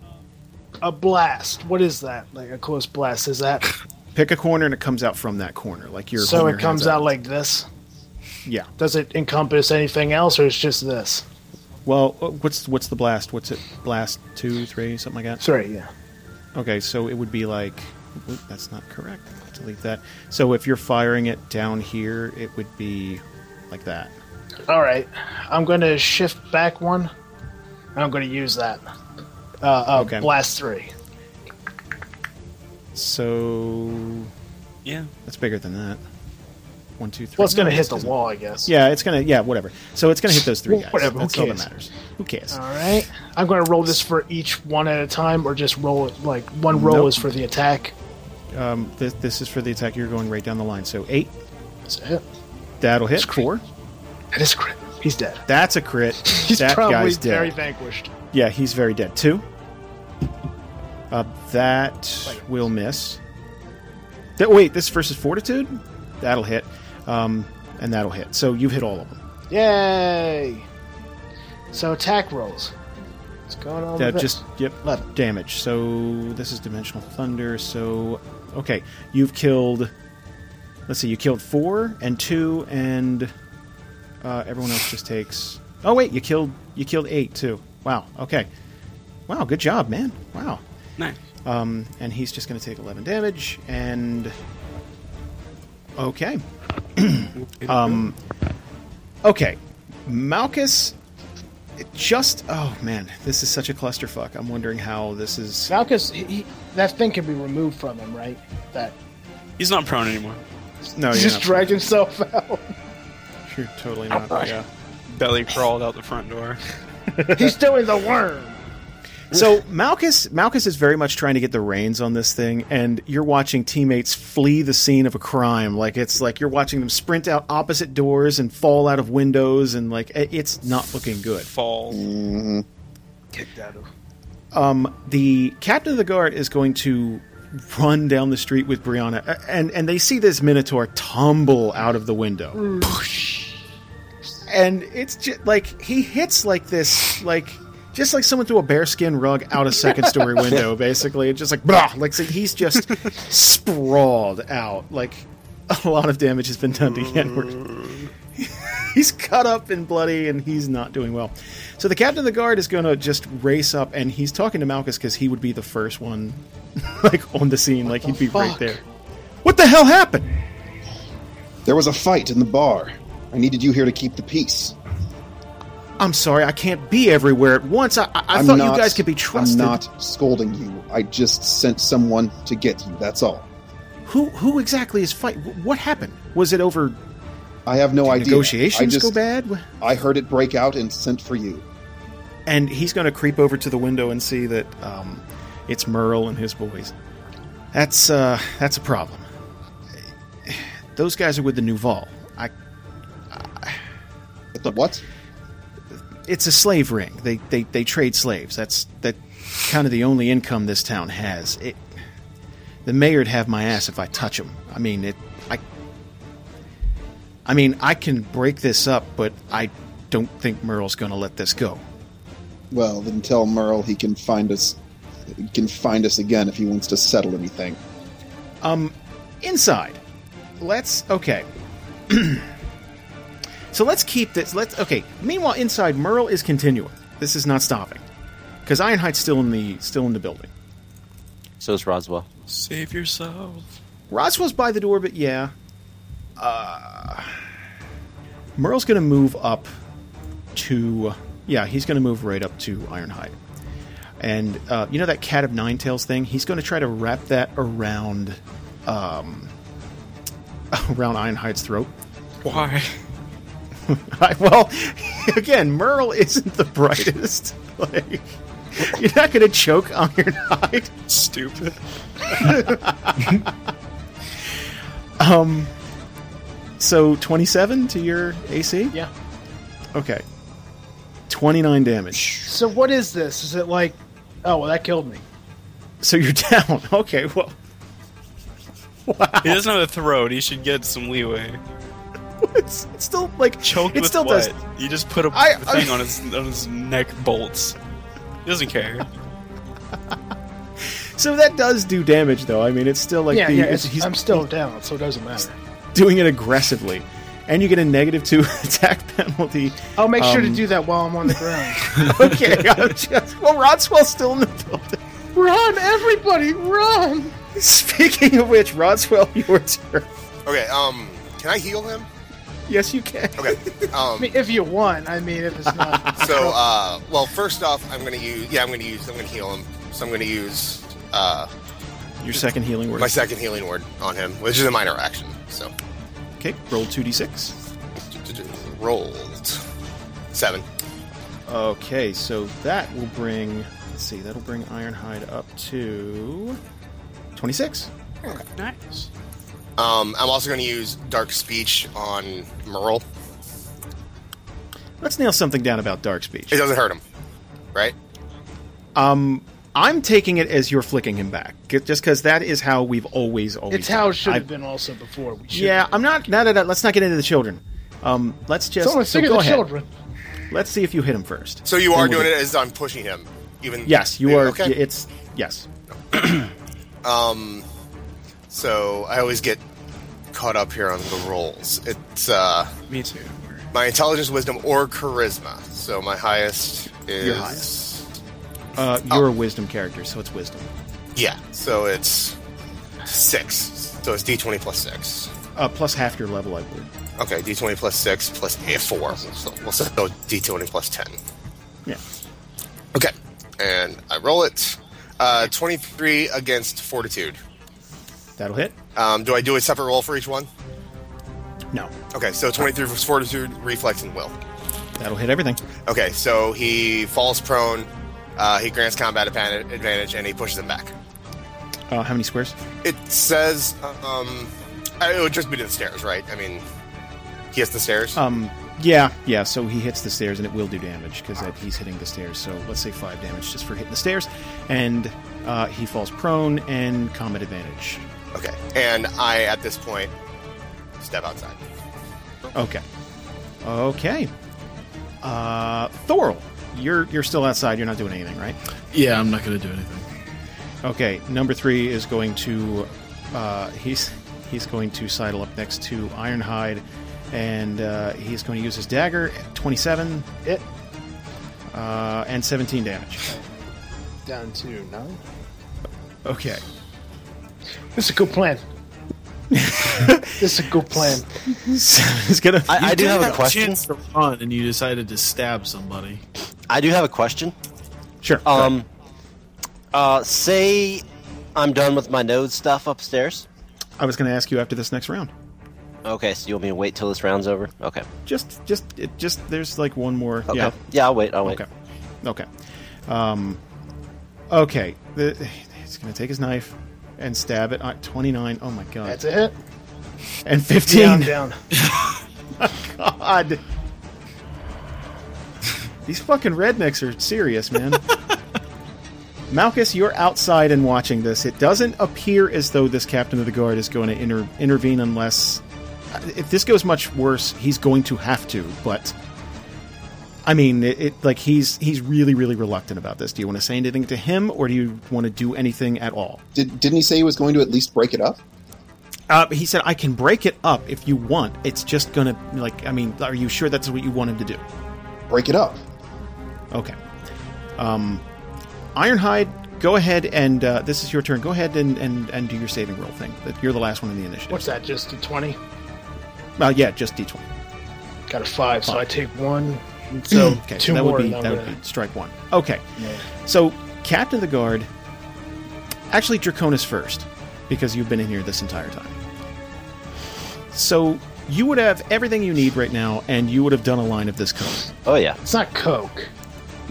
A blast. What is that? Like a close blast? Is that Pick a corner and it comes out from that corner, like you're. so? holding It your hands comes out like this. yeah. Does it encompass anything else, or it's just this? Well, uh, what's what's the blast? What's it? Blast two, three, something like that. Sorry. Yeah. Okay, so it would be like oop, that's not correct. Delete that. So if you're firing it down here, it would be like that. All right. I'm going to shift back one. and I'm going to use that. Uh, uh, Okay. Blast three. So Yeah. That's bigger than that. One, two, three. Well, it's going No, to hit the isn't. wall, I guess. Yeah, it's gonna. Yeah, whatever. So it's gonna hit those three guys. Whatever, who That's all that cares? Um, matters. Who cares? All right. I'm going to roll this for each one at a time, or just roll it like one roll Nope. is for the attack. Um, this, this is for the attack. You're going right down the line. So eight. That's it. That'll hit. Screw. Four. That is crit. He's dead. That's a crit. He's that probably guy's dead. very vanquished. yeah, he's very dead. Two. Uh, that Wait. will miss. That wait, this versus fortitude. That'll hit. Um, and that'll hit. So you hit all of them. Yay! So attack rolls. What's going on? That with just yep. Eleven. damage. So this is dimensional thunder. So okay, you've killed. Let's see, you killed four and two, and uh, everyone else just takes. Oh wait, you killed you killed eight too. Wow. Okay. Wow. Good job, man. Wow. Nice. Um, and he's just going to take eleven damage. And okay, um, okay, Malchus. It just oh man, this is such a clusterfuck. I'm wondering how this is. Malchus? He, he, that thing can be removed from him, right? That He's not prone anymore. No, he you're just not. dragged himself out. You're totally not. Yeah. Belly crawled out the front door. He's doing the worm. So Malchus, Malchus is very much trying to get the reins on this thing, and you're watching teammates flee the scene of a crime. Like it's like you're watching them sprint out opposite doors and fall out of windows, and like it- it's not looking good. Fall. Mm. Kicked out of. Um, the captain of the guard is going to run down the street with Brianna, a- and and they see this minotaur tumble out of the window. and it's just like he hits like this, like just like someone threw a bearskin rug out a second story window, basically. It's just like blah, like so he's just sprawled out. Like a lot of damage has been done to Yenward. he's cut up and bloody, and he's not doing well. So the captain of the guard is going to just race up, and he's talking to Malchus because he would be the first one, like on the scene, like he'd be right fuck? there. What the hell happened? there was a fight in the bar. I needed you here to keep the peace. I'm sorry, I can't be everywhere at once. I, I, I I'm thought not- you guys could be trusted. I'm not scolding you. I just sent someone to get you. That's all. Who who exactly is fight? wh- What happened? Was it over I have no idea. I negotiations just, go bad? Wh- I heard it break out and sent for you. And he's going to creep over to the window and see that um, it's Merle and his boys. That's uh, that's a problem. Those guys are with the Nuval. I, But the what? it's a slave ring. They, they they trade slaves. That's that kind of the only income this town has. It, the mayor'd have my ass if I touch him. I mean it. I. I mean I can break this up, but I don't think Merle's going to let this go. Well, then tell Merle he can find us. He can find us again if he wants to settle anything. inside. Let's okay. so let's keep this. Let's okay. Meanwhile, inside Merle is continuing. This is not stopping because Ironhide's still in the still in the building. So is Roswell. Save yourself. Roswell's by the door, but yeah. Uh, Merle's going to move up to. Yeah, he's going to move right up to Ironhide. And uh, you know that Cat of Nine Tails thing? He's going to try to wrap that around. Um, around Ironhide's throat. Why? I, well, again, Merle isn't the brightest. like, you're not going to choke Ironhide. Stupid. So 27 to your AC? Yeah. Okay. 29 damage. So what is this? Is it like, oh well, that killed me. So you're down. Okay, well, He doesn't have a throat. He should get some leeway. it's, it's still like Choked it with still what? does. You just put a I- thing I- on his on his neck bolts. He doesn't care. So that does do damage though. I mean, it's still like yeah, the, yeah. it's- it's- he's I'm still down, so it doesn't matter. doing it aggressively. And you get a negative 2 attack penalty. I'll make sure to Um, do that while I'm on the ground. Okay. I'm just, well, Rodswell's still in the building. run, everybody, run! Speaking of which, Rodswell, your turn. Okay. Um, can I heal him? Yes, you can. Okay. I Um, mean, if you want, I mean, if it's not. so uh, well, first off, I'm gonna use. Yeah, I'm gonna use. I'm gonna heal him. So I'm gonna use uh, Your second healing word. my second healing word on him, which is a minor action. So Okay, roll 2d6. rolled seven. Okay, so that will bring. Let's see, that'll bring Ironhide up to 26. Nice. Um, I'm also gonna use dark speech on Merle. Let's nail something down about dark speech. It doesn't hurt him, right? Um, I'm taking it as you're flicking him back, c- just because that is how we've always always. It's how it done should I- have been also before. We should Yeah, I'm not. Now that let's not get into the children. Um, let's just. Someone so figure go the ahead. children. Let's see if you hit him first. So you Then are we'll doing do- it as I'm pushing him, even Yes, you Yeah, are. Okay. It's yes. Um, so I always get caught up here on the rolls. It's uh, Me too. my intelligence, wisdom, or charisma. So my highest is Your Uh, you're a wisdom character, so it's wisdom. yeah. So it's six. So it's D twenty plus six. Uh, plus half your level, I believe. Okay, D twenty plus six plus a four. So we'll say D twenty plus ten. Yeah. Okay, and I roll it. Uh, twenty three against fortitude. That'll hit? Um, do I do a separate roll for each one? No. Okay, so twenty three for fortitude, reflex, and will. That'll hit everything. Okay, so he falls prone. Uh, he grants combat advan- advantage, and he pushes him back. Uh, how many squares? It says, um, I- it would just be to the stairs, right? I mean, he hits the stairs. Um, yeah, yeah. So he hits the stairs, and it will do damage because he's hitting the stairs. So let's say five damage just for hitting the stairs, and uh, he falls prone and combat advantage. okay, and I at this point step outside. Okay, okay. Uh, Thorl, you're you're still outside. You're not doing anything, right? Yeah, I'm not gonna do anything. Okay. Number three is going to uh, he's he's going to sidle up next to Ironhide, and uh, he's going to use his dagger. Twenty-seven It uh, and seventeen damage. down to nine. Okay. It's a good plan. This is a good plan. Seven is gonna. I, I do have a question. Chance to run, and you decided to stab somebody. I do have a question. sure. Um, uh, say I'm done with my node stuff upstairs. I was gonna ask you after this next round. Okay, so you want me to wait till this round's over? Okay. Just, just, it just. There's like one more. Okay. Yeah. I'll wait. I'll wait. Okay. Okay. Um, okay. The, he's gonna take his knife and stab it. Twenty nine. Oh my god. That's a hit. And fifteen. Down, down. God. These fucking rednecks are serious, man. Malchus, you're outside and watching this. It doesn't appear as though this captain of the guard is going to inter- intervene unless. If this goes much worse, he's going to have to, but. I mean, it, it like he's he's really really reluctant about this. Do you want to say anything to him, or do you want to do anything at all? Did, didn't he say he was going to at least break it up? Uh, he said, "I can break it up if you want. It's just gonna like. I mean, are you sure that's what you want him to do?" Break it up. Okay. Um, Ironhide, go ahead and uh, this is your turn. Go ahead and, and, and do your saving roll thing. That- You're the last one in the initiative. What's that? Just a twenty. Well, yeah, just d20. Got a five, so I take one. So Mm, Okay, two that more. would be and that I'm would gonna- be strike one. Okay, Yeah. so Captain of the Guard. Actually, Draconis first, because you've been in here this entire time. So you would have everything you need right now, and you would have done a line of this color. Oh yeah. It's not coke.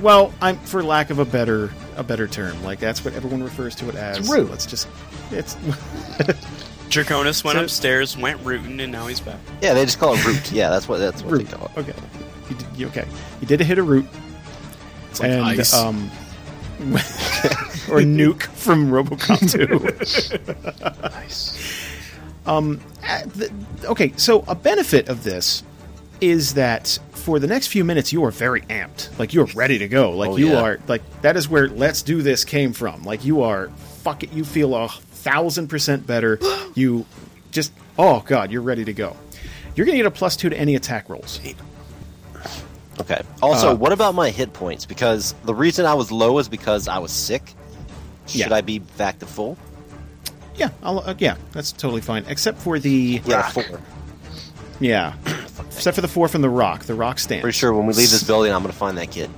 Well, I'm for lack of a better a better term, like that's what everyone refers to it as. It's rude. Let's just it's Draconis went So- upstairs, went rooting, and now he's back. Yeah, they just call it root. Yeah, that's what that's what root. they call it. Okay, you did, you, okay, you did hit a root It's like and ice. um, or nuke from RoboCop two. Nice. Uh, th- okay, so a benefit of this is that for the next few minutes you are very amped. Like you're ready to go. Like Oh, you yeah. are like that is where let's do this came from. Like you are fuck it, you feel a thousand percent better. You just oh god, you're ready to go. You're gonna get a plus two to any attack rolls. Okay. Also, Uh, what about my hit points? Because the reason I was low is because I was sick. Should Yeah. I be back to full? Yeah, I'll, uh, yeah, that's totally fine. Except for the Yeah, Rock. four. yeah, except for the four from the rock. The rock stands. Pretty sure when we leave this building, I'm gonna find that kid.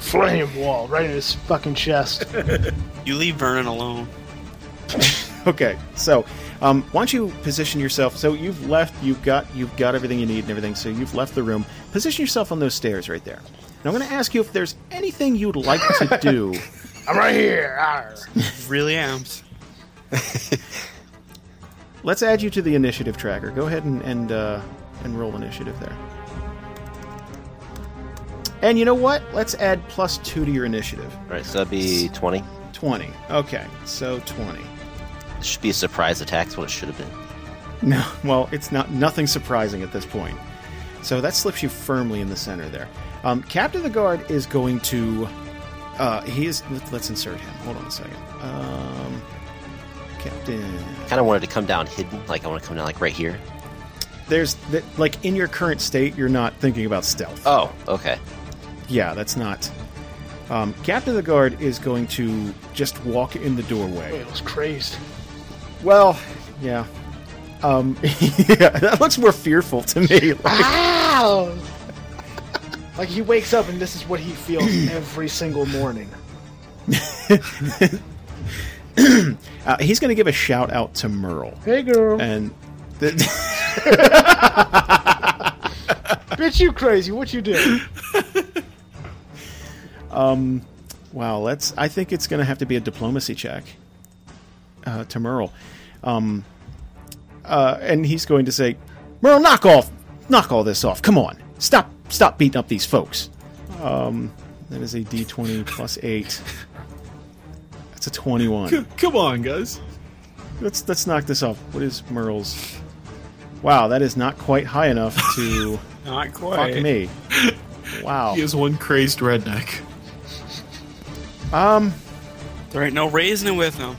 Flame wall right in his fucking chest. You leave Vernon alone. Okay, so um, why don't you position yourself? So you've left, you've got, you've got everything you need and everything. So you've left the room. Position yourself on those stairs right there. And I'm going to ask you if there's anything you'd like to do. I'm right here. Arr. Really amped. Let's add you to the initiative tracker. Go ahead and and, uh, and roll initiative there. And you know what? Let's add plus two to your initiative. All right, so that'd be twenty. Twenty. Okay, so twenty. It should be a surprise attack. That's what it should have been. No, well, it's not nothing surprising at this point. So that slips you firmly in the center there. Um, Captain of the Guard is going to. Uh, he is. Let, let's insert him. Hold on a second. Um, Captain. Kind of wanted to come down hidden. Like I want to come down like right here. There's th- like in your current state, you're not thinking about stealth. Oh, okay. yeah, that's not. Um, Captain of the Guard is going to just walk in the doorway. It was crazed. Well, yeah. Um, yeah, that looks more fearful to me. Like, Ow! like he wakes up and this is what he feels every single morning. uh, he's going to give a shout out to Merle. Hey girl, and the, bitch, you crazy? What you do? wow, let's. I think it's going to have to be a diplomacy check uh, to Merle, um, uh, and he's going to say, "Merle, knock off, knock all this off. Come on, stop, stop beating up these folks." Um, that is a D twenty plus eight. That's a twenty one. Come on, guys. Let's let's knock this off. What is Merle's? Wow, that is not quite high enough to Not fuck quite. me. Wow. He is one crazed redneck. Um. There ain't no reasoning with him.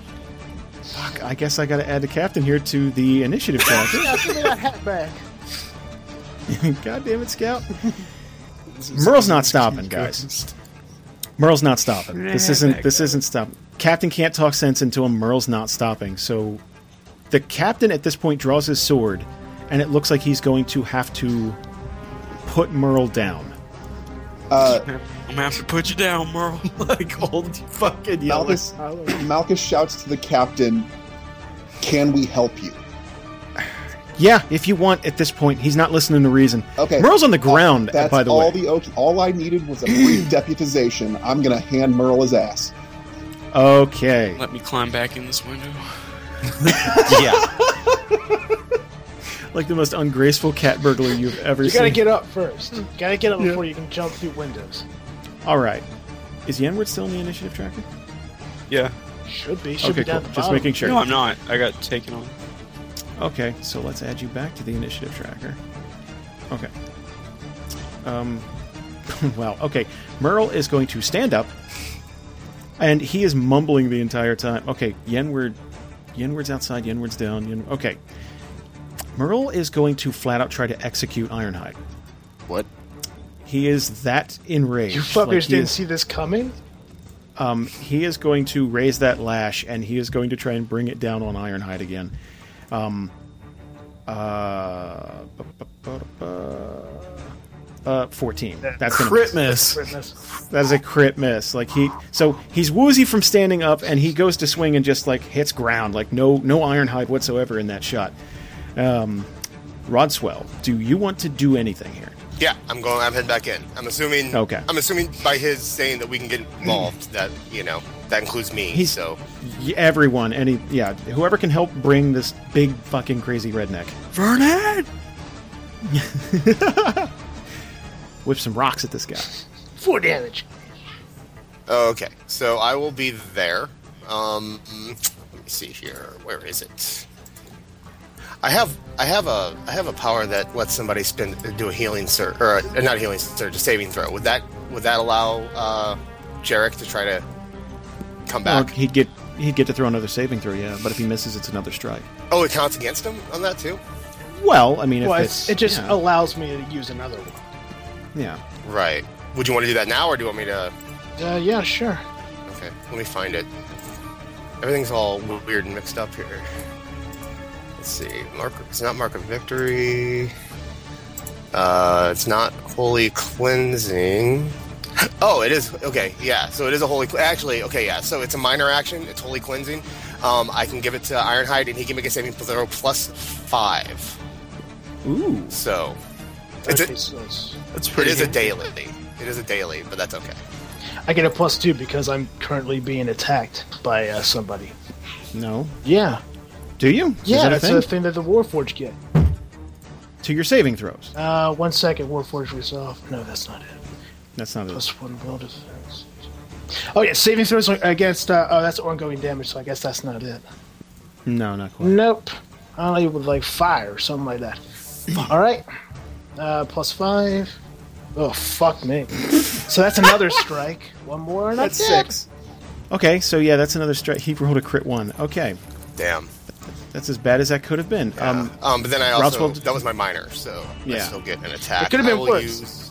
Fuck, I guess I gotta add the captain here to the initiative tracker. Yeah, give me that hat back. God damn it, Scout. Merle's not stopping, guys. Merle's not stopping. This isn't this isn't stopping. Captain can't talk sense into him. Merle's not stopping. So The captain at this point draws his sword, and it looks like he's going to have to put Merle down. Uh, I'm gonna have to put you down, Merle. like old fucking yelling. Malchus, Malchus shouts to the captain, "Can we help you?" Yeah, if you want. At this point, he's not listening to reason. Okay. Uh, Merle's on the ground. That's by the all way, the okay. All I needed was a brief deputization. I'm gonna hand Merle his ass. okay. Let me climb back in this window. yeah. Like the most ungraceful cat burglar you've ever You seen. gotta get up first. You gotta get up before you can jump through windows. All right. Is Yenward still in the initiative tracker? Yeah. Should be. Should okay, be down cool. at the Just bottom. making sure. No, I'm not. I got taken on. Okay, so let's add you back to the initiative tracker. Okay. Um, wow. Okay, Merle is going to stand up, and he is mumbling the entire time. Okay, Yenward, Yenward's outside. Yenward's down. Yen, okay. Merle is going to flat out try to execute Ironhide. What? He is that enraged. You Like, fuckers he didn't is- see this coming. um, he is going to raise that lash and he is going to try and bring it down on Ironhide again. Um, uh, bu- bu- bu- bu- uh, 14. That's gonna Crit miss. miss. Goodness. That is a crit miss. Like he, so he's woozy from standing up, and he goes to swing and just like hits ground, like no no Ironhide whatsoever in that shot. Um, Rodswell, do you want to do anything here? Yeah, I'm going. I'm heading back in. I'm assuming. Okay. I'm assuming by his saying that we can get involved, that you know that includes me. He's- so Y- everyone, any yeah, whoever can help bring this big fucking crazy redneck. Vernon! whip some rocks at this guy. Four damage. okay, so I will be there. Um, mm, let me see here. Where is it? I have I have a I have a power that lets somebody spend do a healing surge or a, not a healing surge, a saving throw. Would that would that allow uh, Jarek to try to come Well, back? he'd get he'd get to throw another saving throw, yeah. But if he misses, it's another strike. Oh, it counts against him on that too. Well, I mean, if Well, it's it just oh. yeah, allows me to use another one. yeah. Right. Would you want to do that now, or do you want me to? Uh, yeah, sure. Okay, let me find it. Everything's all w- weird and mixed up here. Let's see. Mark, it's not mark of victory. Uh, it's not holy cleansing. Oh, it is. Okay, yeah. So it is a holy. Cle- Actually, okay, yeah. So it's a minor action. It's holy cleansing. Um, I can give it to Ironhide, and he can make a saving throw plus five. Ooh, So it's Okay, a, so it's- That's it pretty is a good. daily. It is a daily, but that's okay. I get a plus two because I'm currently being attacked by uh, somebody. no. Yeah, Do you? Is yeah, that a that's thing? a thing that the Warforged get. to your saving throws. Uh, one second, Warforged resolve. No, that's not it. That's not it. Plus one will defense. Oh yeah, saving throws against. Uh, oh, that's ongoing damage, so I guess that's not it. No, not quite. Nope. Only with like fire or something like that. All right. Uh, plus five. Oh fuck me. so that's another strike. One more and that's I'm dead. six. Okay, so yeah, that's another strike. He rolled a crit one. Okay, Damn. that's as bad as that could have been. Um, Um, but then I Rouse also will- that was my minor, so I Yeah. still get an attack. It could've been I will worse. use-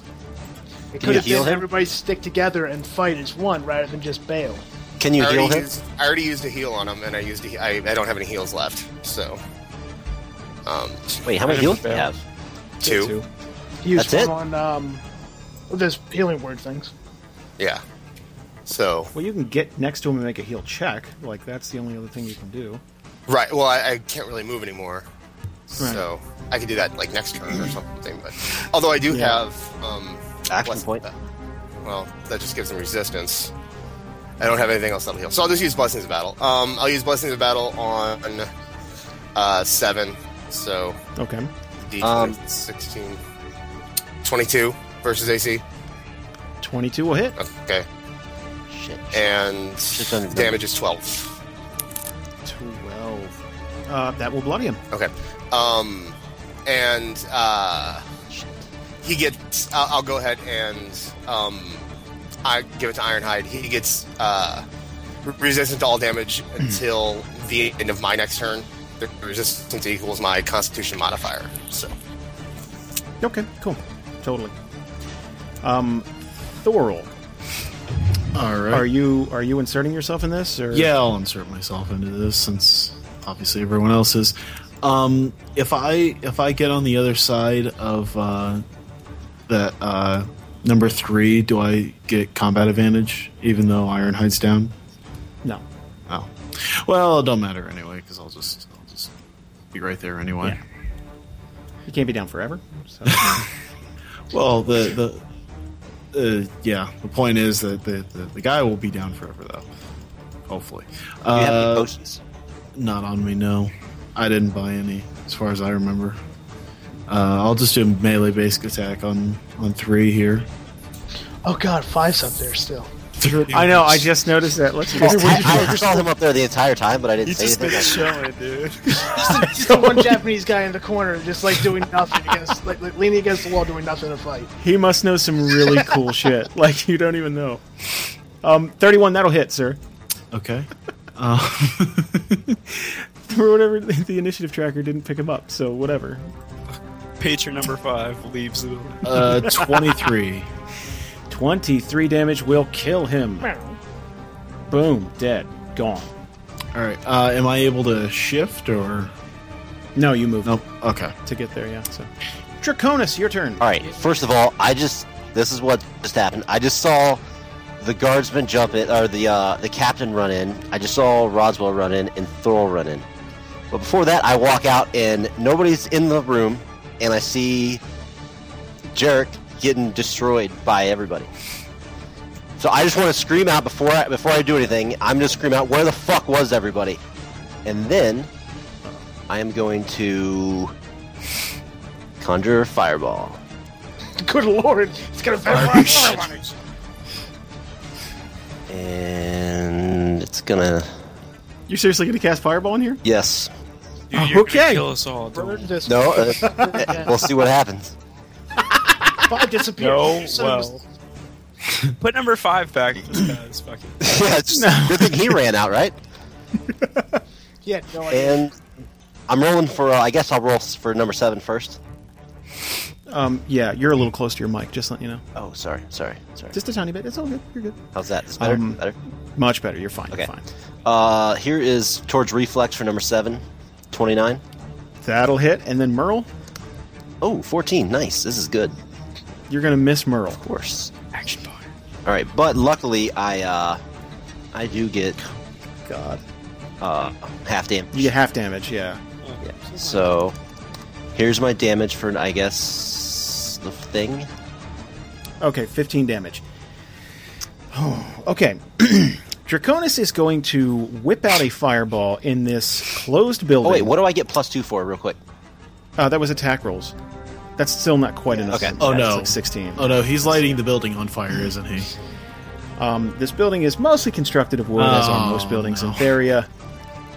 It could have heal been him? everybody stick together and fight as one rather than just bail. Can you I, heal already him? used, I already used a heal on him, and I used a, he- I, I don't have any heals left, so um, Wait, how many I heals didn't do you fail. have? two. He used That's one on um, those healing word things. yeah. So Well, you can get next to him and make a heal check. Like that's the only other thing you can do. right, well, I, I can't really move anymore, so I could do that like next turn or something. But although I do Yeah. have um, Action bless- point. uh, well, that just gives him resistance. I don't have anything else that'll heal, so I'll just use blessings of battle. Um, I'll use blessings of battle on uh, seven. So Okay. D Um, 16 22 versus AC. Twenty-two will hit. Okay. Shit. Uh, And on the damage is 12. Twelve. Uh, that will bloody him. Okay. Um and uh he gets I'll, I'll go ahead and um I give it to Ironhide. He gets uh re- resistant to all damage until the end of my next turn. The resistance equals my constitution modifier. So Okay, cool. Totally. Um, Thorol, All right. are you are you inserting yourself in this? Or Yeah, I'll insert myself into this since obviously everyone else is. Um, if I if I get on the other side of uh, that uh, number three, do I get combat advantage even though Ironhide's down? No. Oh, well, it don't matter anyway because I'll just I'll just be right there anyway. Yeah. You can't be down forever. So. Well, the the uh, yeah, the point is that the, the the guy will be down forever though. Hopefully, Do you have Uh, any potions? Not on me, no. I didn't buy any, as far as I remember. Uh, I'll just do a melee basic attack on on three here. Oh god, five's up there still. I know. I just noticed that. Let's I, just I- I saw him up there the entire time, but I didn't He's say just been anything. chilling, dude. Just the one Japanese guy in the corner, just like doing nothing against, like, like leaning against the wall, doing nothing to fight. He must know some really cool shit. Like you don't even know. Um, thirty-one. That'll hit, sir. Okay. For whatever the initiative tracker didn't pick him up, so whatever. Patron number five leaves the. Uh, Twenty-three. Twenty-three damage will kill him. Boom. Dead. Gone. All right. Uh, am I able to shift or No, you moved nope? Okay. to get there. Yeah. So, Draconis, your turn. All right. First of all, I just this is what just happened. I just saw the guardsman jump in, or the uh, the captain run in. I just saw Roswell run in and Thorl run in. But before that, I walk out and nobody's in the room, and I see Jarek getting destroyed by everybody. So I just want to scream out before I, before I do anything. I'm going to scream out, "Where the fuck was everybody?" And then I am going to conjure fireball. Good lord, it's gonna Oh, oh, vampire everybody. And it's gonna. You're seriously going to cast Fireball in here? Yes. Dude, you're Okay. gonna kill us all. Brother Don't. to this No. Uh, we'll see what happens. five disappeared. No, So it was- well. Put number five back. This guy's fucking. yeah, it's just, Good thing he ran out, right? yeah, no idea. And I'm rolling for. Uh, I guess I'll roll s- for number seven first. Um, yeah, you're a little close to your mic, just letting you know. Oh, sorry, sorry, sorry. Just a tiny bit. It's all good. You're good. How's that? Is better? Um, better. Much better. You're fine. Okay. You're fine. Uh, here is towards reflex for number seven. 29. That'll hit. And then Merle, Oh, 14. Nice. This is good. Of you're going to miss Merle. course. Action bar. All right, but luckily I uh, I do get God. uh half damage. You get half damage, yeah. Yeah. So here's my damage for I guess the thing. Okay, 15 damage. Oh, okay. Draconis is going to whip out a fireball in this closed building. Oh wait, what do I get plus two for real quick? Uh, that was attack rolls. That's still not quite enough. okay. Oh, That's no. like 16. Oh no, he's lighting the building on fire, isn't he? Um, this building is mostly constructed of wood, as are Oh, most buildings no. in Theria.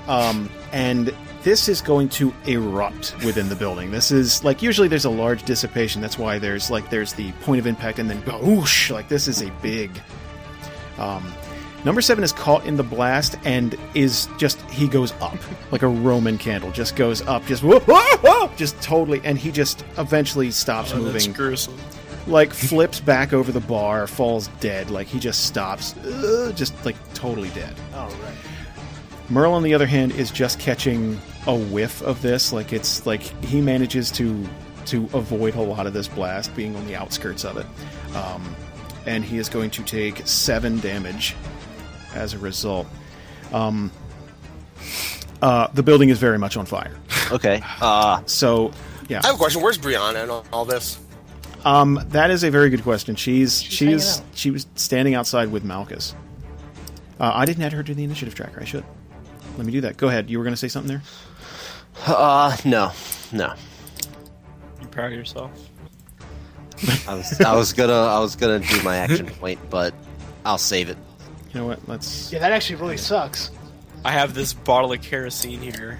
Um, and this is going to erupt within the building. This is like usually there's a large dissipation. That's why there's like there's the point of impact and then whoosh. Like this is a big. Um, number seven is caught in the blast and is just he goes up like a Roman candle. Just goes up. Just whoa, whoa, whoa, just totally. And he just eventually stops Oh, that's moving gruesome. like flips back over the bar, falls dead. Like he just stops, Ugh, just like totally dead. Oh, right. Merle, on the other hand, is just catching a whiff of this. Like it's like he manages to to avoid a lot of this blast, being on the outskirts of it, um, and he is going to take seven damage as a result. Um, uh, the building is very much on fire, Okay. Uh so yeah. I Oh. have a question. Where's Brianna and all, all this? Um, that is a very good question. She's she's, hanging out. she was standing outside with Malchus. Uh, I didn't add her to the initiative tracker. I should. Let me do that. Go ahead. You were going to say something there. uh no. No. You proud of yourself? I was I was gonna I was gonna do my action point, but I'll save it. You know what? Let's. Yeah, that actually really sucks. I have this bottle of kerosene here.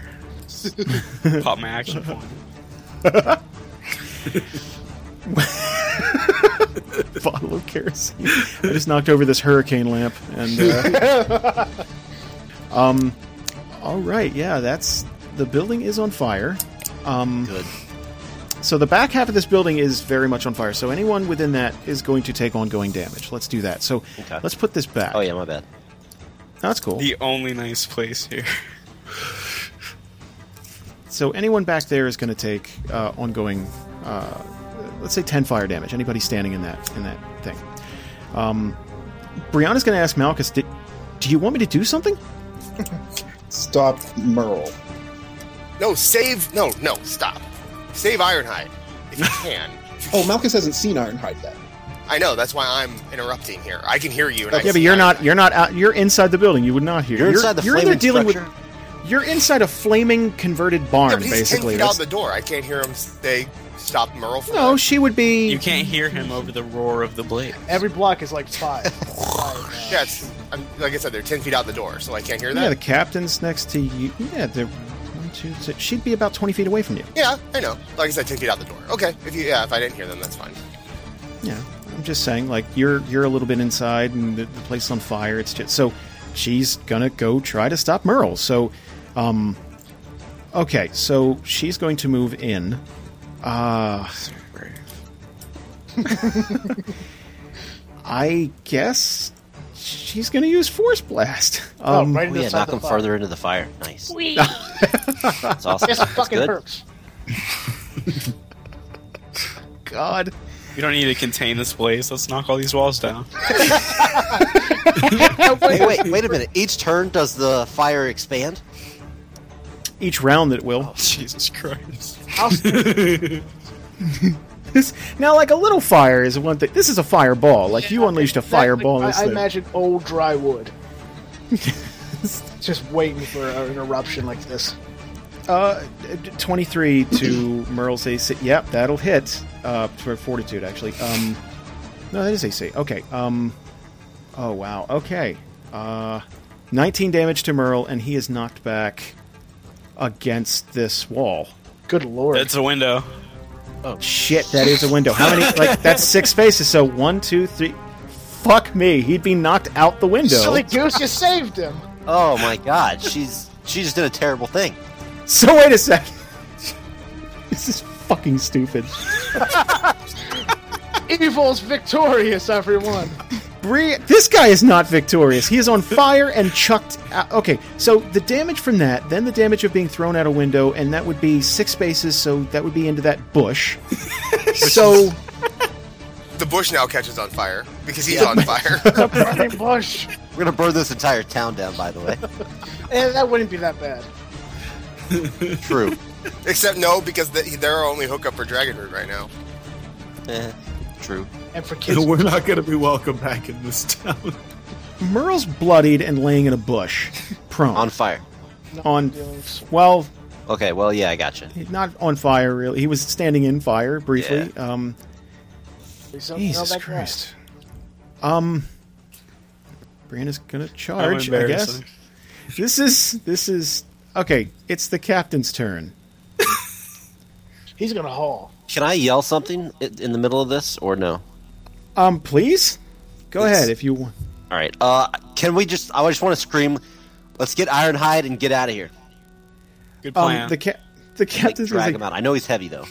Pop my action point. bottle of kerosene. I just knocked over this hurricane lamp, and uh, um, all right, yeah, that's the building is on fire. Um, Good. so the back half of this building is very much on fire. So anyone within that is going to take ongoing damage. Let's do that. So Okay. let's put this back. Oh yeah, my bad. that's cool. The only nice place here. So anyone back there is going to take uh, ongoing, uh, let's say, ten fire damage. Anybody standing in that in that thing. Um, Brianna's going to ask Malchus, "Did do you want me to do something?" Stop Merle. No, save. No, no, stop. Save Ironhide if you can. Oh, Malchus hasn't seen Ironhide yet. I know that's why I'm interrupting here. I can hear you. And I yeah, but see you're Ironhide. not. You're not out. You're inside the building. You would not hear. You're inside the You're in there flaming dealing structure. with. You're inside a flaming converted barn, Yeah, but he's basically. ten feet out That's- the door. I can't hear him say stop Merle. From no, she would be. You can't hear him over the roar of the blade. Every block is like five. Five, uh, Yeah, it's, I'm, like I said, they're ten feet out the door, so I can't hear Yeah, the that. captain's next to you. Yeah, they're one, two, six. She'd be about twenty feet away from you. Yeah, I know. Like I said, ten feet out the door. Okay, if you yeah, if I didn't hear them, that's fine. Yeah, I'm just saying, like you're you're a little bit inside, and the, the place is on fire. It's just so she's gonna go try to stop Merle. So, um, okay, so she's going to move in. Uh, I guess she's gonna use force blast. oh, Um, right Oh, in yeah, the knock him further into the fire. Nice. That's awesome. This That's fucking good. hurts. God. We don't need to contain this place. Let's knock all these walls down. Hey, wait, wait a minute. Each turn, does the fire expand? Each round that it will. Jesus Christ. This, now, like a little fire is one thing. This is a fireball. Like you unleashed a fireball. in Like, this I, I thing. imagine old dry wood. Just waiting for an eruption like this. Uh, d- 23 to Merle's AC. Yep, that'll hit. Uh, for fortitude, actually. Um, no, that is AC. Okay. Um, oh, wow. Okay. Uh, 19 damage to Merle, and he is knocked back against this wall. Good lord. That's a window. Oh. Shit, that is a window. How many? Like, that's six spaces. So one, two, three. Fuck me. He'd be knocked out the window. Silly goose, you saved him. Oh my God, she's she just did a terrible thing. So wait a second. this is fucking stupid. Evil's victorious, everyone. Bri- this guy is not victorious. He is on fire and chucked out. Okay, so the damage from that, then the damage of being thrown out a window, and that would be six spaces, so that would be into that bush. so, The bush now catches on fire because he's on fire. The burning bush. We're gonna burn this entire town down. By the way, And that wouldn't be that bad. true. Except no, because the, they're our only hookup for Dragon Root right now. Eh, true. And for kids, We're not going to be welcome back in this town. Merle's bloodied and laying in a bush, prone. On fire. on feelings. well, Okay. Well, yeah, I gotcha. not on fire, really. He was standing in fire briefly. Um, we don't know Jesus that guy. Christ. Um, Brianna's gonna charge, I guess. embarrassing. This is this is okay. It's the captain's turn. He's gonna haul. Can I yell something i- in the middle of this or no? Um, please go ahead if you want. All right. Uh, can we just? I just want to scream. Let's get Ironhide and get out of here. Good plan. Um, the ca- the Like, captain's drag like, him out. I know he's heavy though.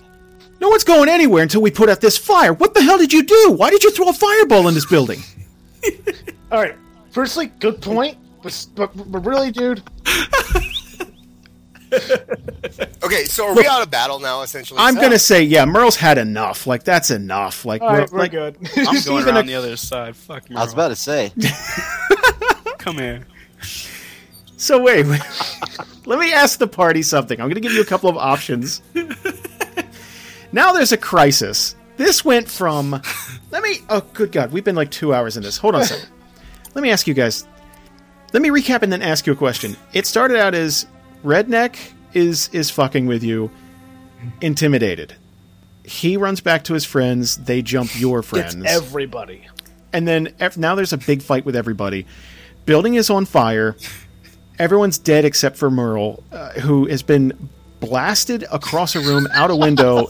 no one's going anywhere until we put out this fire. What the hell did you do? Why did you throw a fireball in this building? All right. Firstly, good point, but, s- but, but really, dude, Okay, so are we out of battle now? Essentially, I'm gonna say, yeah, Merle's had enough. Like that's enough. Like, all right, we're like- good. I'm going even around a- the other side. Fuck me. I was about to say. Come here. So wait, wait. let me ask the party something. I'm gonna give you a couple of options. now there's a crisis. This went from, let me. Oh, good God, we've been like two hours in this. Hold on a second. Let me ask you guys. Let me recap and then ask you a question. It started out as redneck is is fucking with you, intimidated. He runs back to his friends. They jump your it's friends, everybody. and then ev- now there's a big fight with everybody. Building is on fire. Everyone's dead except for Merle, uh, who has been blasted across a room out a window.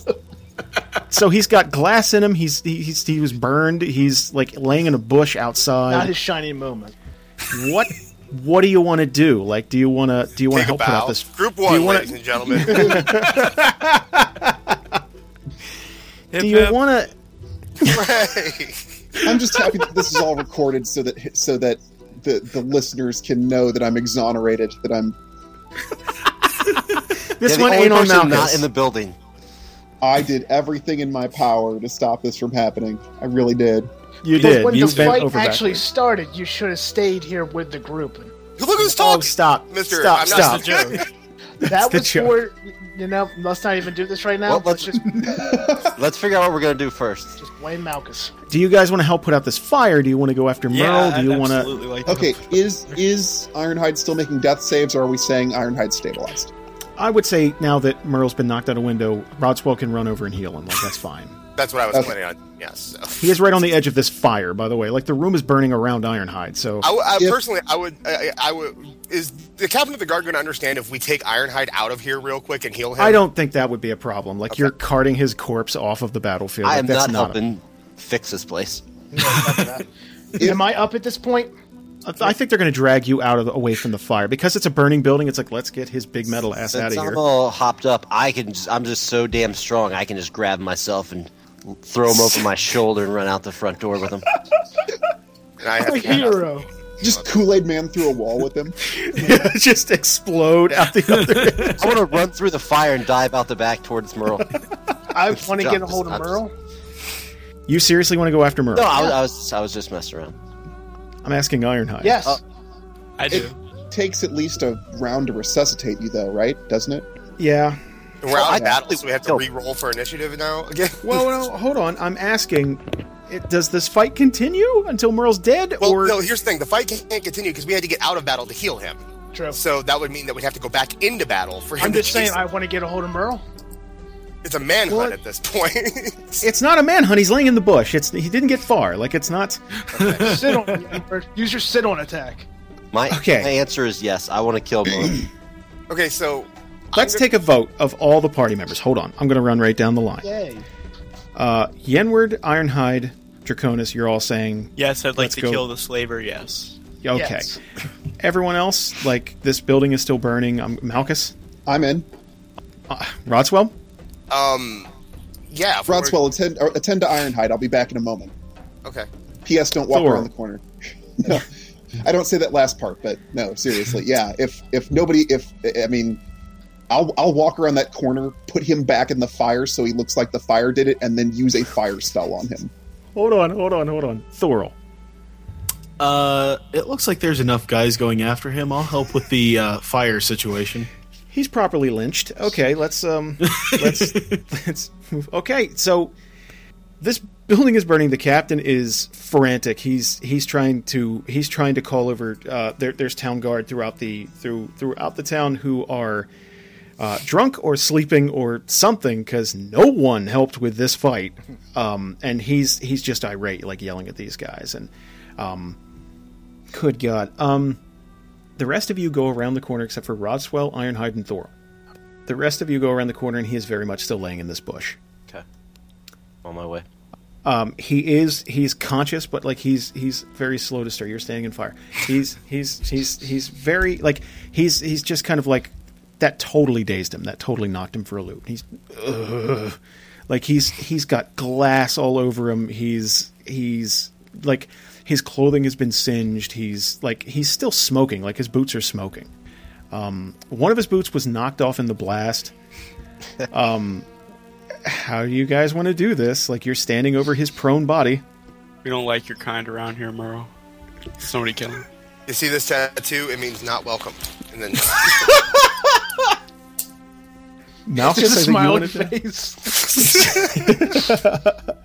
so he's got glass in him. He's he, he's he was burned. He's like laying in a bush Not outside. his shining moment. what what do you want to do? Like, do you want to do you want to take a help put out bow. this? Group do one, you wanna- ladies and gentlemen. Hip, do you hip. want to? Hooray. I'm just happy that this is all recorded so that so that the the listeners can know that I'm exonerated, that I'm They're the This one only ain't on person Malchus. Not in the building. I did everything in my power to stop this from happening. I really did. you Because did. when You the bent fight over actually backwards. started, you should have stayed here with the group. Look who's Oh, talking, stop, Mister. stop, I'm stop. not the joke. that the was joke. for you know. Let's not even do this right now. Well, let's let's- just Let's figure out what we're gonna do first. just blame Malchus. Do you guys want to help put out this fire? Do you want to go after Merle? yeah, do you I'd want to? absolutely like to- Okay, is is Ironhide still making death saves, or are we saying Ironhide's stabilized? I would say now that Merle's been knocked out a window, Rodswell can run over and heal him. Like that's fine. That's what I was Okay. planning on. Yeah. So. He is right on the edge of this fire, by the way. Like the room is burning around Ironhide, so I, w- I If- personally, I would, I, I would. Is the captain of the guard going to understand if we take Ironhide out of here real quick and heal him? I don't think that would be a problem. Like you're carting his corpse off of the battlefield. I Like, am that's not, not. a- helping fix this place. Am I up at this point? I th- I think they're going to drag you out of the, away from the fire because it's a burning building. It's like let's get his big metal ass out Since of I'm here. all hopped up, I can. Just, I'm just so damn strong. I can just grab myself and l- throw him over my shoulder and run out the front door with him. And I have A to get out. hero. Just Kool Aid Man through a wall with him. Just explode out the other. I want to run through the fire and dive out the back towards Merle. I want to Stop get a this. hold of I'm just- Merle. you seriously want to go after Merle? No, I was, I was, I was just messing around. I'm asking Ironhide. Yes. Uh, Oh, I do. It takes at least a round to resuscitate you, though, right? Doesn't it? Yeah. We're out I- of battle, so we have to Go. re-roll for initiative now again. Well, no, hold on. I'm asking. It, does this fight continue until Merle's dead, Well, or no. Here's the thing: the fight can't continue because we had to get out of battle to heal him. True. So that would mean that we'd have to go back into battle for him. I'm to just saying, chase- I want to get a hold of Merle. it's a manhunt What? at this point. it's not a manhunt? He's laying in the bush. It's he didn't get far. Like it's not. Sit on. Emperor. Use your sit on attack. My, Okay. my answer is yes. I want to kill Merle. okay, so Let's gonna- take a vote of all the party members. Hold on. I'm going to run right down the line. Yay. Uh, Yenward, Ironhide, Draconis. You're all saying Yes, I'd like Let's to go. kill the slaver. Yes. okay. Yes. Everyone else, like this building is still burning. Um, Malchus, I'm in. Rodswell. um, yeah, if we're- Rodswell, attend or attend to Ironhide. I'll be back in a moment. Okay, P.S. Don't walk Thor. around the corner. no, I don't say that last part, but no, seriously, yeah. If if nobody, if I mean, I'll I'll walk around that corner, put him back in the fire so he looks like the fire did it, and then use a fire spell on him. Hold on, hold on, hold on. Thorol. Uh, it looks like there's enough guys going after him. I'll help with the uh, fire situation. He's properly lynched. Okay, let's um let's let's move. Okay, so this building is burning. The captain is frantic. He's he's trying to he's trying to call over uh there, there's town guard throughout the through throughout the town who are uh, drunk or sleeping or something because no one helped with this fight. Um and he's he's just irate, like yelling at these guys and um good god. Um the rest of you go around the corner except for Rodswell, Ironhide, and Thor. The rest of you go around the corner, and he is very much still laying in this bush. Okay. On my way. Um, he is he's conscious, but like he's he's very slow to stir. You're standing in fire. He's he's he's he's very like he's he's just kind of like that totally dazed him. That totally knocked him for a loop. He's ugh. like he's he's got glass all over him. He's he's like his clothing has been singed. He's like he's still smoking. Like his boots are smoking. Um, one of his boots was knocked off in the blast how do you guys want to do this? Like you're standing over his prone body. We don't like your kind around here, Merle. Somebody kill him. you see this tattoo? It means not welcome. And then Just a Malchus, I think you smiling wanted to- face.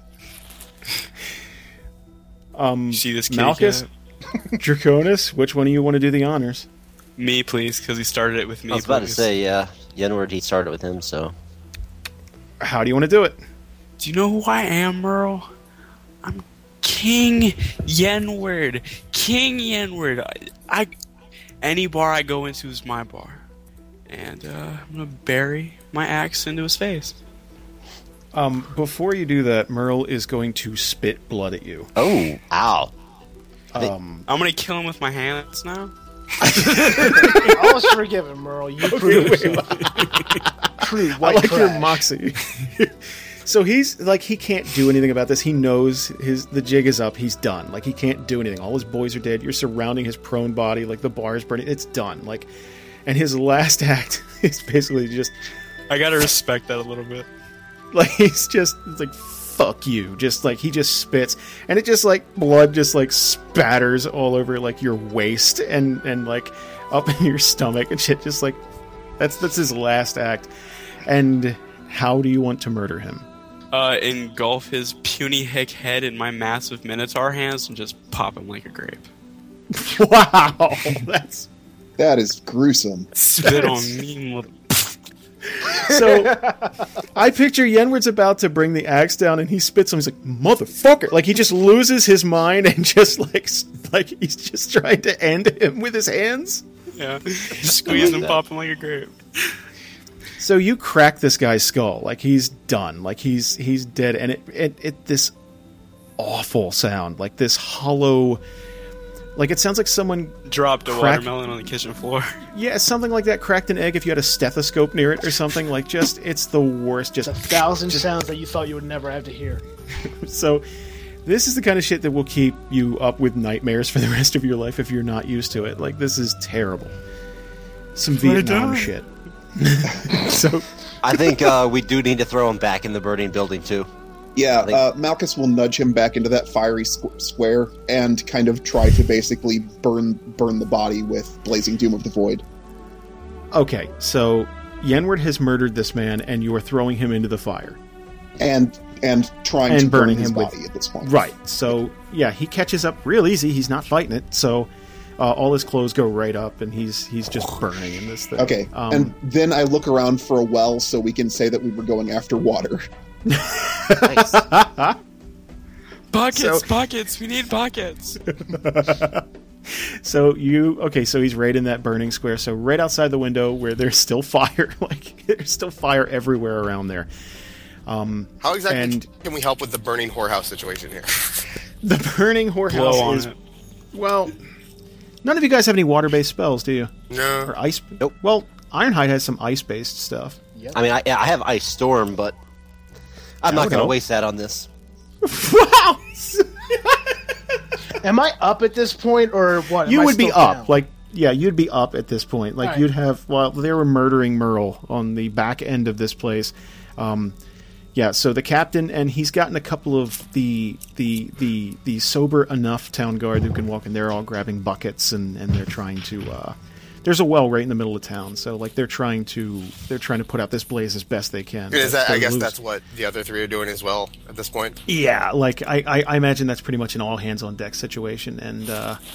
You see this kitty Malchus, cat? Draconis. Which one of you want to do the honors? Me, please, because he started it with me. I was about to please. say, yeah. Yenward, he started with him, so. How do you want to do it? Do you know who I am, Merle? I'm King Yenward. King Yenward. I, I any bar I go into is my bar, and uh, I'm gonna bury my axe into his face. Um, before you do that, Merle is going to spit blood at you. Um, Oh, ow. I'm gonna kill him with my hands now. All is forgiven, Merle. You prove yourself. True. I White like your trash. moxie. so he's like he can't do anything about this. He knows his the jig is up. He's done. Like he can't do anything. All his boys are dead. You're surrounding his prone body. Like the bar is burning. It's done. Like and his last act is basically just I gotta respect that a little bit. like he's just it's like fuck you just like he just spits and it just like blood just like spatters all over like your waist and and like up in your stomach and shit just like that's that's his last act and how do you want to murder him Uh, engulf his puny hick head in my massive minotaur hands and just pop him like a grape. wow that's That is gruesome. Spit on me. mother- so i picture yenward's about to bring the axe down and he spits him he's like motherfucker like he just loses his mind and just like s- like he's just trying to end him with his hands Yeah, just squeeze him, pop him like a grape. So you crack this guy's skull, like he's done, like he's he's dead, and it it, it this awful sound, like this hollow, like it sounds like someone Dropped a Crack- watermelon on the kitchen floor. yeah something like that cracked an egg if you had a stethoscope near it or something. Like just it's the worst. Just A thousand sounds that you thought you would never have to hear. so this is the kind of shit that will keep you up with nightmares for the rest of your life if you're not used to it. Like this is terrible. Some Vietnam die. shit. so I think uh, we do need to throw him back in the burning building too. Yeah, Like- uh, Malchus will nudge him back into that fiery squ- square and kind of try to basically burn burn the body with blazing doom of the void. Okay, so Yenward has murdered this man, and you are throwing him into the fire. and and trying And to burn burning his him with- body at this point. Right. So yeah, he catches up real easy. He's not fighting it. So uh, all his clothes go right up, and he's he's just burning in this thing. Okay. Um, and then I look around for a well so we can say that we were going after water. Nice. Buckets, So- buckets. We need buckets. so you okay? So he's right in that burning square. So right outside the window where there's still fire. Like there's still fire everywhere around there. How exactly And- can we help with the burning whorehouse situation here? The burning Blow on whorehouse is it. well. None of you guys have any water-based spells, do you? No. Or ice? Nope. Well, Ironhide has some ice-based stuff. I mean, I, yeah, I have ice storm, but I'm I not don't going know. to waste that on this. Wow. Am I up at this point or what? Am you I would be still up down? like yeah you'd be up at this point like Alright. you'd have well they were murdering merle on the back end of this place um yeah so the captain and he's gotten a couple of the the the the sober enough town guard who can walk in they're all grabbing buckets and and they're trying to uh there's a well right in the middle of town so like they're trying to they're trying to put out this blaze as best they can Is that, I They're guess loose. that's what the other three are doing as well at this point. Yeah, like I, I, I imagine that's pretty much an all hands on deck situation, and uh, um,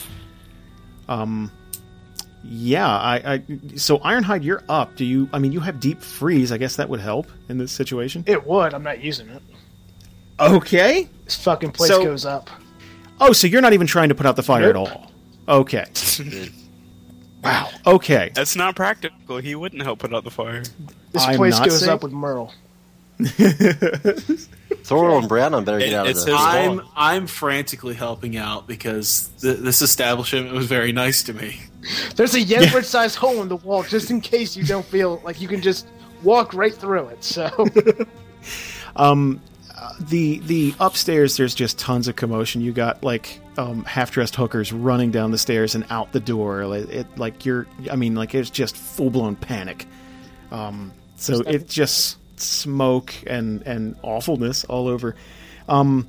yeah, I, I so Ironhide, you're up. Do you? I mean, you have deep freeze. I guess that would help in this situation. It would. I'm not using it. Okay. This fucking place So- goes up. Oh, so you're not even trying to put out the fire at all. Okay. wow. Okay. That's not practical. He wouldn't help put out the fire. This I'm place not goes safe. up with Merle. Throw him brown. I better get It- out of it's this. his I'm law. I'm frantically helping out because th- this establishment was very nice to me. There's a Yenward sized hole in the wall just in case you don't feel like you can just walk right through it. So the the upstairs there's just tons of commotion you got like um, half-dressed hookers running down the stairs and out the door like it like you're i mean like it's just full-blown panic um, so it's just smoke and and awfulness all over um,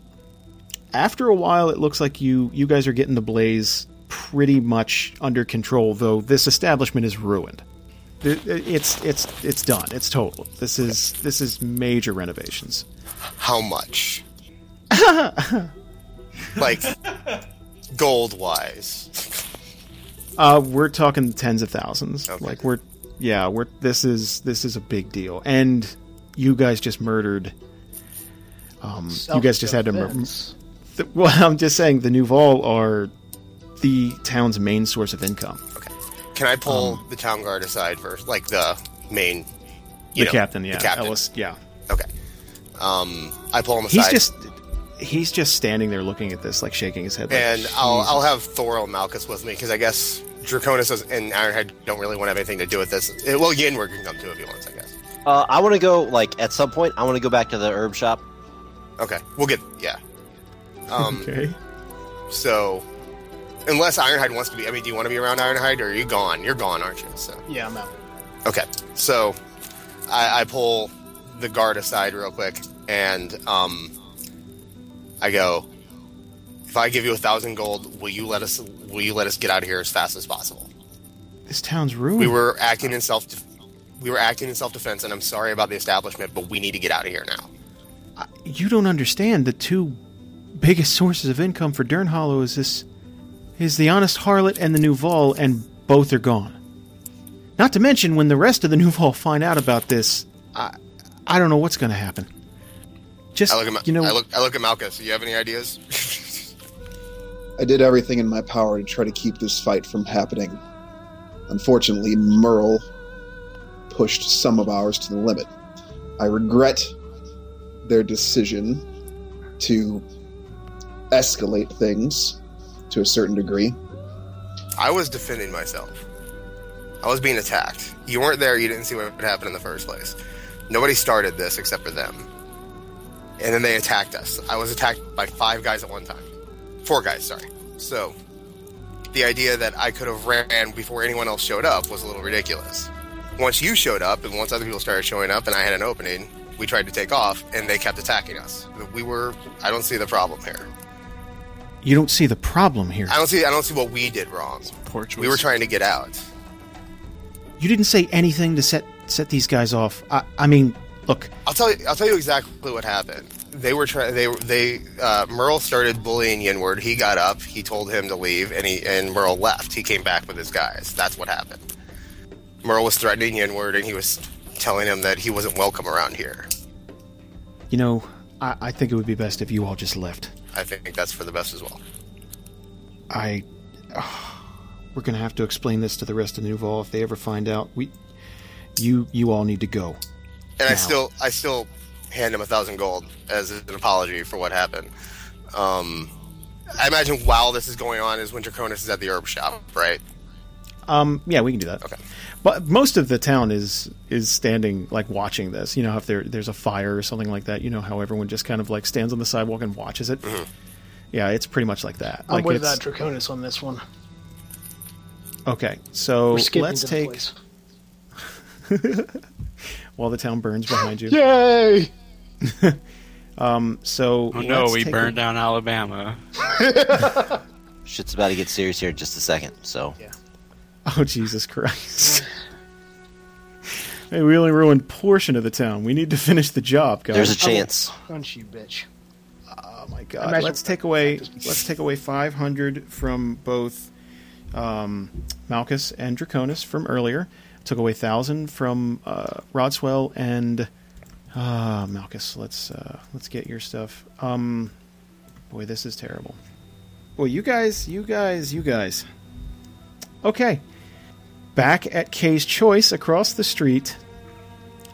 after a while it looks like you you guys are getting the blaze pretty much under control though this establishment is ruined It- it's it's it's done it's total this is this is major renovations How much? like, gold wise. Uh, we're talking tens of thousands. Okay. Like we're, yeah, we're. This is this is a big deal, and you guys just murdered. Um, you guys just had to. Mur- Self-defense. th- well, I'm just saying the Nouveau are the town's main source of income. Can I pull Um, the town guard aside first? Like, the main. you the know, captain, yeah, The captain. Ellis, yeah. Okay. Um, I pull him aside. He's just he's just standing there looking at this, like shaking his head. like, and I'll, "Jesus." I'll have Thor and Malchus with me because I guess Draconis does- and Ironhead don't really want to have anything to do with this. Eh, well, Yenward can come too if he wants, I guess. Uh, I want to go like at some point. I want to go back to the herb shop. Okay, we'll get yeah. Um, okay. so unless Ironhide wants to be. I mean, do you want to be around Ironhide, or are you gone? You're gone, aren't you? So Yeah, I'm out. okay, so I, I pull the guard aside real quick, and um, I go. If I give you a thousand gold, will you let us? Will you let us get out of here as fast as possible? This town's ruined. We were acting in self. We were acting in self defense, and I'm sorry about the establishment, but we need to get out of here now. you don't understand the two biggest sources of income for Dern Hollow is this is the honest harlot and the Nuval, and both are gone. Not to mention when the rest of the Nuval find out about this, I I don't know what's going to happen. Just I look at Ma- you know, I look I look at Malchus. Do you have any ideas? I did everything in my power to try to keep this fight from happening. Unfortunately, Merle pushed some of ours to the limit. I regret their decision to escalate things to a certain degree. I was defending myself. I was being attacked. You weren't there. You didn't see what happened in the first place. Nobody started this except for them. And then they attacked us. I was attacked by five guys at one time. Four guys, sorry. So, the idea that I could have ran before anyone else showed up was a little ridiculous. Once you showed up, and once other people started showing up, and I had an opening, we tried to take off, and they kept attacking us. We were. I don't see the problem here. you don't see the problem here. I don't see. I don't see what we did wrong. Poor choice. We were trying to get out. You didn't say anything to set set these guys off. I I mean, look, I'll tell you. I'll tell you exactly what happened. They were trying. They were- they uh, Merle started bullying Yinward. He got up. He told him to leave, and he and Merle left. He came back with his guys. That's what happened. Merle was threatening Yinward, and he was telling him that he wasn't welcome around here. you know, I, I think it would be best if you all just left. I think that's for the best as well. I. we're gonna have to explain this to the rest of Nuval if they ever find out. We, you, you all need to go. And I Now. still, I still hand him a thousand gold as an apology for what happened. Um, I imagine while this is going on, is when Draconis is at the herb shop, right? Um, yeah, we can do that. Okay. But most of the town is is standing like watching this. You know, if there there's a fire or something like that, you know how everyone just kind of like stands on the sidewalk and watches it. Yeah, it's pretty much like that. I'm like with uh, it's- Draconis on this one. Okay, so We're skipping let's to the take place. while the town burns behind you. Yay! So Oh no, let's we take a- burned down Alabama. Shit's about to get serious here in just a second. So Oh Jesus Christ! hey, we only ruined portion of the town. We need to finish the job, guys. there's a chance. Punch you, bitch. Oh my god! Imagine- let's take away let's take away five hundred from both um, Malchus and Draconis from earlier. Took away thousand from uh, Rodswell and uh, Malchus. Let's uh, let's get your stuff. Um, boy, this is terrible. Well, you guys, you guys, you guys. Okay, back at Kay's Choice across the street.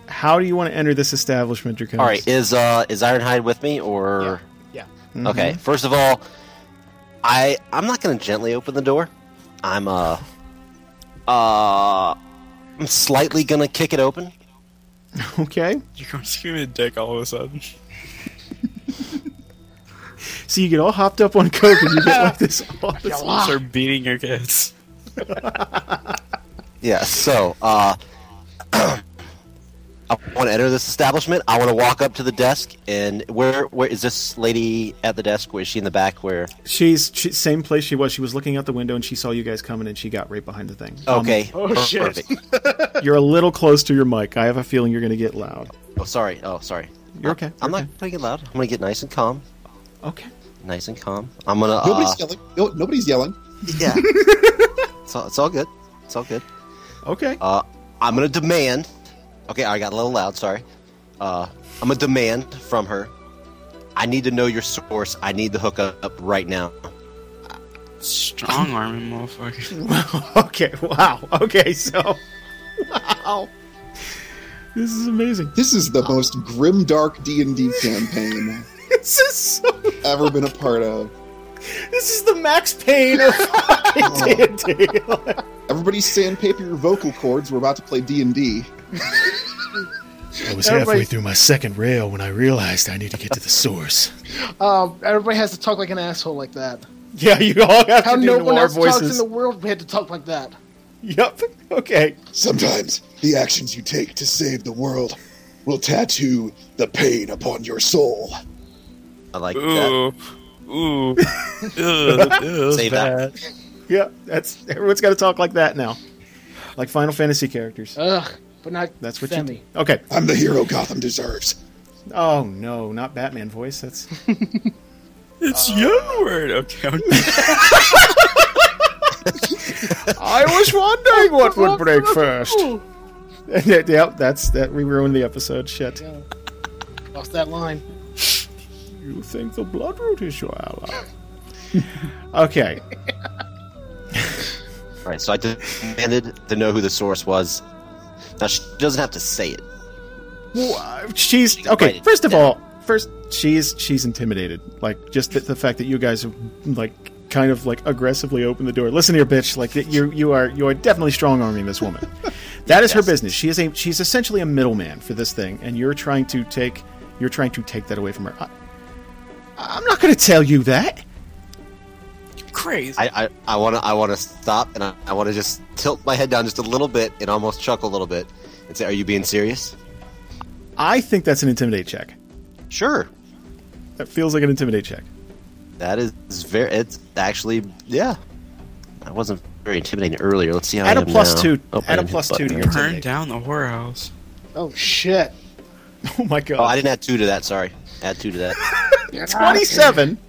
How do you want to enter this establishment, Draconis? All right, is uh is Ironhide with me or? Yeah. Okay, first of all, I I'm not gonna gently open the door. I'm uh uh I'm slightly gonna kick it open. okay. You're going to scream a dick all of a sudden. So you get all hopped up on coke and you get like this. All this Start beating your kids. Yeah, so uh I want to enter this establishment. I want to walk up to the desk and where where is this lady at the desk? Where is she in the back? Where? She's she, same place she was. She was looking out the window and she saw you guys coming and she got right behind the thing. Um, Okay. oh, per- shit. you're a little close to your mic. I have a feeling you're going to get loud. Oh, sorry. Oh, sorry. You're okay. I'm You're not gonna get loud. I'm gonna get nice and calm. Okay. Okay. Nice and calm. I'm gonna. Nobody's Uh, yelling. No, nobody's yelling. yeah. it's, all, it's all good. It's all good. Okay. Uh, I'm gonna demand. Okay, I got a little loud. Sorry. Uh, I'm gonna demand from her. I need to know your source. I need the hookup up right now. Strong arming motherfucker. okay. Wow. Okay. So, wow. This is amazing. This is the most grimdark D and D campaign This is so. I've ever been a part of. This is the Max Payne of fucking D&D. Everybody sandpaper your vocal cords. We're about to play D and D. I was Everybody- through my second rail when I realized I need to get to the source. Um, everybody has to talk like an asshole like that. Yeah, you all have How to do no noir one else voices. talks in the world we had to talk like that. Yep. Okay. Sometimes the actions you take to save the world will tattoo the pain upon your soul. I like that. Ooh. Ooh. Ugh, Save that. Yeah, that's everyone's got to talk like that now, like Final Fantasy characters. Ugh, but not That's what you. Femi. Do. Okay. I'm the hero Gotham deserves. Oh no, not Batman voice. That's It's Yen word. Okay. I'm- I was wondering what would break first. yep, that's that. We ruined the episode. Shit. Lost that line. You think the Bloodroot is your ally? okay. All right, so I demanded to know who the source was. Now she doesn't have to say it. Well, uh, she's okay. Right. First of all, first she's she's intimidated. Like just the, the fact that you guys have like kind of like aggressively open the door. Listen here, bitch. Like that you you are you are definitely strong arming this woman. That is her business. She is a she's essentially a middleman for this thing, and you're trying to take you're trying to take that away from her. I, I'm not going to tell you that. Crazy. I I, I want to I want to stop and I, I want to just tilt my head down just a little bit and almost chuckle a little bit and say, "Are you being serious?" I think that's an intimidate check. Sure. That feels like an intimidate check. That is very. It's actually yeah. I wasn't very intimidating earlier. Let's see how Add I a am plus now. two- Oh, I add a didn't hit plus the two to button. your- Burn down the whorehouse. Oh shit. Oh my god. Oh, I didn't add two to that. Sorry, add two to that. 27.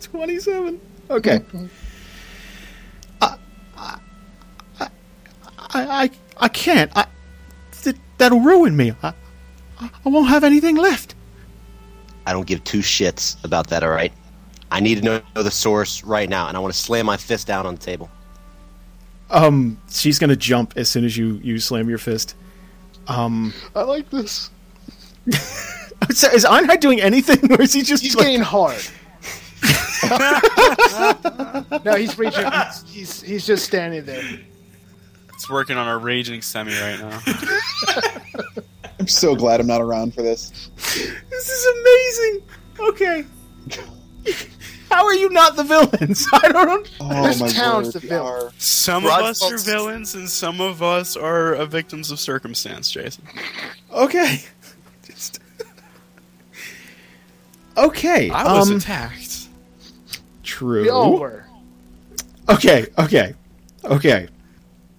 27. Okay. I, I, I, I can't. I, th- that'll ruin me. I, I I won't have anything left. I don't give two shits about that. All right. I need to know, know the source right now, and I want to slam my fist down on the table. Um, she's gonna jump as soon as you you slam your fist. I like this. So is Einheit doing anything, or is he just He's like- getting hard. no, he's reaching. He's, he's he's just standing there. It's working on our raging semi right now. I'm so glad I'm not around for this. this is amazing? Okay. How are you not the villains? I don't. Oh This my town's word, the we villain. are- Some Rod of us Foltz- are villains, and some of us are uh, victims of circumstance, Jason. Okay. Just- okay. I was um, attacked. True. We all were. Okay, okay, okay.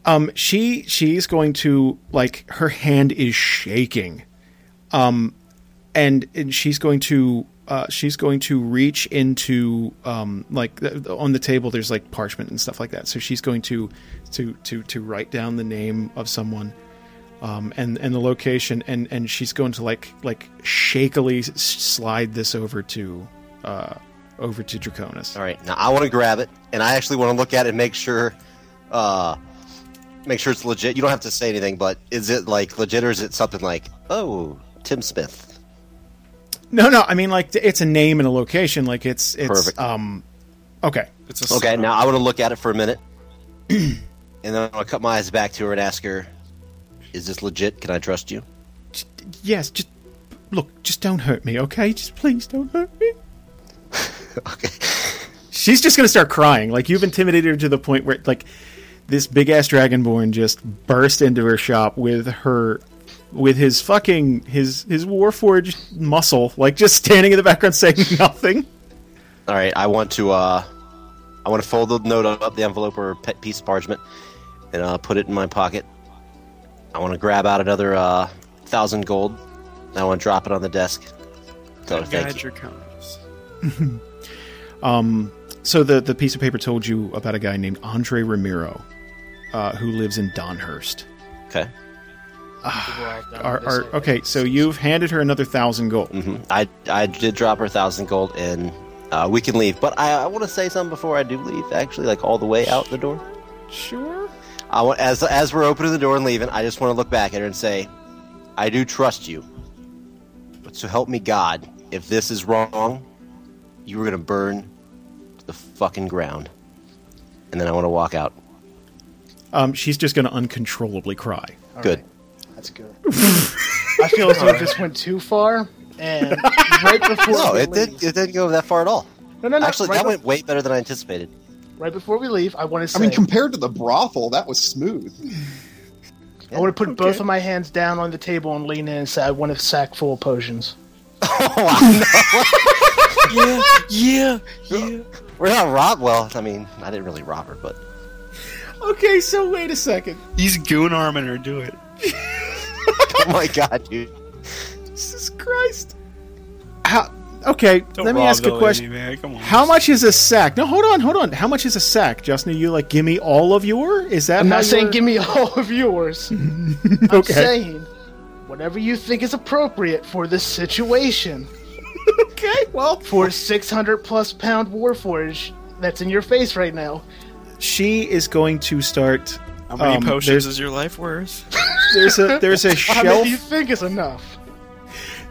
Um, she she's going to like her hand is shaking, um, and and she's going to uh, she's going to reach into um like th- on the table. There's like parchment and stuff like that. So she's going to to to to write down the name of someone. Um, and, and the location and, and she's going to like like shakily s- slide this over to uh, over to Draconis. All right, now I want to grab it, and I actually want to look at it and make sure, uh, make sure it's legit. You don't have to say anything, but is it like legit or is it something like, oh, Tim Smith? No, no. I mean, like it's a name and a location. Like it's it's Perfect. um, okay. It's a Okay, now I want to look at it for a minute, and then I want to cut my eyes back to her and ask her, is this legit? Can I trust you? Just, yes, just look. Just don't hurt me, okay? Just please don't hurt me. Okay, She's just gonna start crying. Like you've intimidated her to the point where like this big ass dragonborn just burst into her shop with her with his fucking his his warforged muscle, like just standing in the background saying nothing. all right. I want to, uh, I want to fold the note up, the envelope or pet piece of parchment, and uh, put it in my pocket. I want to grab out another uh, thousand gold, and I want to drop it on the desk. Tell her Guide thank you. your compass. So the the piece of paper told you about a guy named Andre Ramiro, uh, who lives in Donhurst. Okay. Are, are, okay, so you've handed her another thousand gold. Mm-hmm. Mm-hmm. I I did drop her thousand gold, and uh, we can leave. But I, I want to say something before I do leave. Actually, like all the way out the door. Sure. I want as as we're opening the door and leaving, I just want to look back at her and say, I do trust you. But so help me God, if this is wrong, you were gonna burn to the fucking ground. And then I want to walk out. Um, she's just going to uncontrollably cry. All Good. right, That's good. I feel as though this went too far, and right before No, we it leave, did. It didn't go that far at all. No, no, no. Actually, right, that be- went way better than I anticipated. right before we leave, I want to I say. mean, compared to the brothel, that was smooth. I want to put both of my hands down on the table and lean in and say, I want a sack full of potions. Oh, yeah, yeah, yeah. We're not rob. Well, I mean, I didn't really rob her, but Okay, so wait a second. He's goon arming her. Do it. oh my god, dude. Jesus Christ. How, okay, let me ask a question. man. Come on. How much is a sack? No, hold on, hold on. How much is a sack, Justin? Are you like, give me all of your? Is that I'm how not saying you're- give me all of yours. I'm Okay. saying whatever you think is appropriate for this situation. Okay, well, For 600 plus pound warforge that's in your face right now. she is going to start. How many um, potions there's- is your life worth? There's a there's a How many do you shelf think is enough?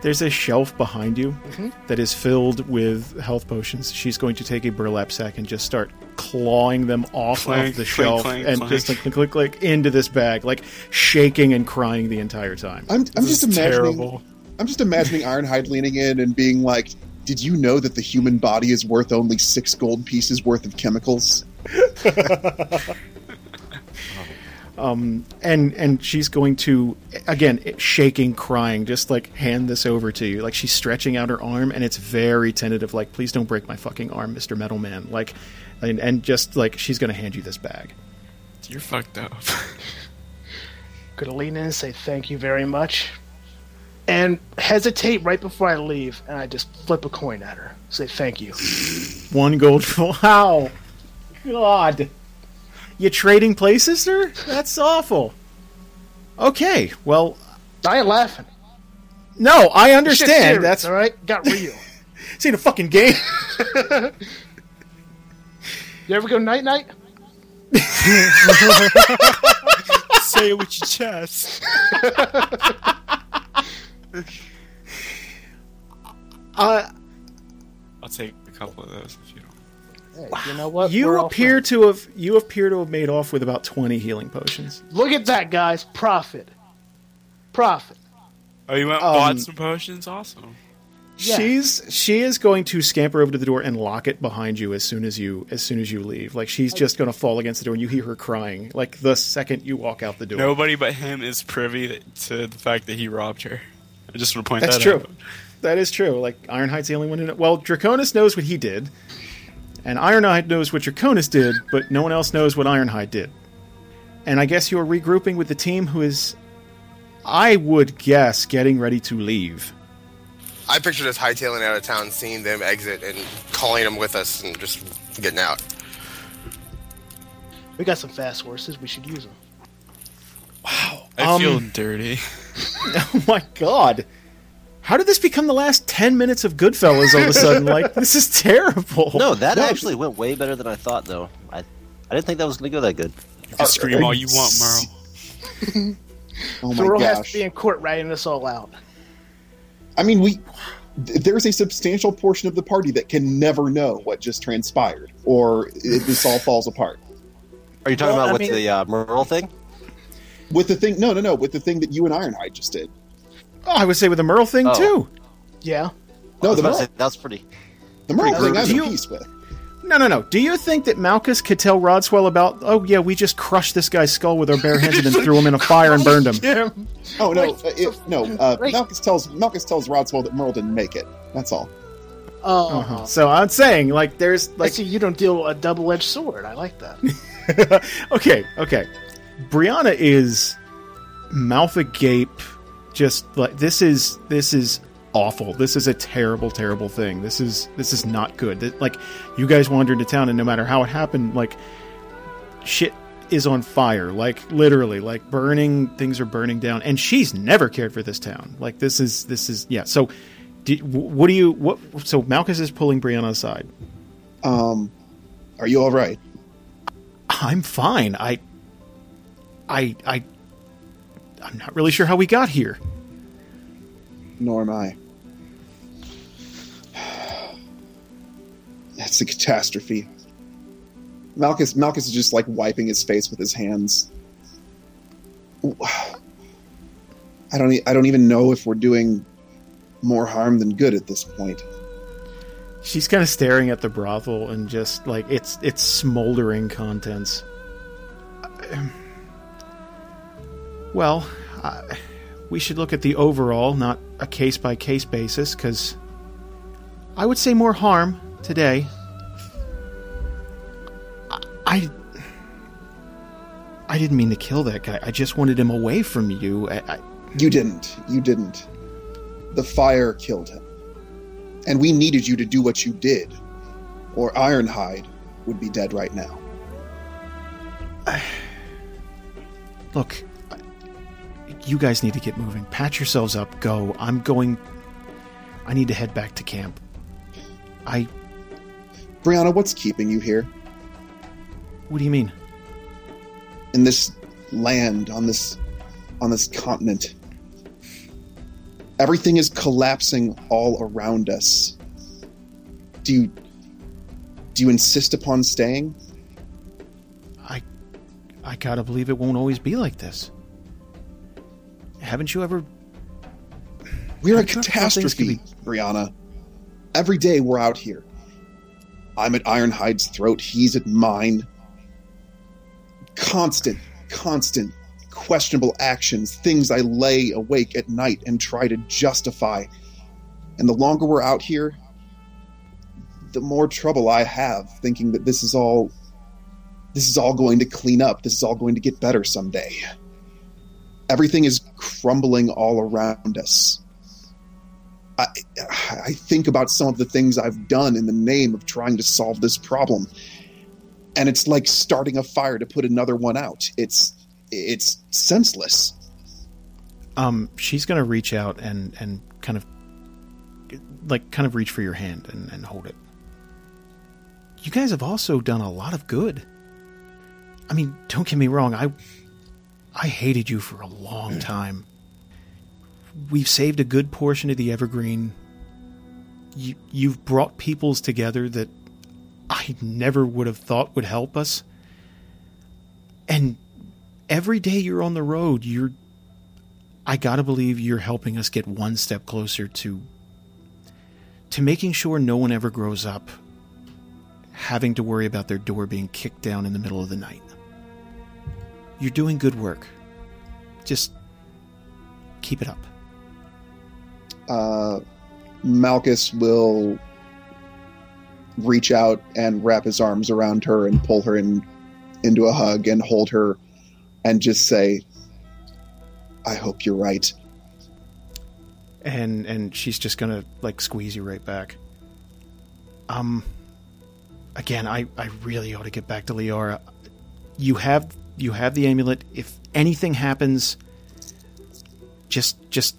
there's a shelf behind you Mm-hmm. that is filled with health potions. She's going to take a burlap sack and just start clawing them off Clank, of the clank, shelf clank, and clank. just like click, click click into this bag, like shaking and crying the entire time. I'm, I'm just is imagining. terrible. I'm just imagining Ironhide leaning in and being like, "Did you know that the human body is worth only six gold pieces worth of chemicals?" and and she's going to again shaking crying just like hand this over to you like she's stretching out her arm and it's very tentative like please don't break my fucking arm mr metal man like and, and just like she's gonna hand you this bag You're fucked up. Gonna lean in and say thank you very much. And hesitate right before I leave, and I just flip a coin at her. Say thank you. one gold for wow god you trading places sir that's awful okay well I ain't laughing. no i Shit's understand serious, that's all right. Got real. seen a fucking game You ever go night night? Say it with your chest. uh, I'll take a couple of those if you don't. You know what? We're you all appear to have you appear to have made off with about 20 healing potions friends. Look at that, guys. Profit. Profit. Oh, you went and Um, bought some potions? Awesome. Yeah. She's she is going to scamper over to the door and lock it behind you as soon as you as soon as you leave. Like she's just going to fall against the door and you hear her crying like the second you walk out the door. Nobody but him is privy that- to the fact that he robbed her. I just want to point That's that true. out. That is true. Like Ironhide's the only one who knows. Well, Draconis knows what he did. And Ironhide knows what Draconis did, but no one else knows what Ironhide did. And I guess you're regrouping with the team who is I would guess getting ready to leave. I pictured us hightailing out of town, seeing them exit, and calling them with us, and just getting out. We got some fast horses. We should use them. Oh I Um, feel dirty. Oh my god. How did this become the last 10 minutes of Goodfellas all of a sudden? Like, this is terrible. No, that actually went way better than I thought, though. I, I didn't think that was gonna go that good. You can scream all you want, Merle. Oh The my world has to gosh! be in court writing this all out. I mean, we. th- There's a substantial portion of the party that can never know what just transpired, or it, this all falls apart. Are you talking Well, about I with mean- the uh, Merle thing? With the thing, no, no, no, with the thing that you and Ironhide just did. Oh, I would say with the Merle thing, Oh. too. Yeah. I No, was the about to Merle, say, that's pretty. the Merle pretty thing groovy. I'm at You- peace with. No, no, no. Do you think that Malchus could tell Rodswell about, oh, yeah, we just crushed this guy's skull with our bare hands and then threw him in a fire and burned him? Yeah. Oh no, Wait, uh, it, no. Uh, wait. Malchus tells Malchus tells Rodswell that Merle didn't make it. That's all. Oh. Uh-huh. So I'm saying, like, there's, I like, see you don't deal a double edged sword. I like that. okay, okay. Brianna is mouth agape. Just like this is this is awful. This is a terrible, terrible thing. This is this is not good. Th- like you guys wander into town, and no matter how it happened, like shit is on fire. Like literally, like burning things are burning down. And she's never cared for this town. Like this is this is yeah. So. Do, wh- what do you what? So Malchus is pulling Brianna aside. Um, are you all right? I'm fine. I, I, I, I'm not really sure how we got here. Nor am I. That's a catastrophe. Malchus Malchus is just like wiping his face with his hands. I don't e- I don't even know if we're doing more harm than good at this point. She's kind of staring at the brothel and just like it's it's smoldering contents. Well, I, we should look at the overall, not a case by case basis, because I would say more harm today. I- I I didn't mean to kill that guy. I just wanted him away from you. I, I, You didn't. You didn't. The fire killed him. And we needed you to do what you did, or Ironhide would be dead right now. look, I- you guys need to get moving. Pat yourselves up. Go. I'm going. I need to head back to camp. I. Brianna, what's keeping you here? What do you mean? In this land, on this on this continent. Everything is collapsing all around us. Do you do you insist upon staying? I. I gotta believe it won't always be like this. Haven't you ever. We're a Don't you have how things catastrophe, Brianna. Every day we're out here. I'm at Ironhide's throat, he's at mine. Constant, constant, questionable actions, things I lay awake at night and try to justify. And the longer we're out here, the more trouble I have thinking that this is all this is all going to clean up. This is all going to get better someday. Everything is crumbling all around us. I, I think about some of the things I've done in the name of trying to solve this problem, and it's like starting a fire to put another one out. It's it's senseless. Um, she's gonna reach out and, and kind of. Like, kind of reach for your hand and, and hold it. You guys have also done a lot of good. I mean, don't get me wrong. I. I hated you for a long time. We've saved a good portion of the Evergreen. You, you've brought peoples together that I never would have thought would help us. And every day you're on the road, you're. I gotta believe you're helping us get one step closer to. to making sure no one ever grows up having to worry about their door being kicked down in the middle of the night. You're doing good work. Just keep it up. Uh, Malchus will reach out and wrap his arms around her and pull her in into a hug and hold her and just say, "I hope you're right." And and she's just gonna like squeeze you right back. Um again, I, I really ought to get back to Leora. You have you have the amulet. If anything happens just just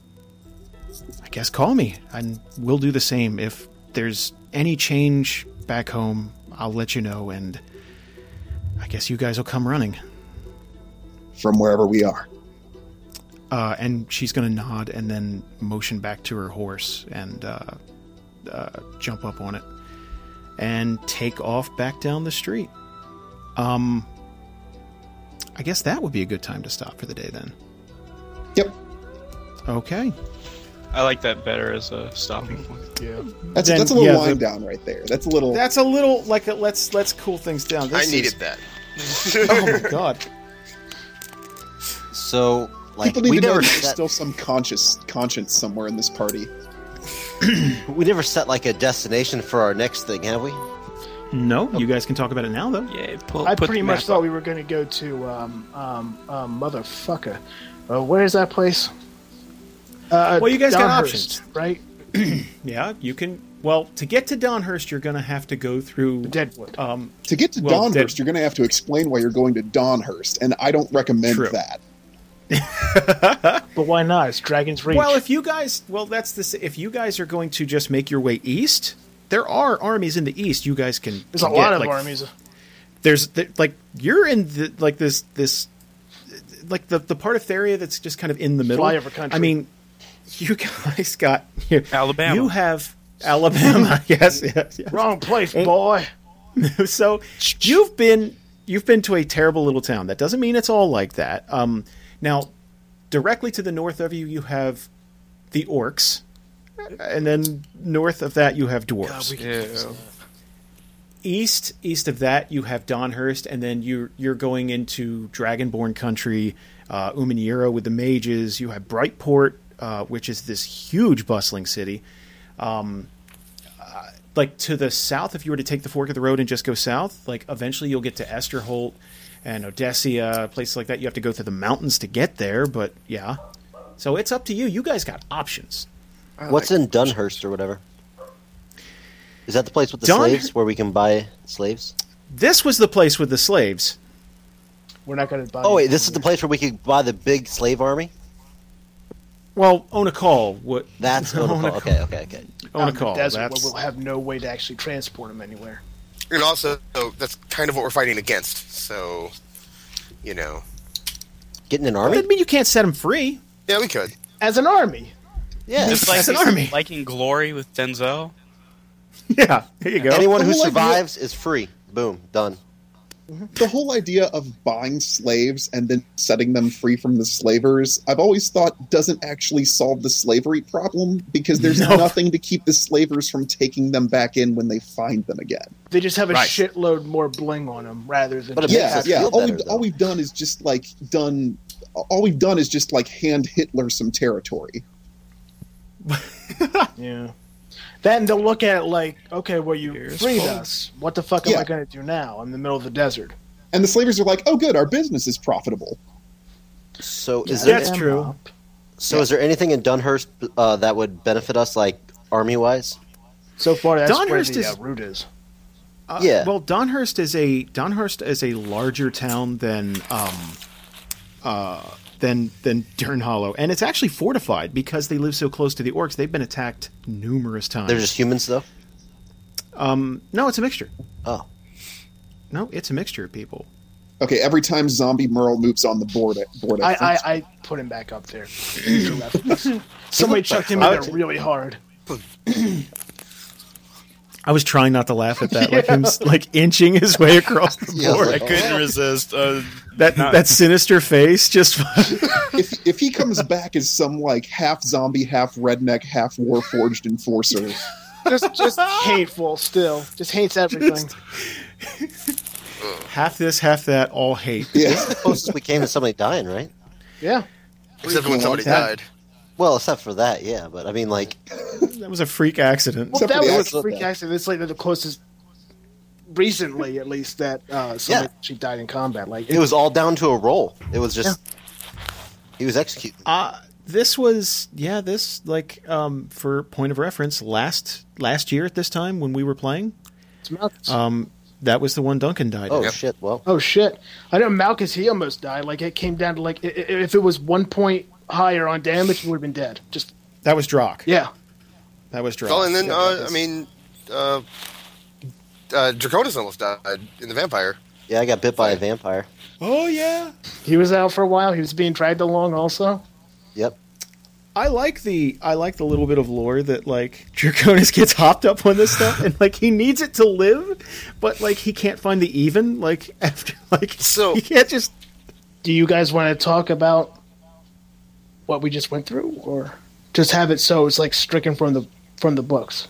I guess call me and we'll do the same. If there's any change back home, I'll let you know and I guess you guys will come running. From wherever we are, uh, and she's going to nod and then motion back to her horse and uh, uh, jump up on it and take off back down the street. Um, I guess that would be a good time to stop for the day then. Yep. Okay. I like that better as a stopping point. that's Then, that's a little yeah, wind the- down right there. That's a little. That's a little like a, let's let's cool things down. I needed that. Oh my god. So, like, People need we to know never that there's set, still some conscious conscience somewhere in this party. we never set like a destination for our next thing, have we? No, you guys can talk about it now though. Yeah, pull, I put pretty the much map thought up. we were going to go to um, um, um, motherfucker. Uh, where is that place? Uh, Well, you guys got Donhurst, right? Yeah, you can. Well, to get to Donhurst, you're going to have to go through Deadwood. Uh, um, To get to Well, Donhurst, that- you're going to have to explain why you're going to Donhurst, and I don't recommend True. that. but why not? It's Dragon's Reach. Well, if you guys, well, that's the s- if you guys are going to just make your way east, there are armies in the east. You guys can. There's a can lot get, of like, armies. There's th- like you're in the like this this like the the part of Theria that's just kind of in the middle. Flyover country. I mean, you guys got here. Alabama. You have Alabama. yes, yes, yes. Wrong place, boy. so you've been you've been to a terrible little town. That doesn't mean it's all like that. Um, now, directly to the north of you, you have the orcs, and then north of that you have dwarves. Yeah. east east of that you have Donhurst, and then you're you're going into Dragonborn country, uh, Umaniro with the mages. You have Brightport, uh, which is this huge bustling city. Um, uh, like to the south, if you were to take the fork of the road and just go south, like eventually you'll get to Esterholt and Odessia, places like that. You have to go through the mountains to get there, but yeah. So it's up to you. You guys got options. What's in Dunhurst or whatever? Is that the place with the Dun- slaves where we can buy slaves? This was the place with the slaves. We're not going to buy. Oh wait, this is the place where we could buy the big slave army. Well, on a call. What? That's on a Onikal. Okay, okay, okay. On a the call. desert That's, where we'll have no way to actually transport them anywhere. And also, that's kind of what we're fighting against. So, you know, Getting an I army? mean, you can't set them free. yeah, we could. As an army, Yeah. Just like That's an army. like in Glory with Denzel. Yeah, here you go. Anyone who Well, like, survives is free. Boom, done. the whole idea of buying slaves and then setting them free from the slavers, I've always thought doesn't actually solve the slavery problem because there's No. nothing to keep the slavers from taking them back in when they find them again. they just have a Right. shitload more bling on them rather than. But it just- makes yeah, us yeah. feel All, better, we've, though. all we've done is just like done. All we've done is just like hand Hitler some territory. yeah. Then they'll look at it like, okay, well you Here's freed hope. us. What the fuck am Yeah. I going to do now? I'm in the middle of the desert. And the slavers are like, "Oh, good, our business is profitable." So is there That's true. so is there anything in Dunhurst uh, that would benefit us like army wise? So far, that's where Donhurst the uh, is- route is. Uh, Yeah. Well, Donhurst is a Donhurst is a larger town than um, uh, than than Dern Hollow, and it's actually fortified because they live so close to the orcs. They've been attacked numerous times. They're just humans though. no, it's a mixture. Oh. No, it's a mixture of people. Okay, every time Zombie Merle moves on the board, board I, I, think, I, I put him back up there. Somebody Oh, chucked him in there really hard. I was trying not to laugh at that, like him s- like inching his way across the Yeah, board. like- I couldn't resist. Uh, that that sinister face just. if if he comes back as some like half zombie, half redneck, half warforged enforcer, Just, just hateful still. Just hates everything. half this, half that, all hate. yeah, Closest we came to somebody dying, right? Yeah. Except for when somebody that. died. Well, except for that, yeah. But I mean, like, That was a freak accident. Well, Except that for the was a accident. freak accident. It's like the closest, recently at least, that uh, somebody Yeah. actually died in combat. Like it was all down to a roll. It was just he was executed. Uh this was yeah, this like um for point of reference, last last year at this time when we were playing, um, it's Malchus. that was the one Duncan died. oh in. shit! Well, oh shit! I know Malchus. He almost died. Like it came down to like i- i- if it was one point higher on damage, he would have been dead. Just That was Drock. yeah. That was Drock. Well, and then Yeah, uh, that I is- mean, uh, uh, Draconis almost died in the vampire. yeah, I got bit by a vampire. oh yeah. He was out for a while. He was being dragged along also. Yep. I like the I like the little bit of lore that like Draconis gets hopped up on this stuff and like he needs it to live, but like he can't find the even like after like So- he can't just Do you guys want to talk about what we just went through, or just have it so it's like stricken from the from the books?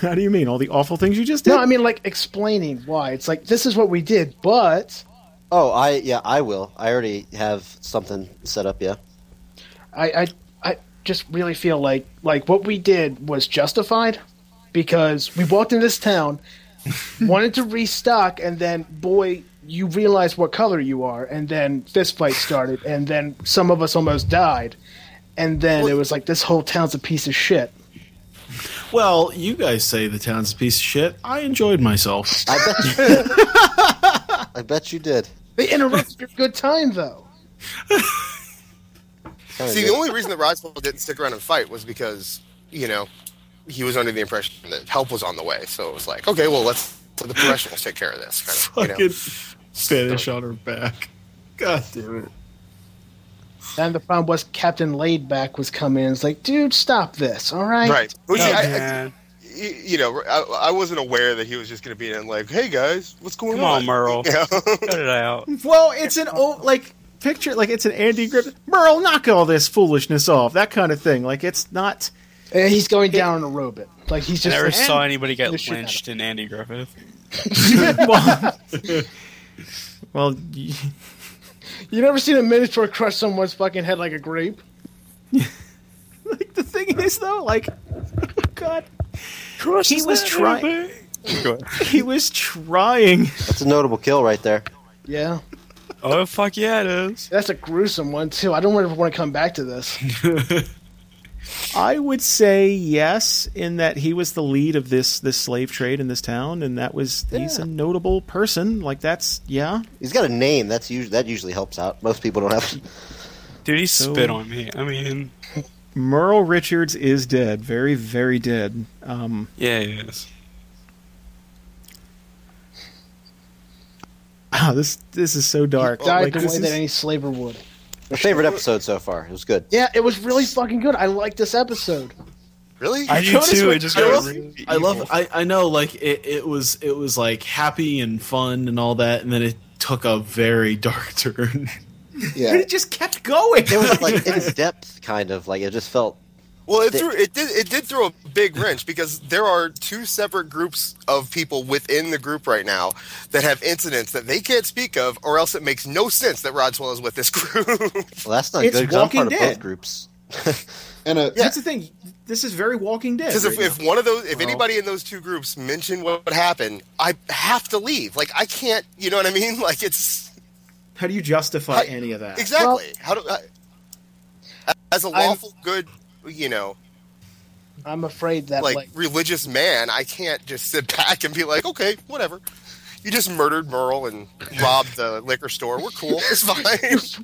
how do you mean all the awful things you just did? No, I mean like explaining why. It's like this is what we did, but Oh, I yeah, I will. I already have something set up. Yeah. I I, I just really feel like like what we did was justified because we walked in this town, wanted to restock, and then boy, you realize what color you are, and then fist fight started, and then some of us almost died, and then it was like this whole town's a piece of shit. well, you guys say the town's a piece of shit. I enjoyed myself. I bet you did. I bet you did. They interrupted your good time, though. Kinda See, did. the only reason that Roswell didn't stick around and fight was because you know he was under the impression that help was on the way. So it was like, okay, well, let's let the professionals take care of this. Kind of, you Fucking know? finish on her back. God damn it. And the problem was Captain Laidback was coming in. It's like, dude, stop this, all right? Right. Well, yeah, I- I- oh, Man. y- you know, I, I wasn't aware that he was just going to be in like, hey guys, what's going Come on, on? Merle. You know? Cut it out. Well, it's an old like picture like it's an Andy Griffith. Merle, knock all this foolishness off. That kind of thing. Like it's not. And he's going down in a robot. Like he's just. Never like, saw anybody get the shit out of lynched in Andy Griffith. well, well, y- You never seen a minotaur crush someone's fucking head like a grape? like the thing is though, like God, He was trying- he was trying. That's a notable kill right there. Yeah, Oh fuck yeah, it is. that's a gruesome one too. I don't ever want to come back to this. I would say yes, in that he was the lead of this this slave trade in this town, and that was he's a notable person. Like that's yeah. He's got a name. That's usually that usually helps out. Most people don't have. Dude, he spit on me. I mean, Merle Richards is dead, very very dead. Um, yeah, he is. ah, this this is so dark. Died Like, the way this that is- any slaver would. My favorite episode so far. It was good. Yeah, it was really fucking good. I liked this episode. Really? I do noticed too. when It just I got love- really I evil. love. I, I know. Like it, it was. It was like happy and fun and all that, and then it took a very dark turn. Yeah. it just kept going. It was like in depth, kind of like it just felt. Well, it threw it did it did throw a big wrench because there are two separate groups of people within the group right now that have incidents that they can't speak of, or else it makes no sense that Rodswell is with this group. Well, that's not It's good. 'cause I'm Walking part of Dead. both groups. And a, That's the thing. This is very Walking Dead. Because if, right if one of those, if anybody in those two groups mentioned what would happen, I have to leave. Like I can't, you know what I mean? Like it's now. how do you justify I- any of that? exactly how do I, as a I'm- lawful good, you know, I'm afraid that like, like, religious man, I can't just sit back and be like, okay, whatever. You just murdered Merle and robbed the liquor store. We're cool. It's fine.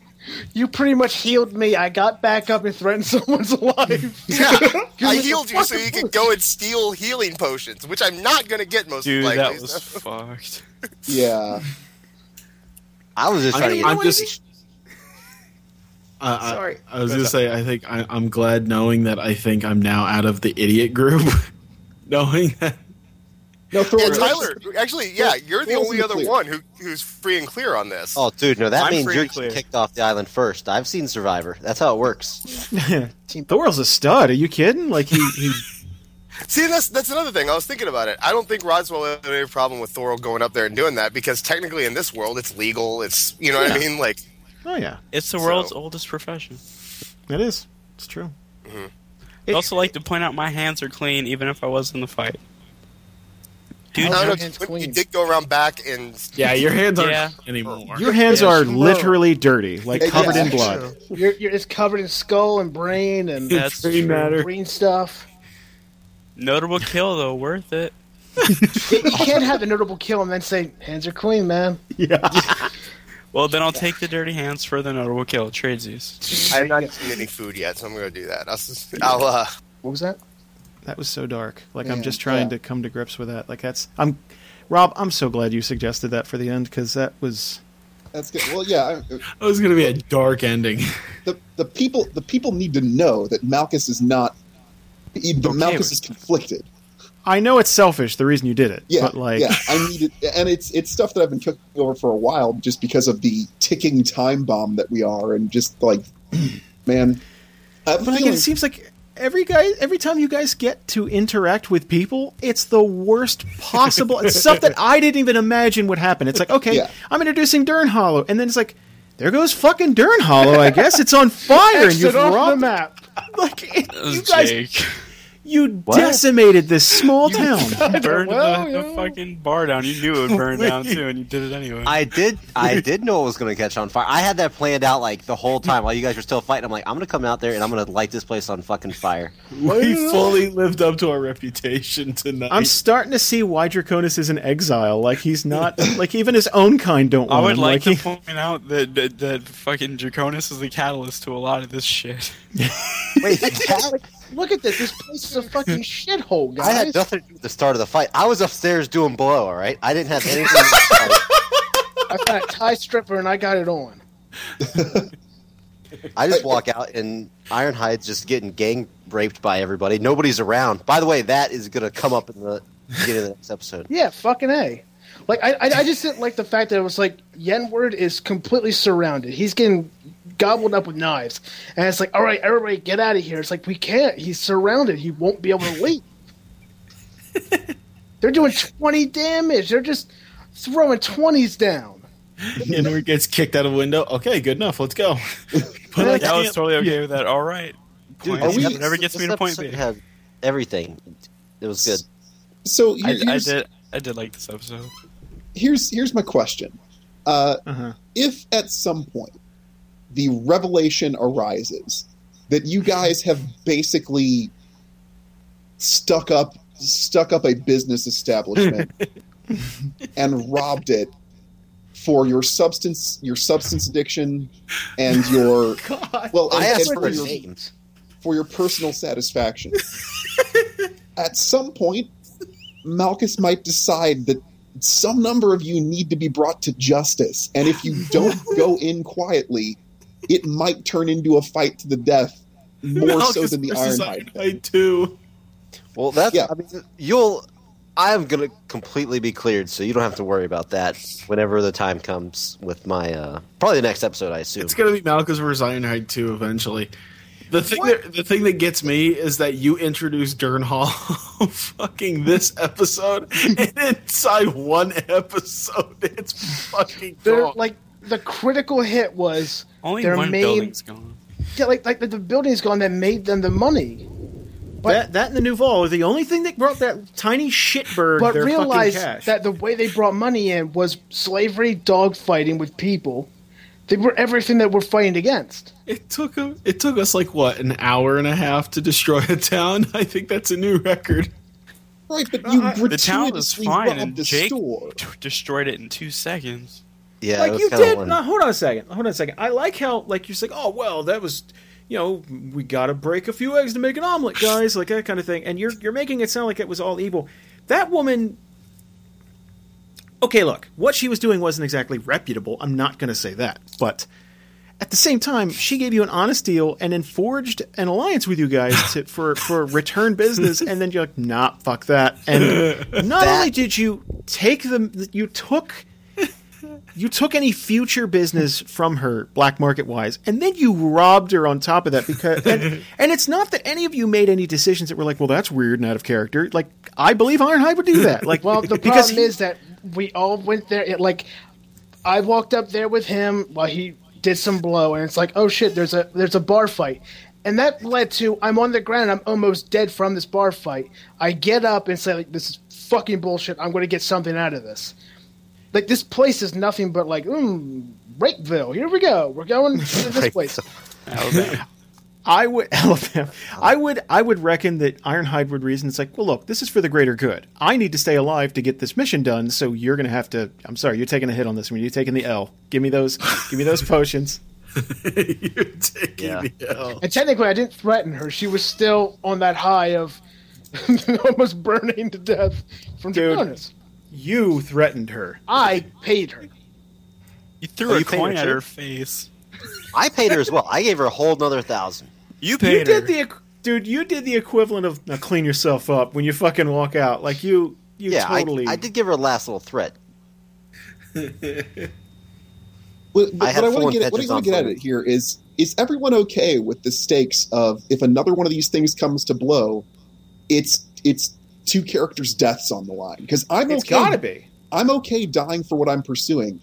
you pretty much healed me. I got back up and threatened someone's life. yeah, You're I like, healed you so you "Fucking could go and steal healing potions, which I'm not going to get most Dude, likely. that was so- fucked. yeah. I was just trying to. I'm, Get, I'm just. I- I- Sorry. I, was gonna say. I think I, I'm glad knowing that I think I'm now out of the idiot group. knowing that. No, Thor, Yeah, Tyler. Actually, yeah, you're the Thor's only in the other clear. one who who's free and clear on this. oh, dude, no, that I'm means free you're and clear. kicked off the island first. I've seen Survivor. That's how it works. Thor's a stud. Are you kidding? Like he, he See, that's that's another thing. I was thinking about it. I don't think Roswell would have any problem with Thorol going up there and doing that because technically, in this world, it's legal. It's you know what I mean. Like, oh yeah, It's the So- world's oldest profession. it is. It's true. I'd also like to point out my hands are clean, even if I was in the fight. Dude, I your don't know. hand's Clint, You Oh, clean. did go around back and Yeah, your hands aren't Yeah. anymore. Your hands Yeah, are sure. literally dirty, like Yeah, covered in yeah. blood. You're, you're, it's covered in skull and brain and Yeah. That's Brain true. matter. green stuff. notable kill though, worth it. You can't have a notable kill and then say hands are clean, man. Well, then I'll take the dirty hands for the notable kill. Tradesies. I have not eaten any food yet, so I'm going to do that. I'll, s- I'll uh, What was that? That was so dark. Like I'm Yeah, just trying yeah. to come to grips with that. Like that's I'm, Rob. I'm so glad you suggested that for the end because that was that's good. Well, yeah. I, It was gonna be a dark ending. the, the people the people need to know that Malchus is not. he- The Malchus is conflicted. I know it's selfish the reason you did it, Yeah, but like yeah. I need it, and it's it's stuff that I've been cooking over for a while, just because of the ticking time bomb that we are, and just like, man, I have a but like, feeling- it seems like every guy every time you guys get to interact with people, it's the worst possible. it's stuff that I didn't even imagine would happen. It's like okay, Yeah. I'm introducing Dern Hollow, and then it's like. There goes fucking Dern Hollow. I guess it's on fire, and Exit you've off the robbed. map. Like it- you guys, Jake. you decimated this small town. burned Well, the, you the know. fucking bar down. You knew it would burn down too, and you did it anyway. I did. I did know it was gonna catch on fire. I had that planned out like the whole time while you guys were still fighting. I'm like, I'm gonna come out there and I'm gonna light this place on fucking fire. we fully lived up to our reputation tonight. I'm starting to see why Draconis is in exile. Like he's not like even his own kind don't I want would him. like he- to point out that, that that fucking Draconis is the catalyst to a lot of this shit. Wait, that- Look at this. This place is a fucking shithole, I had guys. nothing to do with the start of the fight. I was upstairs doing blow. All right, I didn't have anything. to do with the fight. I found a tie stripper and I got it on. I just walk out and Ironhide's just getting gang raped by everybody. Nobody's around. By the way, that is gonna come up in the beginning of the next episode. Yeah, fucking a. Like I, I, I just didn't like the fact that it was like Yenward is completely surrounded. He's getting gobbled up with knives, and it's like, all right, everybody, get out of here. It's like we can't. He's surrounded. He won't be able to leave. They're doing twenty damage. They're just throwing twenties down. Yenward gets kicked out of a window. Okay, good enough. Let's go. Put I a was damn- totally okay with that. All right. Dude, Point are A we- never gets me this to point episode B. I Had everything. It was good. So here- I here's, did. I did like this episode. here's here's my question: uh, Uh-huh. If at some point the revelation arises that you guys have basically stuck up stuck up a business establishment and robbed it for your substance your substance addiction and your well and- I asked and for a your- name. for your personal satisfaction. At some point, Malchus might decide that some number of you need to be brought to justice, and if you don't go in quietly, it might turn into a fight to the death, more so Malchus than the versus Ironhide. thing. Ironhide too. Well, that's. Yeah. I mean, you'll. I'm gonna completely be cleared, so you don't have to worry about that. Whenever the time comes with my, uh, probably the next episode, I assume. It's gonna be Malchus versus Ironhide too eventually. The thing that the thing that gets me is that you introduced Dernhall fucking this episode, and inside one episode, it's fucking They're gone. like the critical hit was Only their one main building's gone. yeah, like like the, the building's gone that made them the money. But- that, that and the Nouveau are the only thing that brought that tiny shitbird But their realize fucking cash. that the way they brought money in was slavery, dogfighting with people. They were everything that we're fighting against. It took a, it took us like what an hour and a half to destroy a town. I think that's a new record. Right, but you Uh, the town was gratuitously fine, robbed and the Jake- store. Destroyed it in two seconds. yeah, it like was you kinda did. one- No, hold on a second. Hold on a second. I like how like you're saying, oh well, that was, you know, we got to break a few eggs to make an omelet, guys, like that kind of thing. And you're you're making it sound like it was all evil. That woman. Okay, look, what she was doing wasn't exactly reputable. I'm not going to say that, but at the same time, she gave you an honest deal and then forged an alliance with you guys to, for for return business. And then you're like, nah, fuck that. And not only did you take them, you took you took any future business from her black market wise and then you robbed her on top of that because and, and it's not that any of you made any decisions that were like well that's weird and out of character like i believe ironhide would do that like Well, the because problem he- is that we all went there. It, like I walked up there with him while he did some blow, and it's like, oh shit, there's a there's a bar fight, and that led to I'm on the ground, I'm almost dead from this bar fight. I get up and say, like, this is fucking bullshit. I'm going to get something out of this. Like this place is nothing but like, mm, Rakeville. Here we go. We're going to this place. Alabama. I would Alabama. I would I would reckon that Ironhide would reason it's like, well, look, this is for the greater good. I need to stay alive to get this mission done. So you're going to have to. I'm sorry, you're taking a hit on this one. You're taking the L. Give me those. give me those potions. You're taking Yeah. the L. And technically, I didn't threaten her. She was still on that high of almost burning to death from the Dude. bonus. You threatened her. I paid her. you threw Oh, a you paid coin her, at too? her face. I paid her as well. I gave her a whole nother thousand. You You paid her. did the equ- dude. You did the equivalent of now clean yourself up when you fucking walk out. Like you. You Yeah, I- totally. I, did give her a last little threat. But, but I what had I want full to get at, what I want intentions on to get at voting. it here is is everyone okay with the stakes of if another one of these things comes to blow, it's it's two characters' deaths on the line because I'm It's okay. gotta be. I'm okay dying for what I'm pursuing.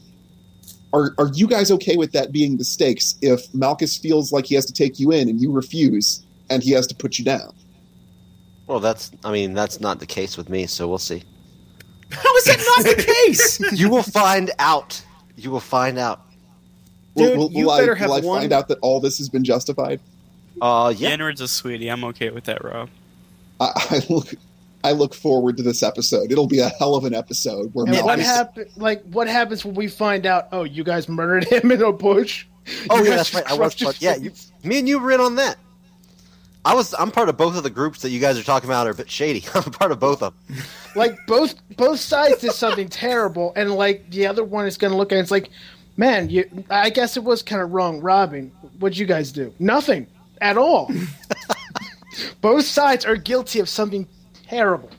Are are you guys okay with that being the stakes if Malchus feels like he has to take you in and you refuse and he has to put you down? Well, that's. I mean, that's not the case with me. So we'll see. How is that not the case? You will find out. You will find out. Dude, you I, better have will I one- find out that all this has been justified? Uh, yeah. Yenward's a sweetie. I'm okay with that, Rob. I, I look I look forward to this episode. It'll be a hell of an episode where And what Malchus happen, Like what happens when we find out? Oh, you guys murdered him in a bush. Oh yeah, You guys that's just right. I was. crushed his Part, yeah, you, face. me and you were in on that. I was. I'm part of both of the groups that you guys are talking about are a bit shady. I'm part of both of them. Like both both sides did something terrible, and like the other one is gonna look at it, it's like, man, you. I guess it was kind of wrong robbing. What'd you guys do? Nothing at all. both sides are guilty of something terrible.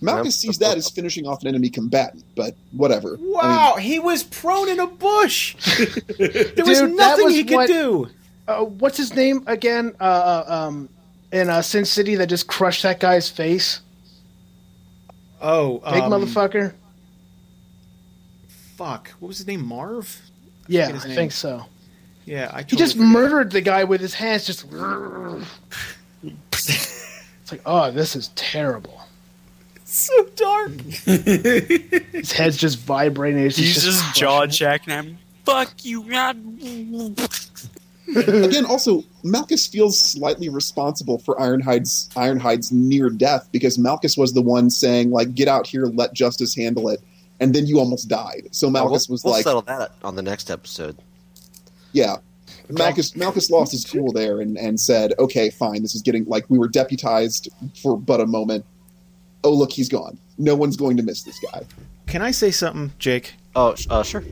Malchus sees that as finishing off an enemy combatant, but whatever. Wow, he was prone in a bush. there was Dude, that nothing was he could what- do. Uh, what's his name again? Uh, uh, um, in uh, Sin City that just crushed that guy's face. Oh, Big um, motherfucker. Fuck. What was his name? Marv. Yeah, forget his I name. think so. Yeah, I. He Totally just forget. murdered the guy with his hands. Just. it's like, oh, this is terrible. So dark. His head's just vibrating. It's He's just, just jaw jacking at me. Fuck you, not. Again, also Malchus feels slightly responsible for Ironhide's Ironhide's near death because Malchus was the one saying like, "Get out here, let justice handle it," and then you almost died. So Uh, Malchus we'll, was we'll like, settle that on the next episode. Yeah. Malchus Malchus lost his cool there and, and said, Okay, fine, this is getting like we were deputized for but a moment. Oh look, he's gone. No one's going to miss this guy. Can I say something, Jake? Oh, sh- uh, sure.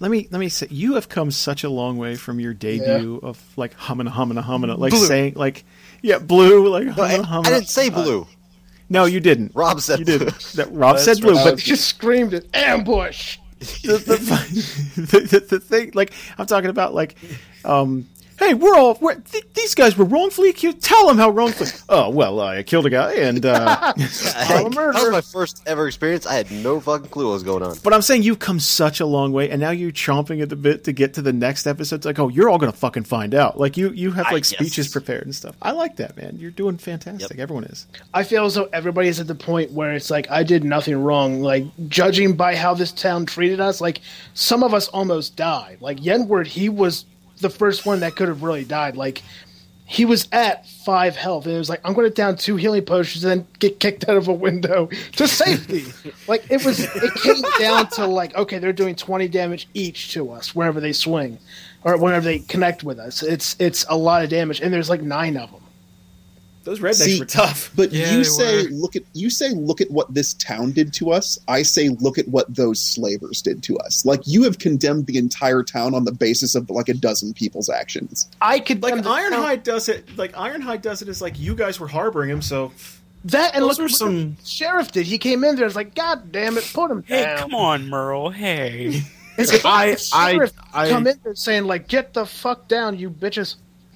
Let me let me say. You have come such a long way from your debut of like humana humana humana, like saying like yeah blue like I, humana I humana. didn't say blue. No, you didn't. Rob said you blue. didn't. That Rob said blue, But but he just screamed it. Ambush. the, the, the, the thing, like I'm talking about, like, um, hey, we're all we're, th- these guys were wrongfully accused. Tell them how wrongfully. Oh well, I killed a guy, and uh, I- a that was murderer. my first ever experience. I had no fucking clue what was going on. but I'm saying you've come such a long way, and now you're chomping at the bit to get to the next episode. It's like, oh, you're all gonna fucking find out. Like you, you have I- like yes. speeches prepared and stuff. I like that, man. You're doing fantastic. Everyone is. I feel as though everybody's at the point where it's like I did nothing wrong. Like judging by how this town treated us, like some of us almost died. Like Yenward, he was the first one that could have really died. Like he was at five health, and it was like I'm going to down two healing potions and then get kicked out of a window to safety. like it was, it came down to like okay, they're doing twenty damage each to us wherever they swing, or whenever they connect with us. It's it's a lot of damage, and there's like nine of them. Those rednecks See- were tough. But Yeah, you they say were. look at you say look at what this town did to us. I say look at what those slavers did to us. Like you have condemned the entire town on the basis of like a dozen people's actions. I could Like them to count- Ironhide does it. Like Ironhide does it as like you guys were harboring him. So That and look, Those were look some- what the sheriff did. He came in there. It's like, God damn it, put him Hey, down. come on, Merle. Hey. It's like, I- the sheriff I- come in there saying like, get the fuck down, you bitches.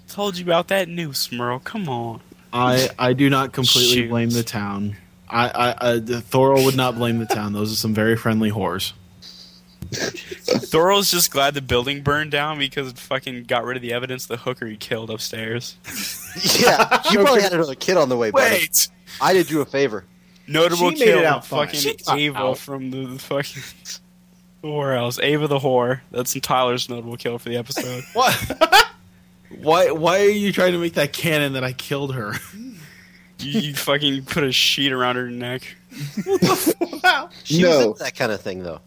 Told you about that noose, Merle. Come on. I I do not completely Shoot. blame the town. I I, I the Thorol would not blame the town. Those are some very friendly whores. Thorol's just glad the building burned down because it fucking got rid of the evidence the hooker he killed upstairs. Yeah, you probably had another kid on the way. buddy. Wait! I did you a favor. Notable She made kill it of out fine. fucking She got Ava out. from the, the fucking. Where else? Ava the whore. That's Tyler's notable kill for the episode. What? why why are you trying to make that canon that I killed her? you, you fucking put a sheet around her neck. She was No. into that kind of thing though.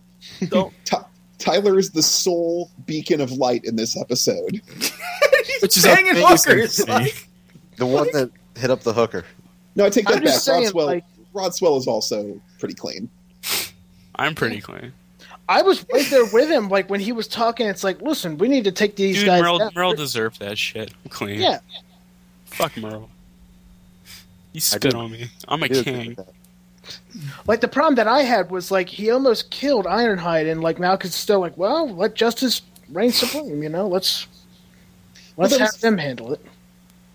Don't Ty- Tyler is the sole beacon of light in this episode. which is banging amazing hookers, to me. The one that hit up the hooker. No, I take that I'm back. just saying, Rodswell like- Rodswell is also pretty clean. I'm pretty clean. I was right there with him, like when he was talking. It's like, listen, we need to take these Dude, guys. Merle, down. Merle deserved that shit. I'm clean. yeah, Fuck Merle. You I spit do. on me. I'm a I do agree with king. that. like the problem that I had was like he almost killed Ironhide, and like Malcolm's still like, well, let justice reign supreme. You know, let's let's that was- have them handle it.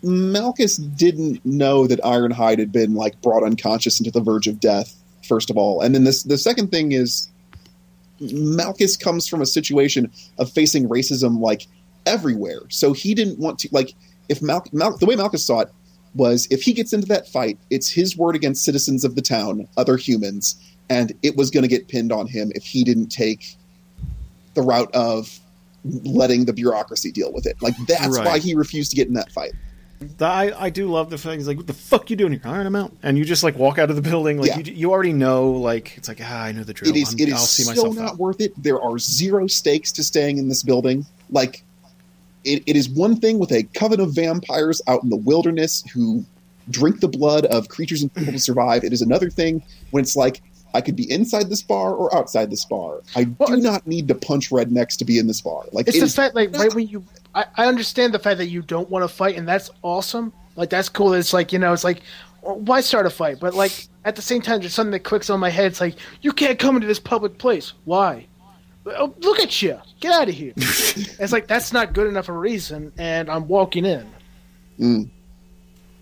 Malchus didn't know that Ironhide had been like brought unconscious into the verge of death. First of all, and then this the second thing is Malchus comes from a situation of facing racism like everywhere, so he didn't want to like if Mal- Mal- the way Malchus saw it was if he gets into that fight, it's his word against citizens of the town, other humans, and it was going to get pinned on him if he didn't take the route of letting the bureaucracy deal with it. Like that's Right. why he refused to get in that fight. The- I, I do love the fact he's like, what the fuck you doing here? Iron him out. And you just like walk out of the building. Like Yeah. you, you already know, like, it's like, ah, I know the drill. it is I'm- it is I'll see so myself not out. worth it. There are zero stakes to staying in this building. Like it, it is one thing with a coven of vampires out in the wilderness who drink the blood of creatures and people to survive. It is another thing when it's like I could be inside this bar or outside this bar. I do it's- not need to punch rednecks to be in this bar. Like It's it the is- fact, like, right when you, I, I understand the fact that you don't want to fight, and that's awesome. Like, that's cool. It's like you know, it's like or why start a fight? But like at the same time, there's something that clicks on my head. It's like you can't come into this public place. Why? Oh, look at you! Get out of here! it's like that's not good enough a reason, and I'm walking in.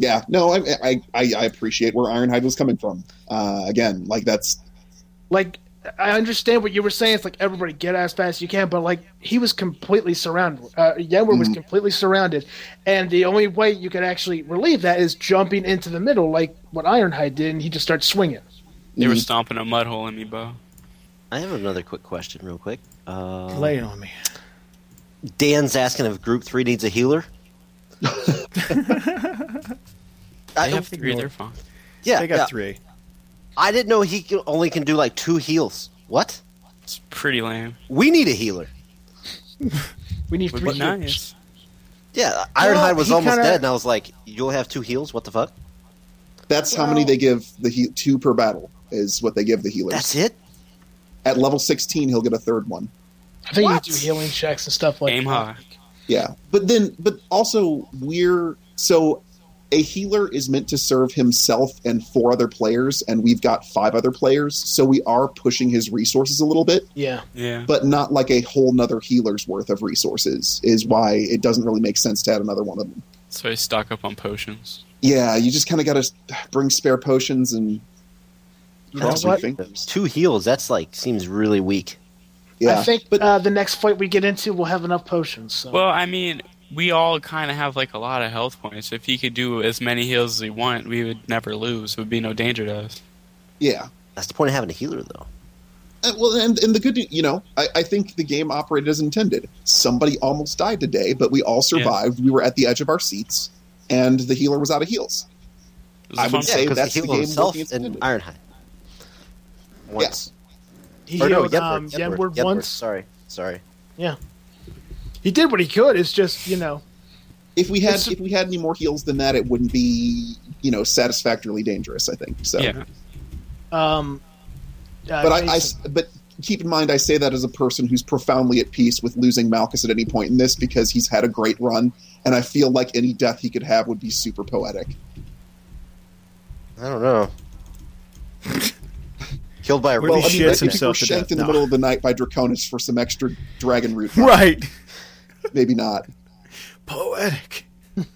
Yeah, no, I, I, I I appreciate where Ironhide was coming from. Uh, again, like that's Like I understand what you were saying. It's like everybody get as fast as you can, but like he was completely surrounded. Uh, Yenward Mm. was completely surrounded, and the only way you could actually relieve that is jumping into the middle, like what Ironhide did, and he just starts swinging. They were stomping a mud hole in me, Bo. I have another quick question, real quick. Uh, Lay it on me. Dan's asking if Group Three needs a healer. They have three. They're fine. Yeah, They got yeah. three. I didn't know he can, only can do like two heals. What? It's pretty lame. We need a healers. We need Would three be healers. nice. Yeah, Ironhide was he almost kinda- dead, and I was like, "You'll have two heals? What the fuck? that's how many Well- they give the he- two per battle is what they give the healers. That's it? At level sixteen, he'll get a third one. I think What? you do healing checks and stuff like Aim that. high. Yeah, but then, but also we're so a healer is meant to serve himself and four other players, and we've got five other players, so we are pushing his resources a little bit, Yeah, Yeah. but not like a whole nother healer's worth of resources is why it doesn't really make sense to add another one of them. So I stock up on potions. Yeah, you just kind of got to bring spare potions and you know cross your what? fingers. Two heals? That's like seems really weak. Yeah, I think but uh, the next fight we get into, we'll have enough potions. So. Well, I mean, we all kind of have like a lot of health points. If he could do as many heals as he want, we would never lose. It would be no danger to us. yeah. That's the point of having a healer, though. Uh, well, and, and the good, you know, I, I think the game operated as intended. Somebody almost died today, but we all survived. We were at the edge of our seats, and the healer was out of heals. It was a I would fun say- fight. because that's he the healed game himself working as and intended. Ironhide. Once. he Or no, healed Yepward, um, Yepward, Yenward Yepward, once. Sorry, sorry. He did what he could. It's just you know, If we had It's- if we had any more heals than that, it wouldn't be you know satisfactorily dangerous. I think so. Yeah. um, uh, But I, I Jason- but keep in mind, I say that as a person who's profoundly at peace with losing Malchus at any point in this because he's had a great run, and I feel like any death he could have would be super poetic. I don't know. Killed by a Well, roach. I mean, shits maybe if himself he to were shanked death. in the No. middle of the night by Draconis for some extra dragon root. Right. Maybe not. Poetic.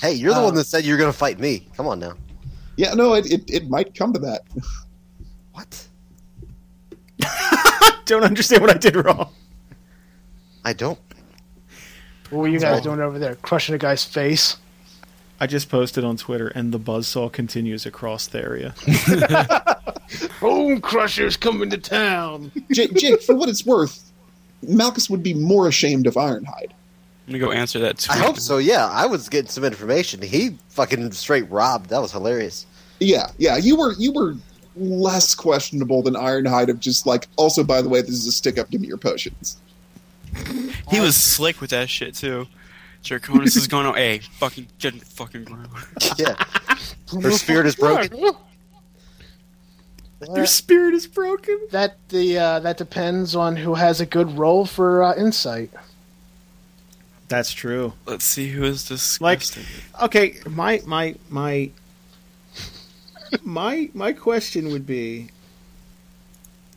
hey, you're the uh, one that said you're going to fight me. Come on now. Yeah, no, it, it, it might come to that. What? Don't understand what I did wrong. I don't. what were you guys doing over there? Crushing a guy's face. I just posted on Twitter, and the buzzsaw continues across the area. Bone crushers coming to town. J- Jake, for what it's worth, Malchus would be more ashamed of Ironhide. I'm gonna go answer that. Tweet. I hope so. Yeah, I was getting some information. He fucking straight robbed. That was hilarious. Yeah, yeah, you were you were less questionable than Ironhide of just like. Also, by the way, this is a stick up. Give me your potions. He was slick with that shit too. Draconis is going, hey, fucking get in the fucking ground. Yeah. Her spirit is broken. Your spirit is broken. That the uh, that depends on who has a good role for uh, insight. That's true. Let's see who is Like- disgusting. Okay, my my my my my question would be: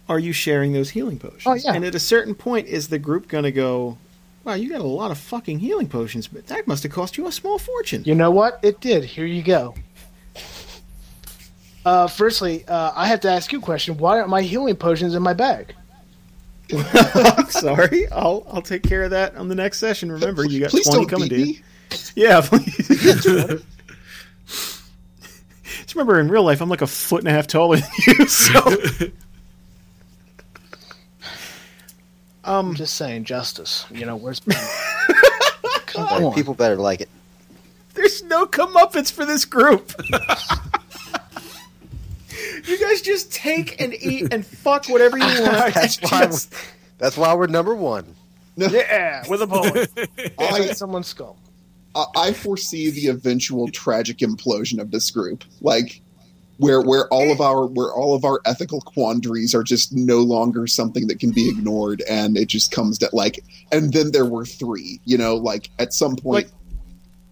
Are you sharing those healing potions? Oh, yeah. And at a certain point, is the group going to go? Wow, you got a lot of fucking healing potions, but that must have cost you a small fortune. You know what? It did. Here you go. Uh, firstly, uh, I have to ask you a question. Why aren't my healing potions in my bag? Sorry, I'll I'll take care of that on the next session. Remember, you got Please twenty don't coming, beat dude. me. Yeah, please. Just remember, in real life, I'm like a foot and a half taller than you. So Um, I'm just saying, justice. You know, where's come Like, on? people better like it. there's no comeuppance for this group. you guys just take and eat and fuck whatever you want. That's why, Just- that's why we're number one. Yeah, with a bullet. I, someone's skull. I I foresee the eventual tragic implosion of this group, like where where all of our where all of our ethical quandaries are just no longer something that can be ignored, and it just comes that like, and then there were three, you know, like at some point,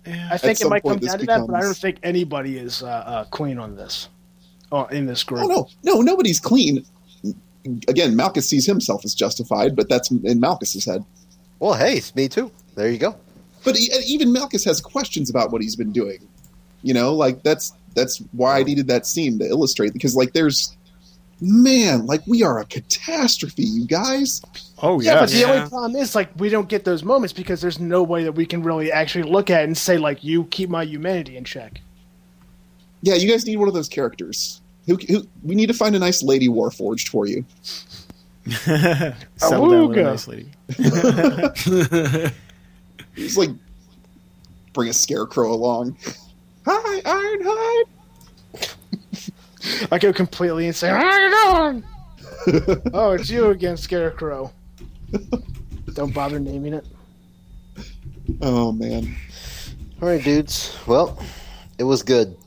Like- I think it some might come point this down to that, but I becomes- don't think anybody is uh, uh, clean on this, uh, in this group. Oh no, no, nobody's clean. Again, Malchus sees himself as justified, but that's in Malchus's head. Well, hey, it's me too. There you go. But e- even Malchus has questions about what he's been doing. You know, like that's that's why I needed that scene to illustrate because like there's man, like we are a catastrophe, you guys. Oh Yeah, yeah, but the Yeah. only problem is like we don't get those moments because there's no way that we can really actually look at it and say like you keep my humanity in check. Yeah, you guys need one of those characters. Who, who we need to find a nice lady warforged for you. settle down with a Awooga. nice lady. Just like bring a scarecrow along. Hi, Ironhide. I go completely insane. How you doing? oh, it's you again, Scarecrow. Don't bother naming it. Oh man. All right, dudes. Well, it was good.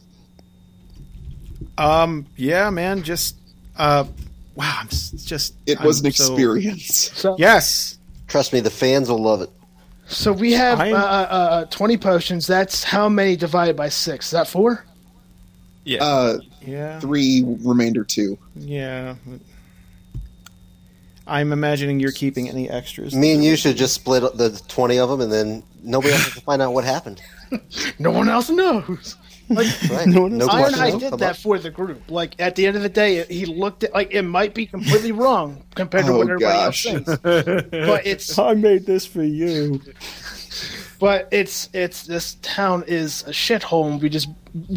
Um, yeah, man, just uh, wow, I'm s- just It I'm was an so- experience. So yes, Trust me, the fans will love it. So we have uh, I'm- uh, uh, twenty potions. That's how many divided by six? Is that four? Yeah. Uh, yeah, three remainder two. yeah. I'm imagining you're keeping any extras. Me and you should just split up the twenty of them, and then nobody else can find out what happened. No one else knows. Like Right? No one else question. Ironhide did Come that on. for the group. Like at the end of the day, he looked at like it might be completely wrong compared to Oh, what everybody gosh. else thinks. but it's I made this for you. but it's it's this town is a shithole. and We just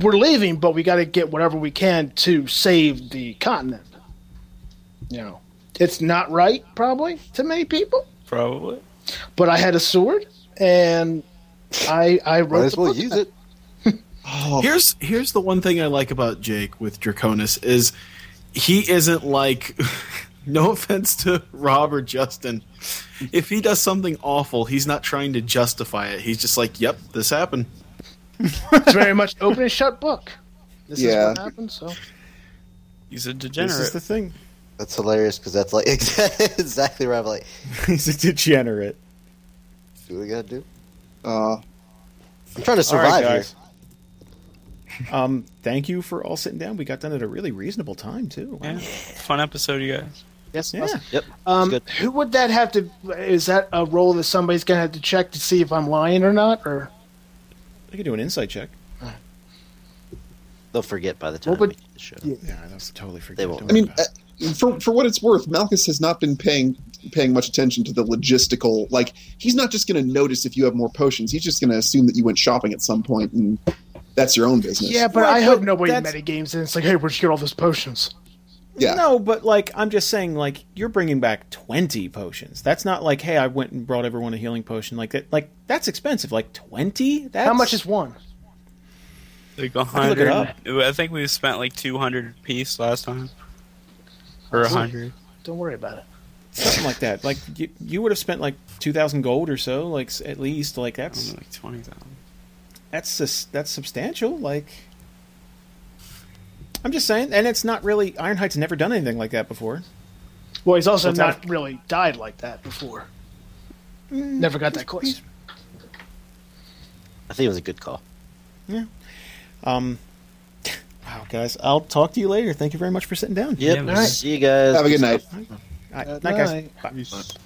we're leaving, but we got to get whatever we can to save the continent. You know, it's not right probably to many people, Probably. but I had a sword and I I wrote Might as the well book use back. it. Oh. Here's here's the one thing I like about Jake with Draconis is he isn't like no offense to Rob or Justin. If he does something awful, he's not trying to justify it. He's just like, "Yep, this happened." It's very much open and shut book. This Yeah. is what happened. So He's a This is degenerate. the thing. That's hilarious because that's like exactly where I'm like, He's a degenerate. do what we gotta do. Uh, I'm trying to All survive right, here. guys. Um, thank you for all sitting down. We got done at a really reasonable time too. Wow. Yeah. Fun episode, you guys. yes, Yeah. Yep. it's Um, good. who would that have to? Is that a role that somebody's gonna have to check to see if I'm lying or not, or I could do an insight check. They'll forget by the time but- we get the show. Yeah. Yeah, I was totally forget. They won't. Don't I mean, worry about uh, for for what it's worth, Malchus has not been paying paying much attention to the logistical. Like, he's not just going to notice if you have more potions. He's just going to assume that you went shopping at some point, and that's your own business. Yeah, but Right, I hope but nobody that's- metagames and it's like, hey, where'd you get all those potions? it. yeah. No, but like I'm just saying, like you're bringing back twenty potions. That's not like, hey, I went and brought everyone a healing potion. Like that, like that's expensive. Like twenty. That's How much is one? Like a look it hundred. I think we spent like two hundred piece last time, or a hundred. Don't worry about it. something like that? Like you, you would have spent like two thousand gold or so, like s- at least. Like that's Like twenty thousand. that's sus- that's substantial. Like I'm just saying, and it's not really Ironhide's never done anything like that before. Well, he's also What's not Mm, that? really died like that before. Never got that close. I think it was a good call. Um, wow, guys, I'll talk to you later. Thank you very much for sitting down. Yep. Yeah, all right. See you guys. Have a good night. All right, Good night, guys. night. Bye.